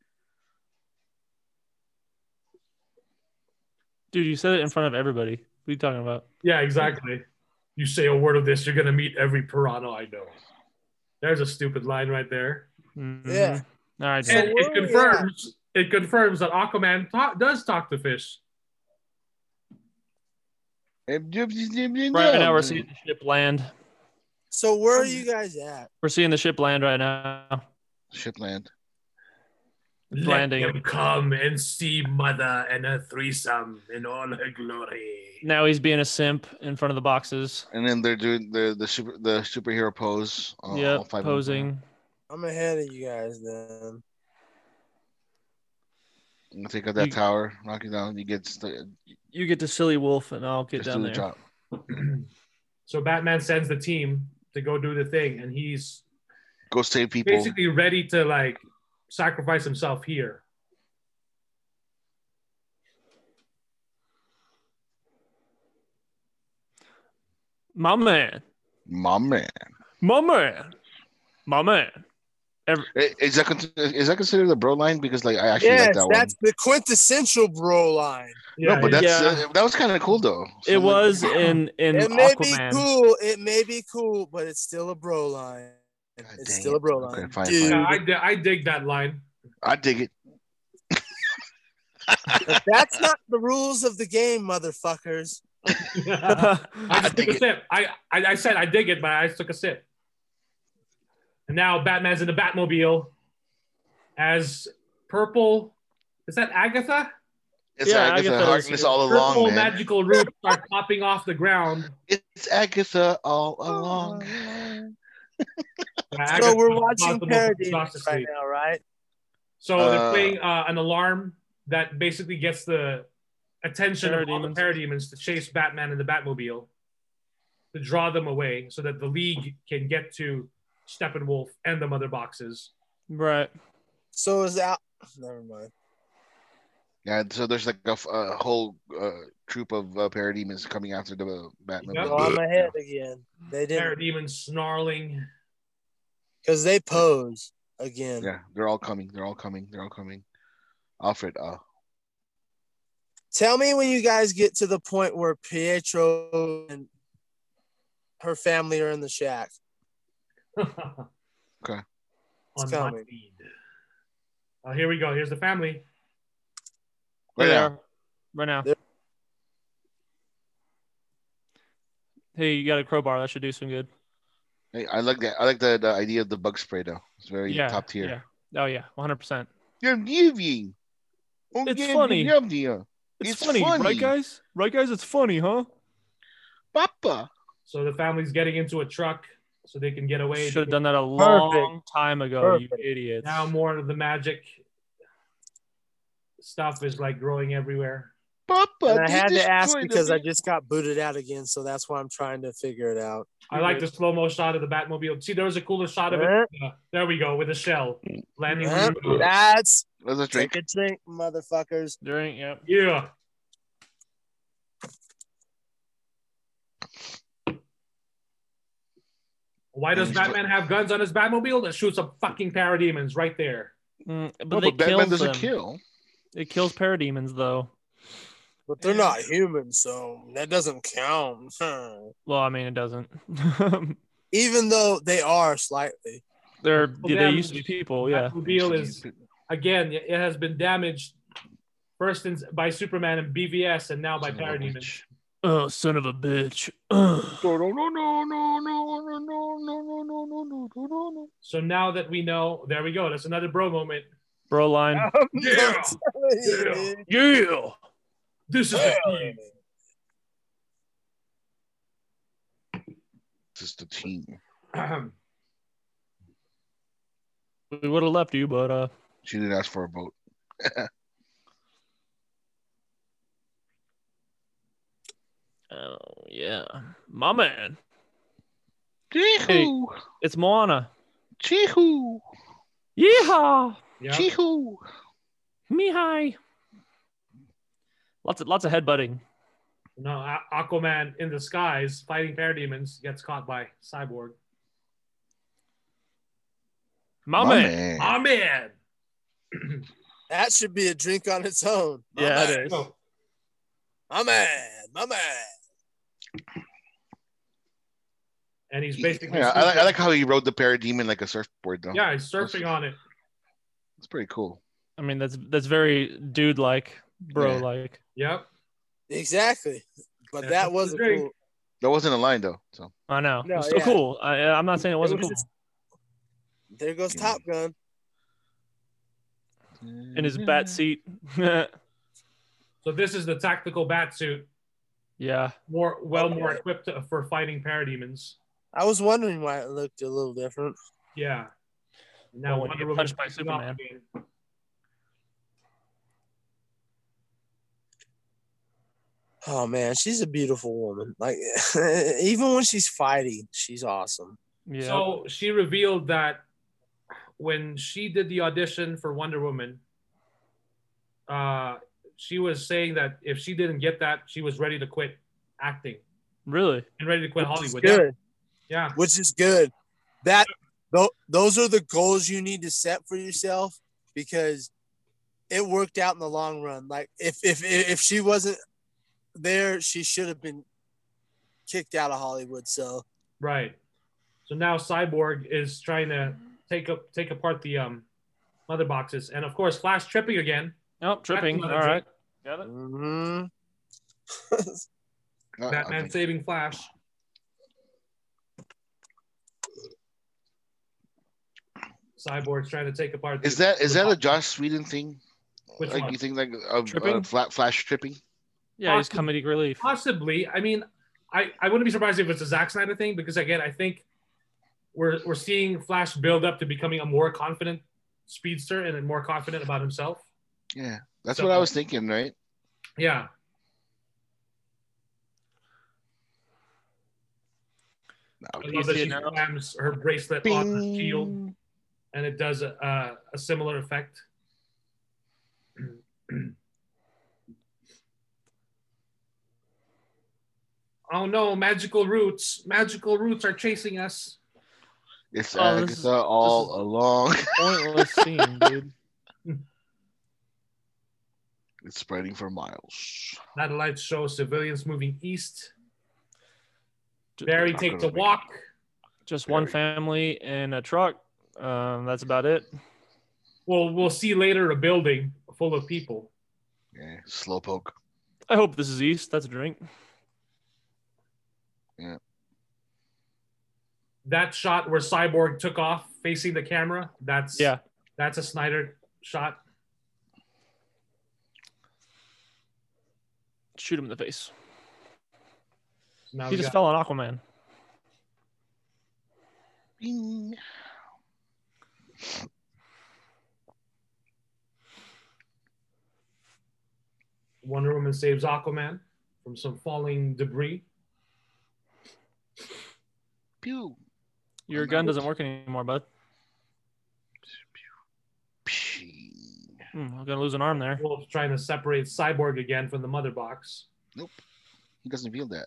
Dude, you said it in front of everybody. What are you talking about?
yeah, exactly. You say a word of this, you're gonna meet every piranha I know. There's a stupid line right there,
Mhm.
Yeah.
All right.
So
and
dude.
where
it
are we
confirms it confirms that Aquaman ta- does talk to fish.
Right now we're seeing the ship land.
So where are
Mm-hmm.
you guys at?
We're seeing the ship land right now.
Shitland.
landing.
Let him come and see Mother and her threesome in all her glory.
Now he's being a simp in front of the boxes.
And then they're doing the the super the superhero pose. uh,
yeah,
all five of them.
posing.
I'm ahead of you guys then.
I'm gonna take out that
You-
tower, knock it down. He gets the
You get to silly wolf, and I'll get
just
down
do the
there.
job.
so Batman sends the team to go do the thing, and he's
Go save people.
basically ready to like sacrifice himself here.
My man,
My man.
my man, my man.
I- Is that con- is that considered the bro line? Because like I actually
Yes,
like that
that's the quintessential bro line.
one.
Yeah,
no, but
yeah.
that's
Yeah.
uh, that was kind of cool though. So,
It
like,
was in in
it may
Aquaman.
be cool. It may be cool, but it's still a bro line. It's
dang
still
it.
a bro
Okay,
line.
fine,
Dude,
Yeah, I, di- I dig that line.
I dig it.
But that's not the rules of the game, motherfuckers.
I
I
just took
dig
a
it.
sip. I, I I said I dig it, but I just took a sip. And now Batman's in the Batmobile as purple. Is that Agatha?
It's
Yeah,
Agatha
Agatha is-
Harkness all
purple
along, man.
magical roots are popping off the ground.
It's Agatha all
Oh.
along.
Yeah,
So
Agatha's
we're watching
responsible for
parody
Justice
right
League.
now, right?
So
Uh,
they're playing uh, an alarm that basically gets the attention of all the
Parademons.
parademons to chase Batman and the Batmobile to draw them away so that the League can get to Steppenwolf and the mother boxes.
Right.
So is that? Never mind.
Yeah, so there's like a, f- a whole uh, troop of uh, parademons coming after the uh, Batman.
Yep.
Go on my head again. They didn't
Parademons snarling.
because they pose again.
Yeah, they're all coming. They're all coming. They're all coming. Alfred, uh,
Tell me when you guys get to the point where Pietro and her family are in the shack.
okay. On my
coming.
feed. Uh, here we go. Here's the family.
Right
There they
now.
are. Right now.
There-
Hey, you got a crowbar. That should do some good.
hey, I like that. I like the, the idea of the bug spray though. It's very
yeah.
top tier.
Yeah. Oh yeah, 100. percent
Yum yum. Oh,
It's
yum,
funny.
Yum yum.
It's,
It's
funny,
funny.
right, guys? Right, guys? It's funny, huh?
Papa.
So the family's getting into a truck so they can get away.
Should have done that a long time ago,
Perfect.
you idiots.
Now more of the magic stuff is like growing everywhere.
Papa.
And I
they
had to ask
destroyed the
because I
league.
just got booted out again, so that's why I'm trying to figure it out.
I like the slow mo shot of the Batmobile. See, there was a cooler shot of it. Uh, there we go with a shell landing. on the road.
That's
Let's just drink.
take a drink, motherfuckers.
During yep.
Yeah. Why does
And he's-
Batman have guns on his Batmobile that shoots up fucking parademons right there?
Mm, but
No,
they
but Batman
kills
doesn't
them.
kill.
It kills parademons though.
But they're not human, so that doesn't count. Huh.
Well, I mean, it doesn't.
Even though they are slightly.
They're
Well,
they
yeah,
used to be
Oh,
people. Yeah.
Batmobile is again. It has been damaged first in, by Superman and BVS, and now by
Son of a
parademons.
bitch.
Oh, son of a bitch. Ugh.
No, no, no, no, no, no, no, no, no, no, no, no, no, no, no, no.
So now that we know, there we go. That's another bro moment.
Bro line.
Yeah.
Yeah.
Yeah.
This is the team.
This is the team.
Ahem.
We would have left you, but uh,
She did ask for a vote.
oh yeah, my man.
Chee-hoo.
It's Moana.
Chee-hoo.
Yeehaw.
yeah.
Chee-hoo.
Me hi. Lots of lots of headbutting.
No, A- Aquaman in the skies fighting parademons gets caught by Cyborg.
My,
My
man.
man.
Ah man.
That should be a drink on its own. My
Yeah,
man,
it is.
So,
My man, my man.
and he's basically
Yeah, I, like, I like how he rode the parademon like a surfboard though.
Yeah, he's surfing on it.
it's pretty cool.
I mean, that's that's very dude like, bro like.
Yep.
Exactly. But
Yeah,
that
it's a
wasn't
drink.
cool.
That wasn't a line though. So
I know.
No,
it's still
yeah.
cool. I, I'm not saying it wasn't
was
cool.
just- There goes
Mm.
Top Gun.
In his bat seat.
So this is the tactical bat suit,
yeah.
more well more
Okay.
equipped for fighting parademons.
I was wondering why it looked a little different.
Yeah. Now
Oh, when
Wonder
you get
Woman
punched by
kicks it off
Superman.
again.
Oh man, she's a beautiful woman. Like even when she's fighting, she's awesome.
Yeah.
So she revealed that when she did the audition for Wonder Woman, uh, she was saying that if she didn't get that, she was ready to quit acting
really.
and ready to quit
Which is
Hollywood.
good,
Yeah.
which is good. That tho- those are the goals you need to set for yourself because it worked out in the long run. Like if if if she wasn't there, she should have been kicked out of Hollywood. So
Right. So now Cyborg is trying to take up take apart the um mother boxes, and of course Flash tripping again.
Oh, tripping. All
not a
right.
drink.
Got it.
hmm
Uh,
Batman
okay.
saving Flash. Cyborg's trying to take apart.
Is
the-
that is that a Josh Sweden thing?
Which
like
one?
you think like of uh,
Tripping?
flat flash tripping?
Yeah, he's
Awesome.
comedic relief.
Possibly. I mean, I, I wouldn't be surprised if it's a Zack Snyder thing because again, I think we're we're seeing Flash build up to becoming a more confident speedster and more confident about himself.
Yeah, that's
So-
what I was thinking, right?
Yeah. I
Okay.
love that
see it
she
now.
slams her bracelet on her shield and it does a, a, a similar effect. oh no, magical roots. Magical roots are chasing us.
It's
Oh, this is-
Agatha all along.
Pointless scene, dude.
it's spreading for miles.
Satellites show civilians moving east. Barry
not
takes a
gonna make
walk.
Just one family in a truck. Um, that's about it.
Well, we'll see later a building full of people.
Yeah, slowpoke.
I hope this is East. That's a drink.
That shot where Cyborg took off facing the camera, that's
Yeah.
that's a Snyder shot.
Shoot him in the face.
Now
He
we
just
got
fell on Aquaman.
Bing.
Wonder Woman saves Aquaman from some falling debris.
Pew.
Your gun doesn't work anymore, bud.
Pshing.
Hmm, I'm gonna lose an arm there.
Wolf's trying to separate Cyborg again from the mother box.
He doesn't feel that.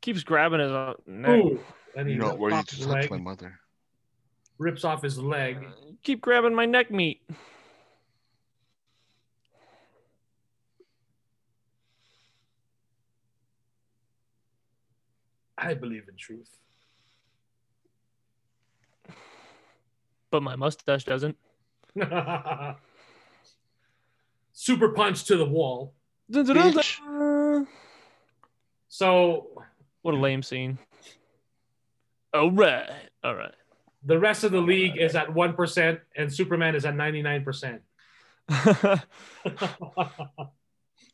Keeps grabbing his uh, neck.
Ooh, and he
You're not
rips
worthy
off
to
his
touch
leg.
my mother.
Rips off his leg.
Keep grabbing my neck meat.
I believe in truth.
But my mustache doesn't.
Super punch to the wall.
Dun-dun-dun-dun.
So
What a lame scene. All right. All right.
the rest of the league is at 1% and Superman is at 99%.
Look at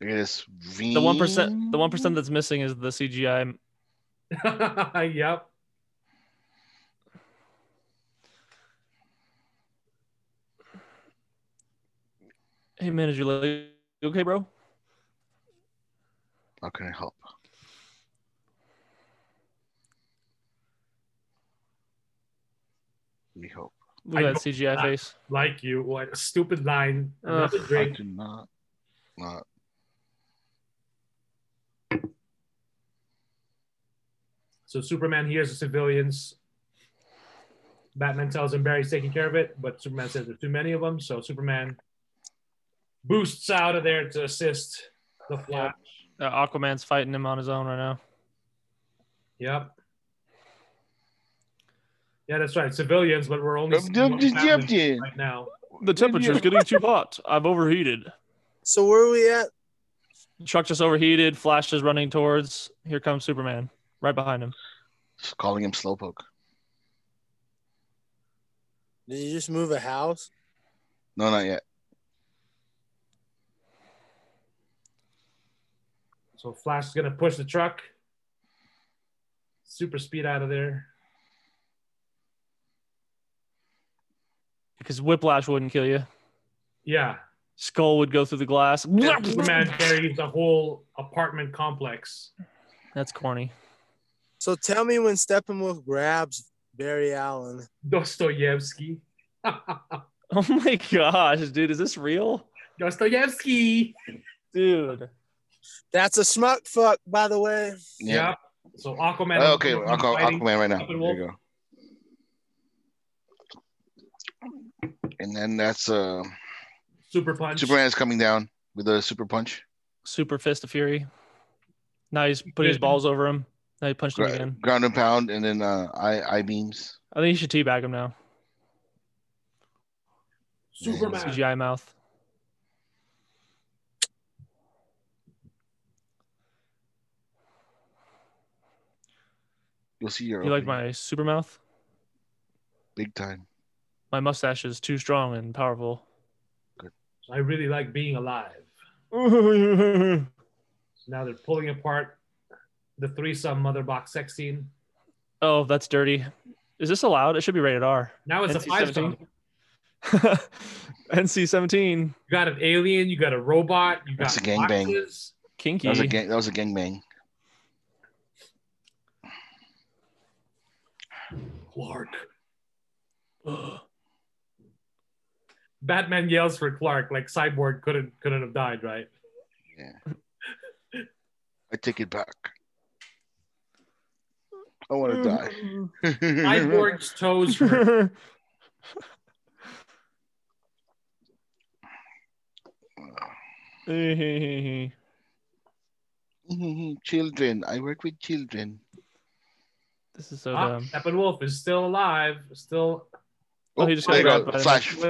this.
the one percent the one percent that's missing is the CGI.
yep.
Hey man, did you look you okay, bro?
How can I help? We hope.
Look
I
at that
don't-
CGI face.
Like you. What a stupid line. Another
I
drink.
do not. Not.
So Superman hears the civilians. Batman tells him Barry's taking care of it, but Superman says there's too many of them. So Superman boosts out of there to assist the Flash.
Uh, Aquaman's fighting him on his own right now.
Yep. Yeah, that's right. Civilians, but we're only
Yep,
seeing
yep,
one
yep,
family
yep.
right now.
The temperature's getting too hot. I've overheated.
So where are we at?
Truck just overheated. Flash is running towards. Here comes Superman right behind him.
Just Calling him slowpoke.
Did you just move a house?
No, not yet.
So Flash is gonna push the truck. Super speed out of there.
Because whiplash wouldn't kill you.
Yeah.
Skull would go through the glass.
Superman carries the whole apartment complex.
That's corny.
So tell me when Steppenwolf grabs Barry Allen.
Dostoyevsky.
Oh my gosh, dude, is this real?
Dostoyevsky.
Dude.
That's a schmuck fuck, by the way.
Yeah. So Aquaman.
Oh, okay, I'll call
fighting.
Aquaman right now.
Steppenwolf.
There you go. And then that's uh,
Super punch.
Superman's coming down with a super punch.
Super fist of fury. Now he's putting his balls over him. Now he punched him
Gra-
again.
ground and pound, and then uh, I I beams.
I think you should teabag him now.
Superman.
CGI mouth.
You'll see your
You like
opening.
my super mouth?
big time.
My mustache is too strong and powerful.
I really like being alive.
oh,
So now they're pulling apart the threesome mother box sex scene.
that's dirty. Is this allowed? It should be rated R.
Now it's a five song.
NC-17. NC seventeen.
You got an alien, you got a robot, you got
That's a gangbang.
boxes.
Kinky.
That was a gang. That was a gangbang.
Clark. Batman yells for Clark, like Cyborg couldn't couldn't have died, right?
I take it back. I want
Mm.
to die.
Cyborg's toes were
That's
children. I work with children.
This is so
ah,
dumb.
Steppenwolf is still alive, still
Oh, he just
there
got
you
grabbed
go.
by the
Flash.
neck.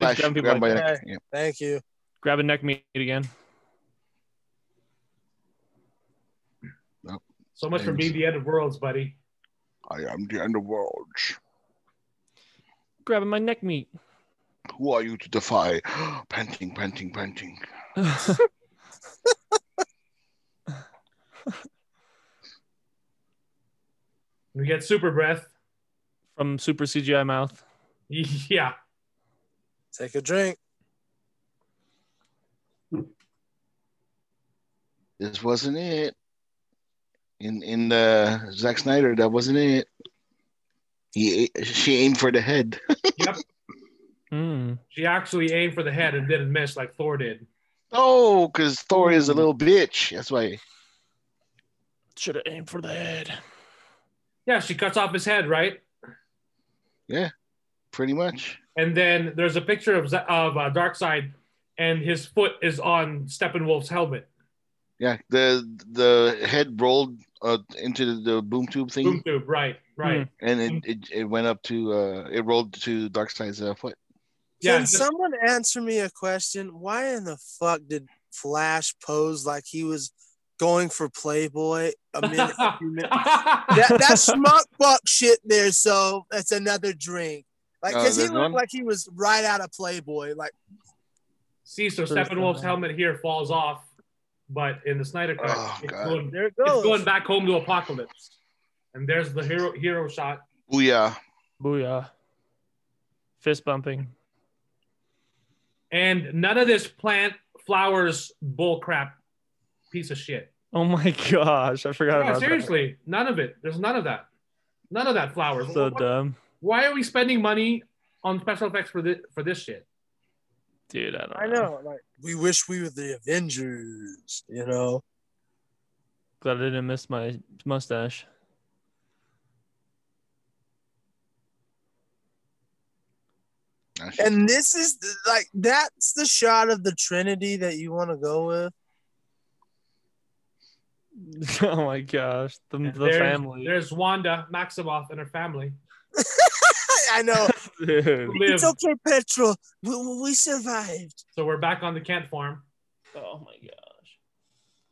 Flash.
Grabbing people
Grab by
like
the neck.
that.
Yeah.
Thank you.
Grab a neck meat again.
so much for
Thanks.
being the end of worlds, buddy.
I am the underworld.
Grabbing my neck meat.
Who are you to defy? panting, panting, panting.
We get super breath.
From super CGI mouth.
Yeah.
Take a drink.
This wasn't it. In in the Zack Snyder, that wasn't it. He she aimed for the head.
Mm.
She actually aimed for the head and didn't miss like Thor did.
Oh, because Thor is a little bitch. That's why.
Should have aimed for the head.
Yeah, she cuts off his head, right?
Pretty much.
And then there's a picture of Z- of uh, Darkseid, and his foot is on Steppenwolf's helmet,
Yeah. The the head rolled uh, into the boom tube thing,
boom tube, right, right.
and it, it, it went up to uh, it rolled to Darkseid's uh, foot.
Yeah,
Can
just-
someone answer me a question? Why in the fuck did Flash pose like he was going for Playboy a minute? a few minutes- that, that schmuck fuck shit there. So that's another drink. Like,
Oh,
cause he
there's
looked
one?
like he was right out of Playboy. Like,
See, so
First
Steppenwolf's
time.
helmet here falls off, but in the Snyder cut,
Oh,
it's,
God.
going,
there it
it's
goes.
going back home to Apocalypse. And there's the hero hero shot.
Booyah.
Booyah. Fist bumping.
And none of this plant flowers bullcrap piece of shit.
Oh my gosh. I forgot
Yeah,
about
seriously, none of it. There's none of that. None of that flowers.
that. So
Why-
dumb.
Why are we spending money on special effects for this for this shit?
Dude, I don't
I know. Like, we wish we were the Avengers. You know.
Glad I didn't miss my mustache.
That shit's
And this is like that's the shot of the Trinity that you want to go with.
oh my gosh. The, the
there's,
family.
There's Wanda Maximoff and her family.
I know.
Dude.
who
it's
live.
okay, Petro. We, we survived.
So we're back on the Kent farm.
Oh my gosh.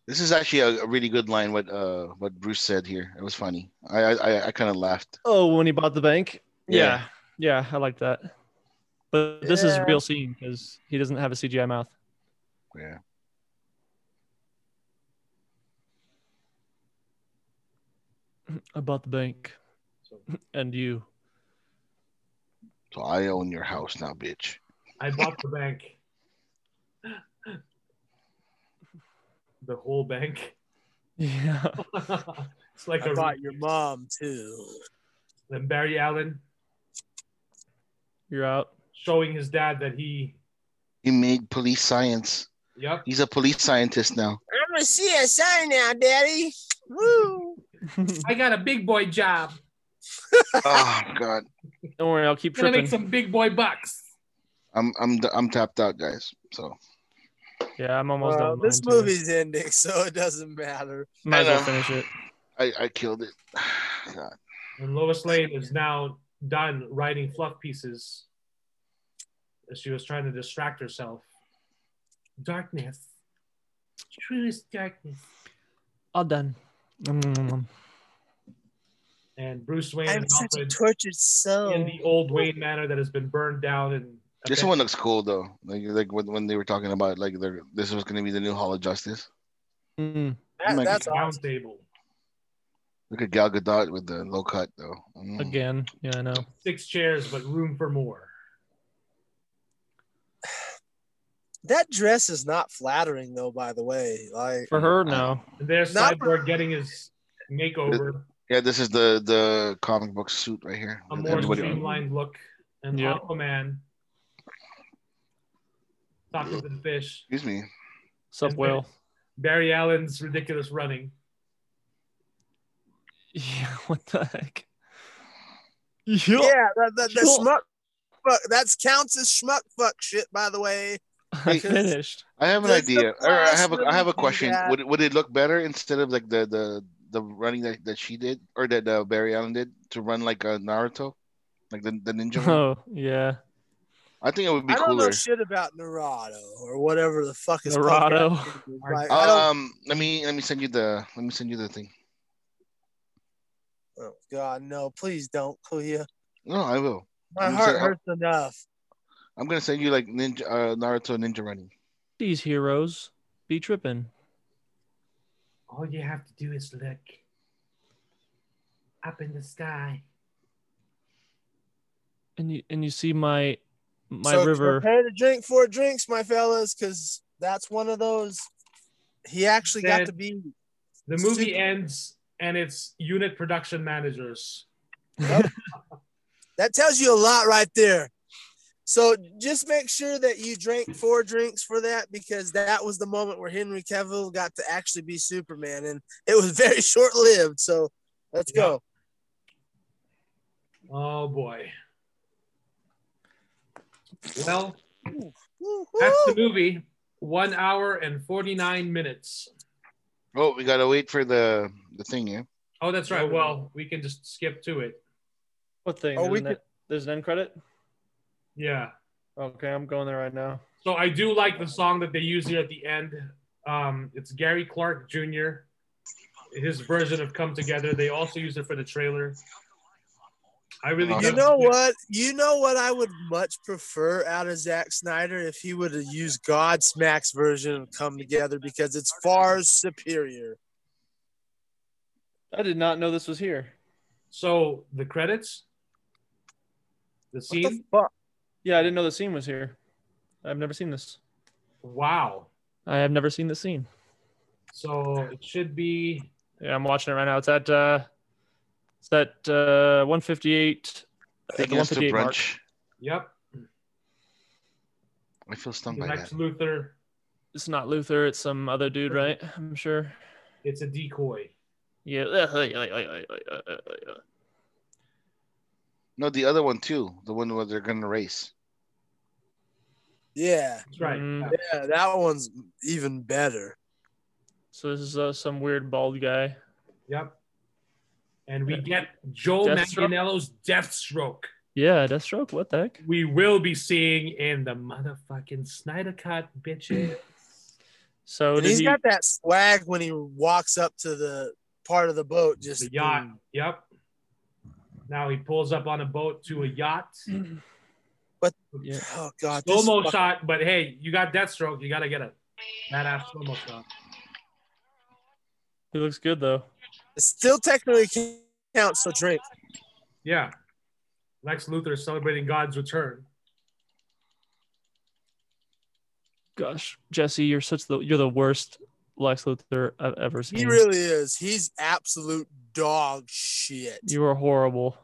This is actually a, a really good line. What uh, what Bruce said here, it was funny. I I, I- I kind of laughed.
Oh, when he bought the bank?
Yeah.
Yeah. Yeah, I like that. But this is
Yeah.
real scene because he doesn't have a CGI mouth.
Yeah,
I bought the bank. And you.
so I own your house now, bitch.
I bought the bank. The whole bank.
Yeah.
it's like
I
a
bought your mom too.
then Barry Allen
You're out.
showing his dad that he
He made police science.
yep.
He's a police scientist now.
I'm a CSI now, Daddy. Woo!
I got a big boy job.
oh God,
Don't worry, I'll keep
gonna
tripping.
make some big boy bucks.
I'm I'm I'm tapped out, guys. So
Yeah, I'm almost
Well,
done. with
this
mine, too.
movie's ending, so it doesn't matter.
Might as well
I know.
finish it.
I I killed it. God.
And Lois Lane is now done writing fluff pieces as she was trying to distract herself. Darkness. Truest darkness.
All done. Mm, mm, mm.
and Bruce Wayne
I'm
and
such a
Alfred
tortured soul.
in the old Wayne Manor that has been burned down and
This one looks cool though. Like like when, when they were talking about like their, this was going to be the new Hall of Justice.
Mm.
That-
Like,
that's
round
awesome.
table.
Look at Gal Gadot with the low cut though. Mm.
Again, yeah, I know.
Six chairs, but room for more.
That dress is not flattering though, by the way. Like
For her, no.
And there's
Not-
Cyborg getting his makeover,
Yeah, this is the the comic book suit right here.
a
And
more
everybody-
streamlined look, and
Yeah.
Aquaman talking to the fish.
Excuse me.
Sup,
Is
whale?
Barry Allen's ridiculous running.
Yeah, what the heck?
yeah, that, that, that
Sure.
schmuck fuck that counts as schmuck fuck shit, by the way.
I finished.
I have an
Does the
idea. Or I have a
Flash
I have
really
a
do
question.
that?
Would would it look better instead of like the the the running that, that she did or that uh, Barry Allen did to run like a Naruto, like the, the ninja? one?
Oh, yeah.
I think it would be
I don't know
cooler.
shit about Naruto or whatever the fuck is
Naruto.
Like, I don't,
Um, let me let me send you the let me send you the thing.
oh God, no! Please don't, Clea.
No, I will.
My
I'm
heart
sorry,
hurts enough.
I'm gonna send you like ninja uh, Naruto ninja running.
These heroes be tripping.
All you have to do is look up in the sky.
And you and you see my my
So
river.
Prepare to drink four drinks, my fellas, because that's one of those. He actually got
Said-
to be.
The movie
Super-
ends, and it's unit production managers.
That tells you a lot right there. So just make sure that you drank four drinks for that because that was the moment where Henry Cavill got to actually be Superman, and it was very short lived. So let's go.
Oh boy. Well,
Woo,
that's the
woo.
movie. One hour and 49 minutes.
Oh, we gotta wait for the the thing, yeah.
Oh, that's right. Well, we can just skip to it.
What thing?
Oh,
There's,
we
an,
could-
there's an end credit?
Yeah.
Okay, I'm going there right now.
So I do like the song that they use here at the end. Um, it's Gary Clark Jr. His version of "Come Together." They also use it for the trailer. I really
You
You
don't-
know what? You know what I would much prefer out of Zack Snyder if he would have used Godsmack's version of Come Together because it's far superior.
I did not know this was here.
So the credits, the
What
scene.
the fuck?
Yeah, I didn't know the scene was here. I've never seen this.
wow.
I have never seen the scene.
So it should be
Yeah, I'm watching it right now. It's at uh it's at uh 158 at the
Taking us to
158 mark.
brunch.
yep.
I feel stung by that.
Lex Luthor.
It's not Luther, it's some other dude, right? I'm sure.
It's a decoy.
Yeah.
No, the other one too. The one where they're gonna race.
Yeah,
That's right.
Mm.
Yeah.
yeah, that one's even better.
So this is uh, some weird bald guy.
Yep. And we get Joe
Deathstroke?
Manganiello's Deathstroke.
Yeah, Deathstroke. What the heck?
We will be seeing in the motherfucking Snyder Cut, bitches.
So
And
did
he's
he,
got that swag when he walks up to the part of the boat. Just
the yacht. Yep. Now he pulls up on a boat to a yacht.
Yeah.
Oh god,
Slow
this
mo
fuck-
shot, but hey, you got Deathstroke. You got to get a badass slow mo shot.
he looks good though.
it still technically counts. So drink.
Yeah. Lex Luthor celebrating God's return.
Gosh, Jesse, you're such the you're the worst Lex Luthor I've ever seen.
He really is. He's absolute dog shit.
you are horrible.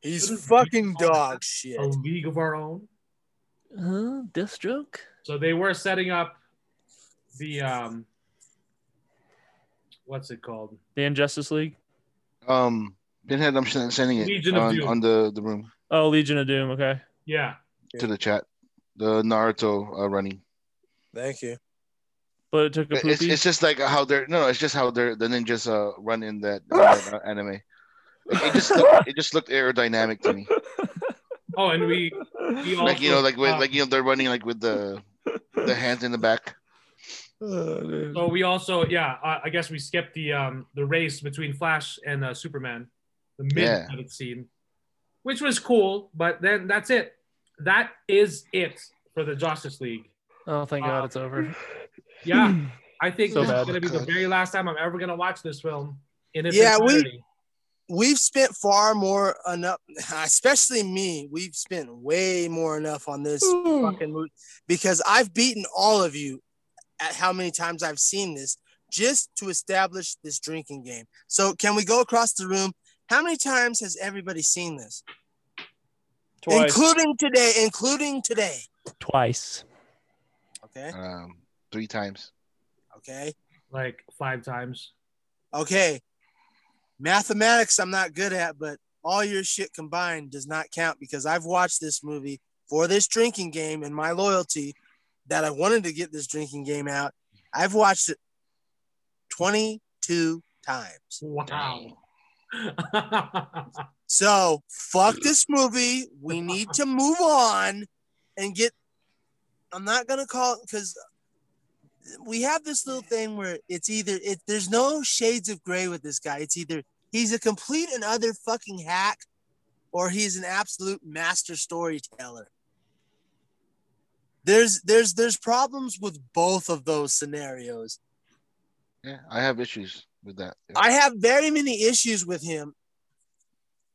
He's fucking dog shit.
A league of our own.
Huh? Deathstroke?
So they were setting up the um what's it called?
The Injustice League?
Um, Pinhead, I'm sen- sending it
Legion of
on,
Doom.
on the the room
Oh, Legion of Doom. Okay.
Yeah.
to the chat. The Naruto uh, running.
Thank you.
But it took a
It's,
poopy.
it's just like how they're no, it's just how they're the ninjas uh, run in that, in that, uh, anime. It, it just looked, it just looked aerodynamic to me.
Oh, and we, we also,
Like you know, like with,
uh,
like you know, they're running like with the the hands in the back.
Oh, dude.
So we also, yeah, I, I guess we skipped the um, the race between Flash and uh, Superman, the mid credit scene, which was cool. But then that's it. That is it for the Justice League.
Oh, thank God it's over.
Hmm.
Yeah, I think
So
this
bad.
is gonna be the very last time I'm ever gonna watch this film in its
Yeah, we-
entirety.
We've spent far more enough, especially me. We've spent way more enough on this fucking movie because I've beaten all of you at how many times I've seen this just to establish this drinking game. So can we go across the room? How many times has everybody seen this?
Twice.
Including today, including today.
Twice.
Okay.
Um, three times.
Okay.
like five times.
Okay. Mathematics I'm not good at, but all your shit combined does not count because I've watched this movie for this drinking game and my loyalty that I wanted to get this drinking game out. I've watched it 22 times.
Wow.
So fuck this movie. We need to move on and get. I'm not gonna call it because we have this little thing where it's either it. There's no shades of gray with this guy. It's either he's a complete and other fucking hack, or he's an absolute master storyteller. There's there's there's problems with both of those scenarios.
Yeah, I have issues with that.
I have very many issues with him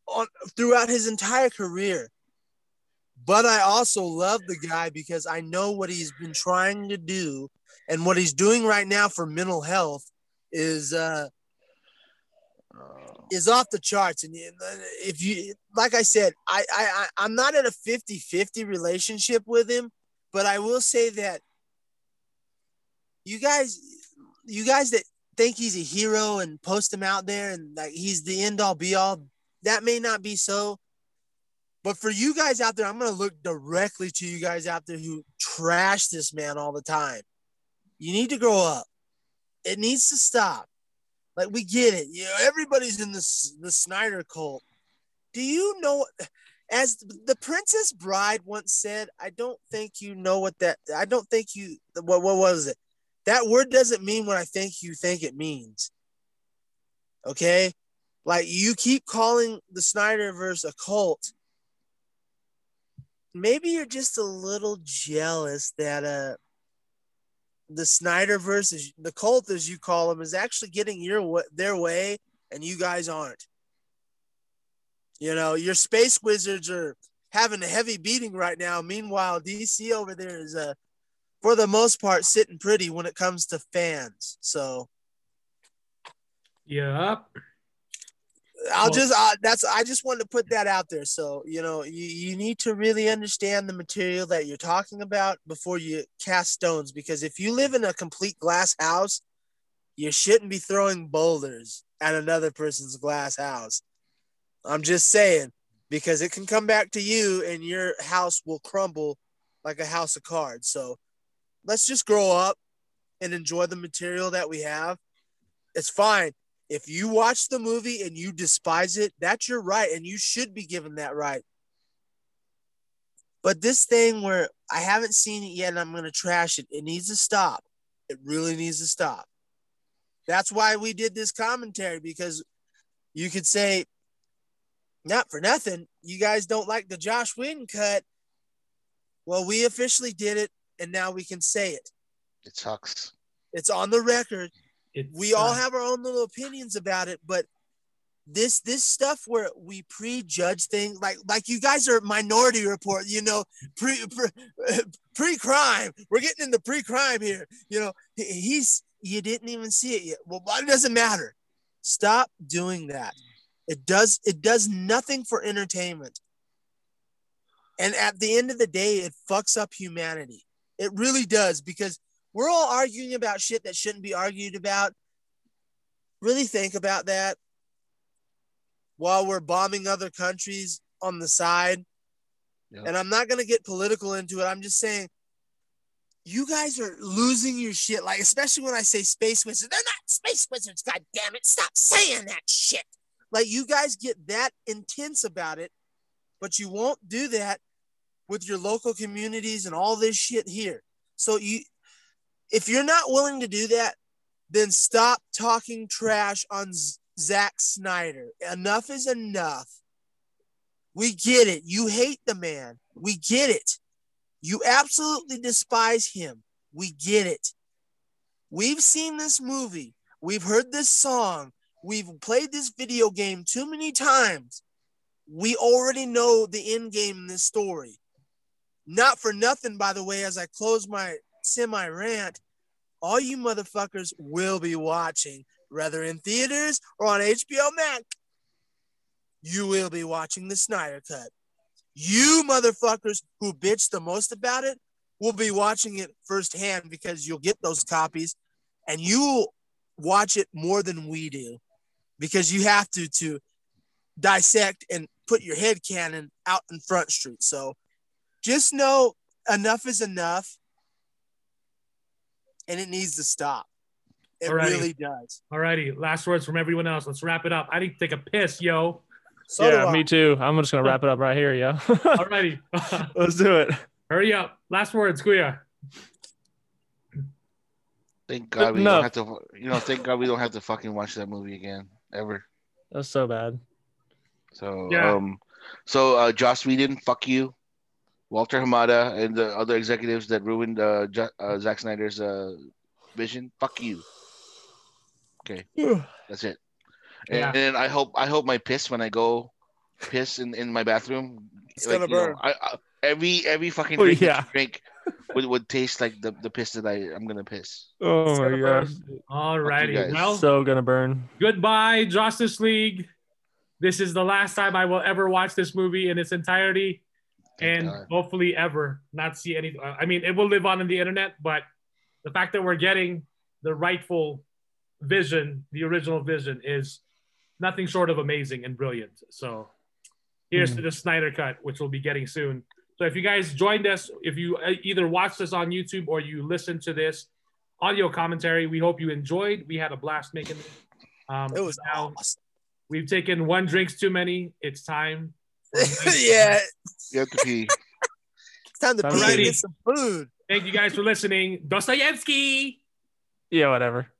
on throughout his entire career. But I also love the guy because I know what he's been trying to do and what he's doing right now for mental health is uh
Uh,
is off the charts and you- if you like I said I I I- I'm not in a 50-50 relationship with him but I will say that you guys you guys that think he's a hero and post him out there and like he's the end all be all that may not be so but for you guys out there I'm going to look directly to you guys out there who trash this man all the time you need to grow up it needs to stop like we get it. You know, everybody's in this the Snyder cult. Do you know as the Princess Bride once said, I don't think you know what that I don't think you what what was it? That word doesn't mean what I think you think it means. Okay? Like you keep calling the Snyderverse a cult. Maybe you're just a little jealous that uh the Snyderverse is the cult, as you call them, is actually getting your wa- their way, and you guys aren't. You know, your space wizards are having a heavy beating right now. Meanwhile, DC over there is, uh, for the most part, sitting pretty when it comes to fans. So
yep.
I'll
Well-
just I, that's I just wanted to put that out there. So you know, you, you need to really understand the material that you're talking about before you cast stones, because if you live in a complete glass house, you shouldn't be throwing boulders at another person's glass house. I'm just saying, because it can come back to you, and your house will crumble like a house of cards. So let's just grow up and enjoy the material that we have. It's fine if you watch the movie and you despise it, that's your right, and you should be given that right. But this thing where I haven't seen it yet and I'm going to trash it, it needs to stop. It really needs to stop. That's why we did this commentary because you could say, not for nothing, you guys don't like the Josh Whedon cut. Well, we officially did it, and now we can say it.
it sucks.
It's on the record
It's,
we all
uh,
have our own little opinions about it but this this stuff where we prejudge things like like you guys are minority report you know pre pre, pre-crime we're getting into pre-crime here you know he- he's you didn't even see it yet well it doesn't matter stop doing that it does it does nothing for entertainment and at the end of the day it fucks up humanity it really does because we're all arguing about shit that shouldn't be argued about. Really think about that while we're bombing other countries on the side.
Yeah.
And I'm not going to get political into it. I'm just saying, you guys are losing your shit. Like, especially when I say space wizards, they're not space wizards. God damn it. Stop saying that shit. Like, you guys get that intense about it, but you won't do that with your local communities and all this shit here. So you if you're not willing to do that, then stop talking trash on Z- Zack Snyder. Enough is enough. We get it. You hate the man. We get it. You absolutely despise him. We get it. We've seen this movie. We've heard this song. We've played this video game too many times. We already know the end game in this story. Not for nothing, by the way, as I close my semi rant, all you motherfuckers will be watching, whether in theaters or on HBO Max. You will be watching the Snyder Cut. You motherfuckers who bitch the most about it will be watching it firsthand because you'll get those copies and you will watch it more than we do because you have to to dissect and put your head cannon out in front street so just know enough is enough and it needs to stop it
Alrighty.
really does
Alrighty, last words from everyone else. Let's wrap it up. I need to take a piss, yo.
so do
yeah,
I.
me too. I'm just gonna wrap it up right here, yeah.
Alrighty,
Let's do it.
hurry up. Last words, Kuya.
Thank God we
enough.
don't have to. You know, thank God we don't have to fucking watch that movie again ever.
That was so bad.
So
Yeah.
um, so uh, Joss Whedon, fuck you, Walter Hamada, and the other executives that ruined uh, jo- uh Zack Snyder's uh vision, fuck you. That's it. And,
Yeah.
and I hope I hope my piss when I go piss in, in my bathroom.
It's
you know,
gonna burn.
I, I, every every fucking
Oh,
drink,
yeah.
that you drink would, would taste like the, the piss that I I'm gonna piss.
Oh my gosh.
Alrighty,
guys.
well,
So gonna burn.
goodbye, Justice League. This is the last time I will ever watch this movie in its entirety,
Thank
and
God.
hopefully ever not see any. uh, I mean, it will live on in the internet, but the fact that we're getting the rightful vision, the original vision, is nothing short of amazing and brilliant. So here's
Hmm.
to the Snyder Cut, which we'll be getting soon. So if you guys joined us, if you uh, either watched this on YouTube or you listened to this audio commentary, we hope you enjoyed. We had a blast making this. Um,
it was
now
awesome
we've taken one drink's too many. It's time.
yeah
you have to pee.
it's time to pee and
Alrighty.
get some food
Thank you guys for listening. Dostoevsky.
Yeah, whatever.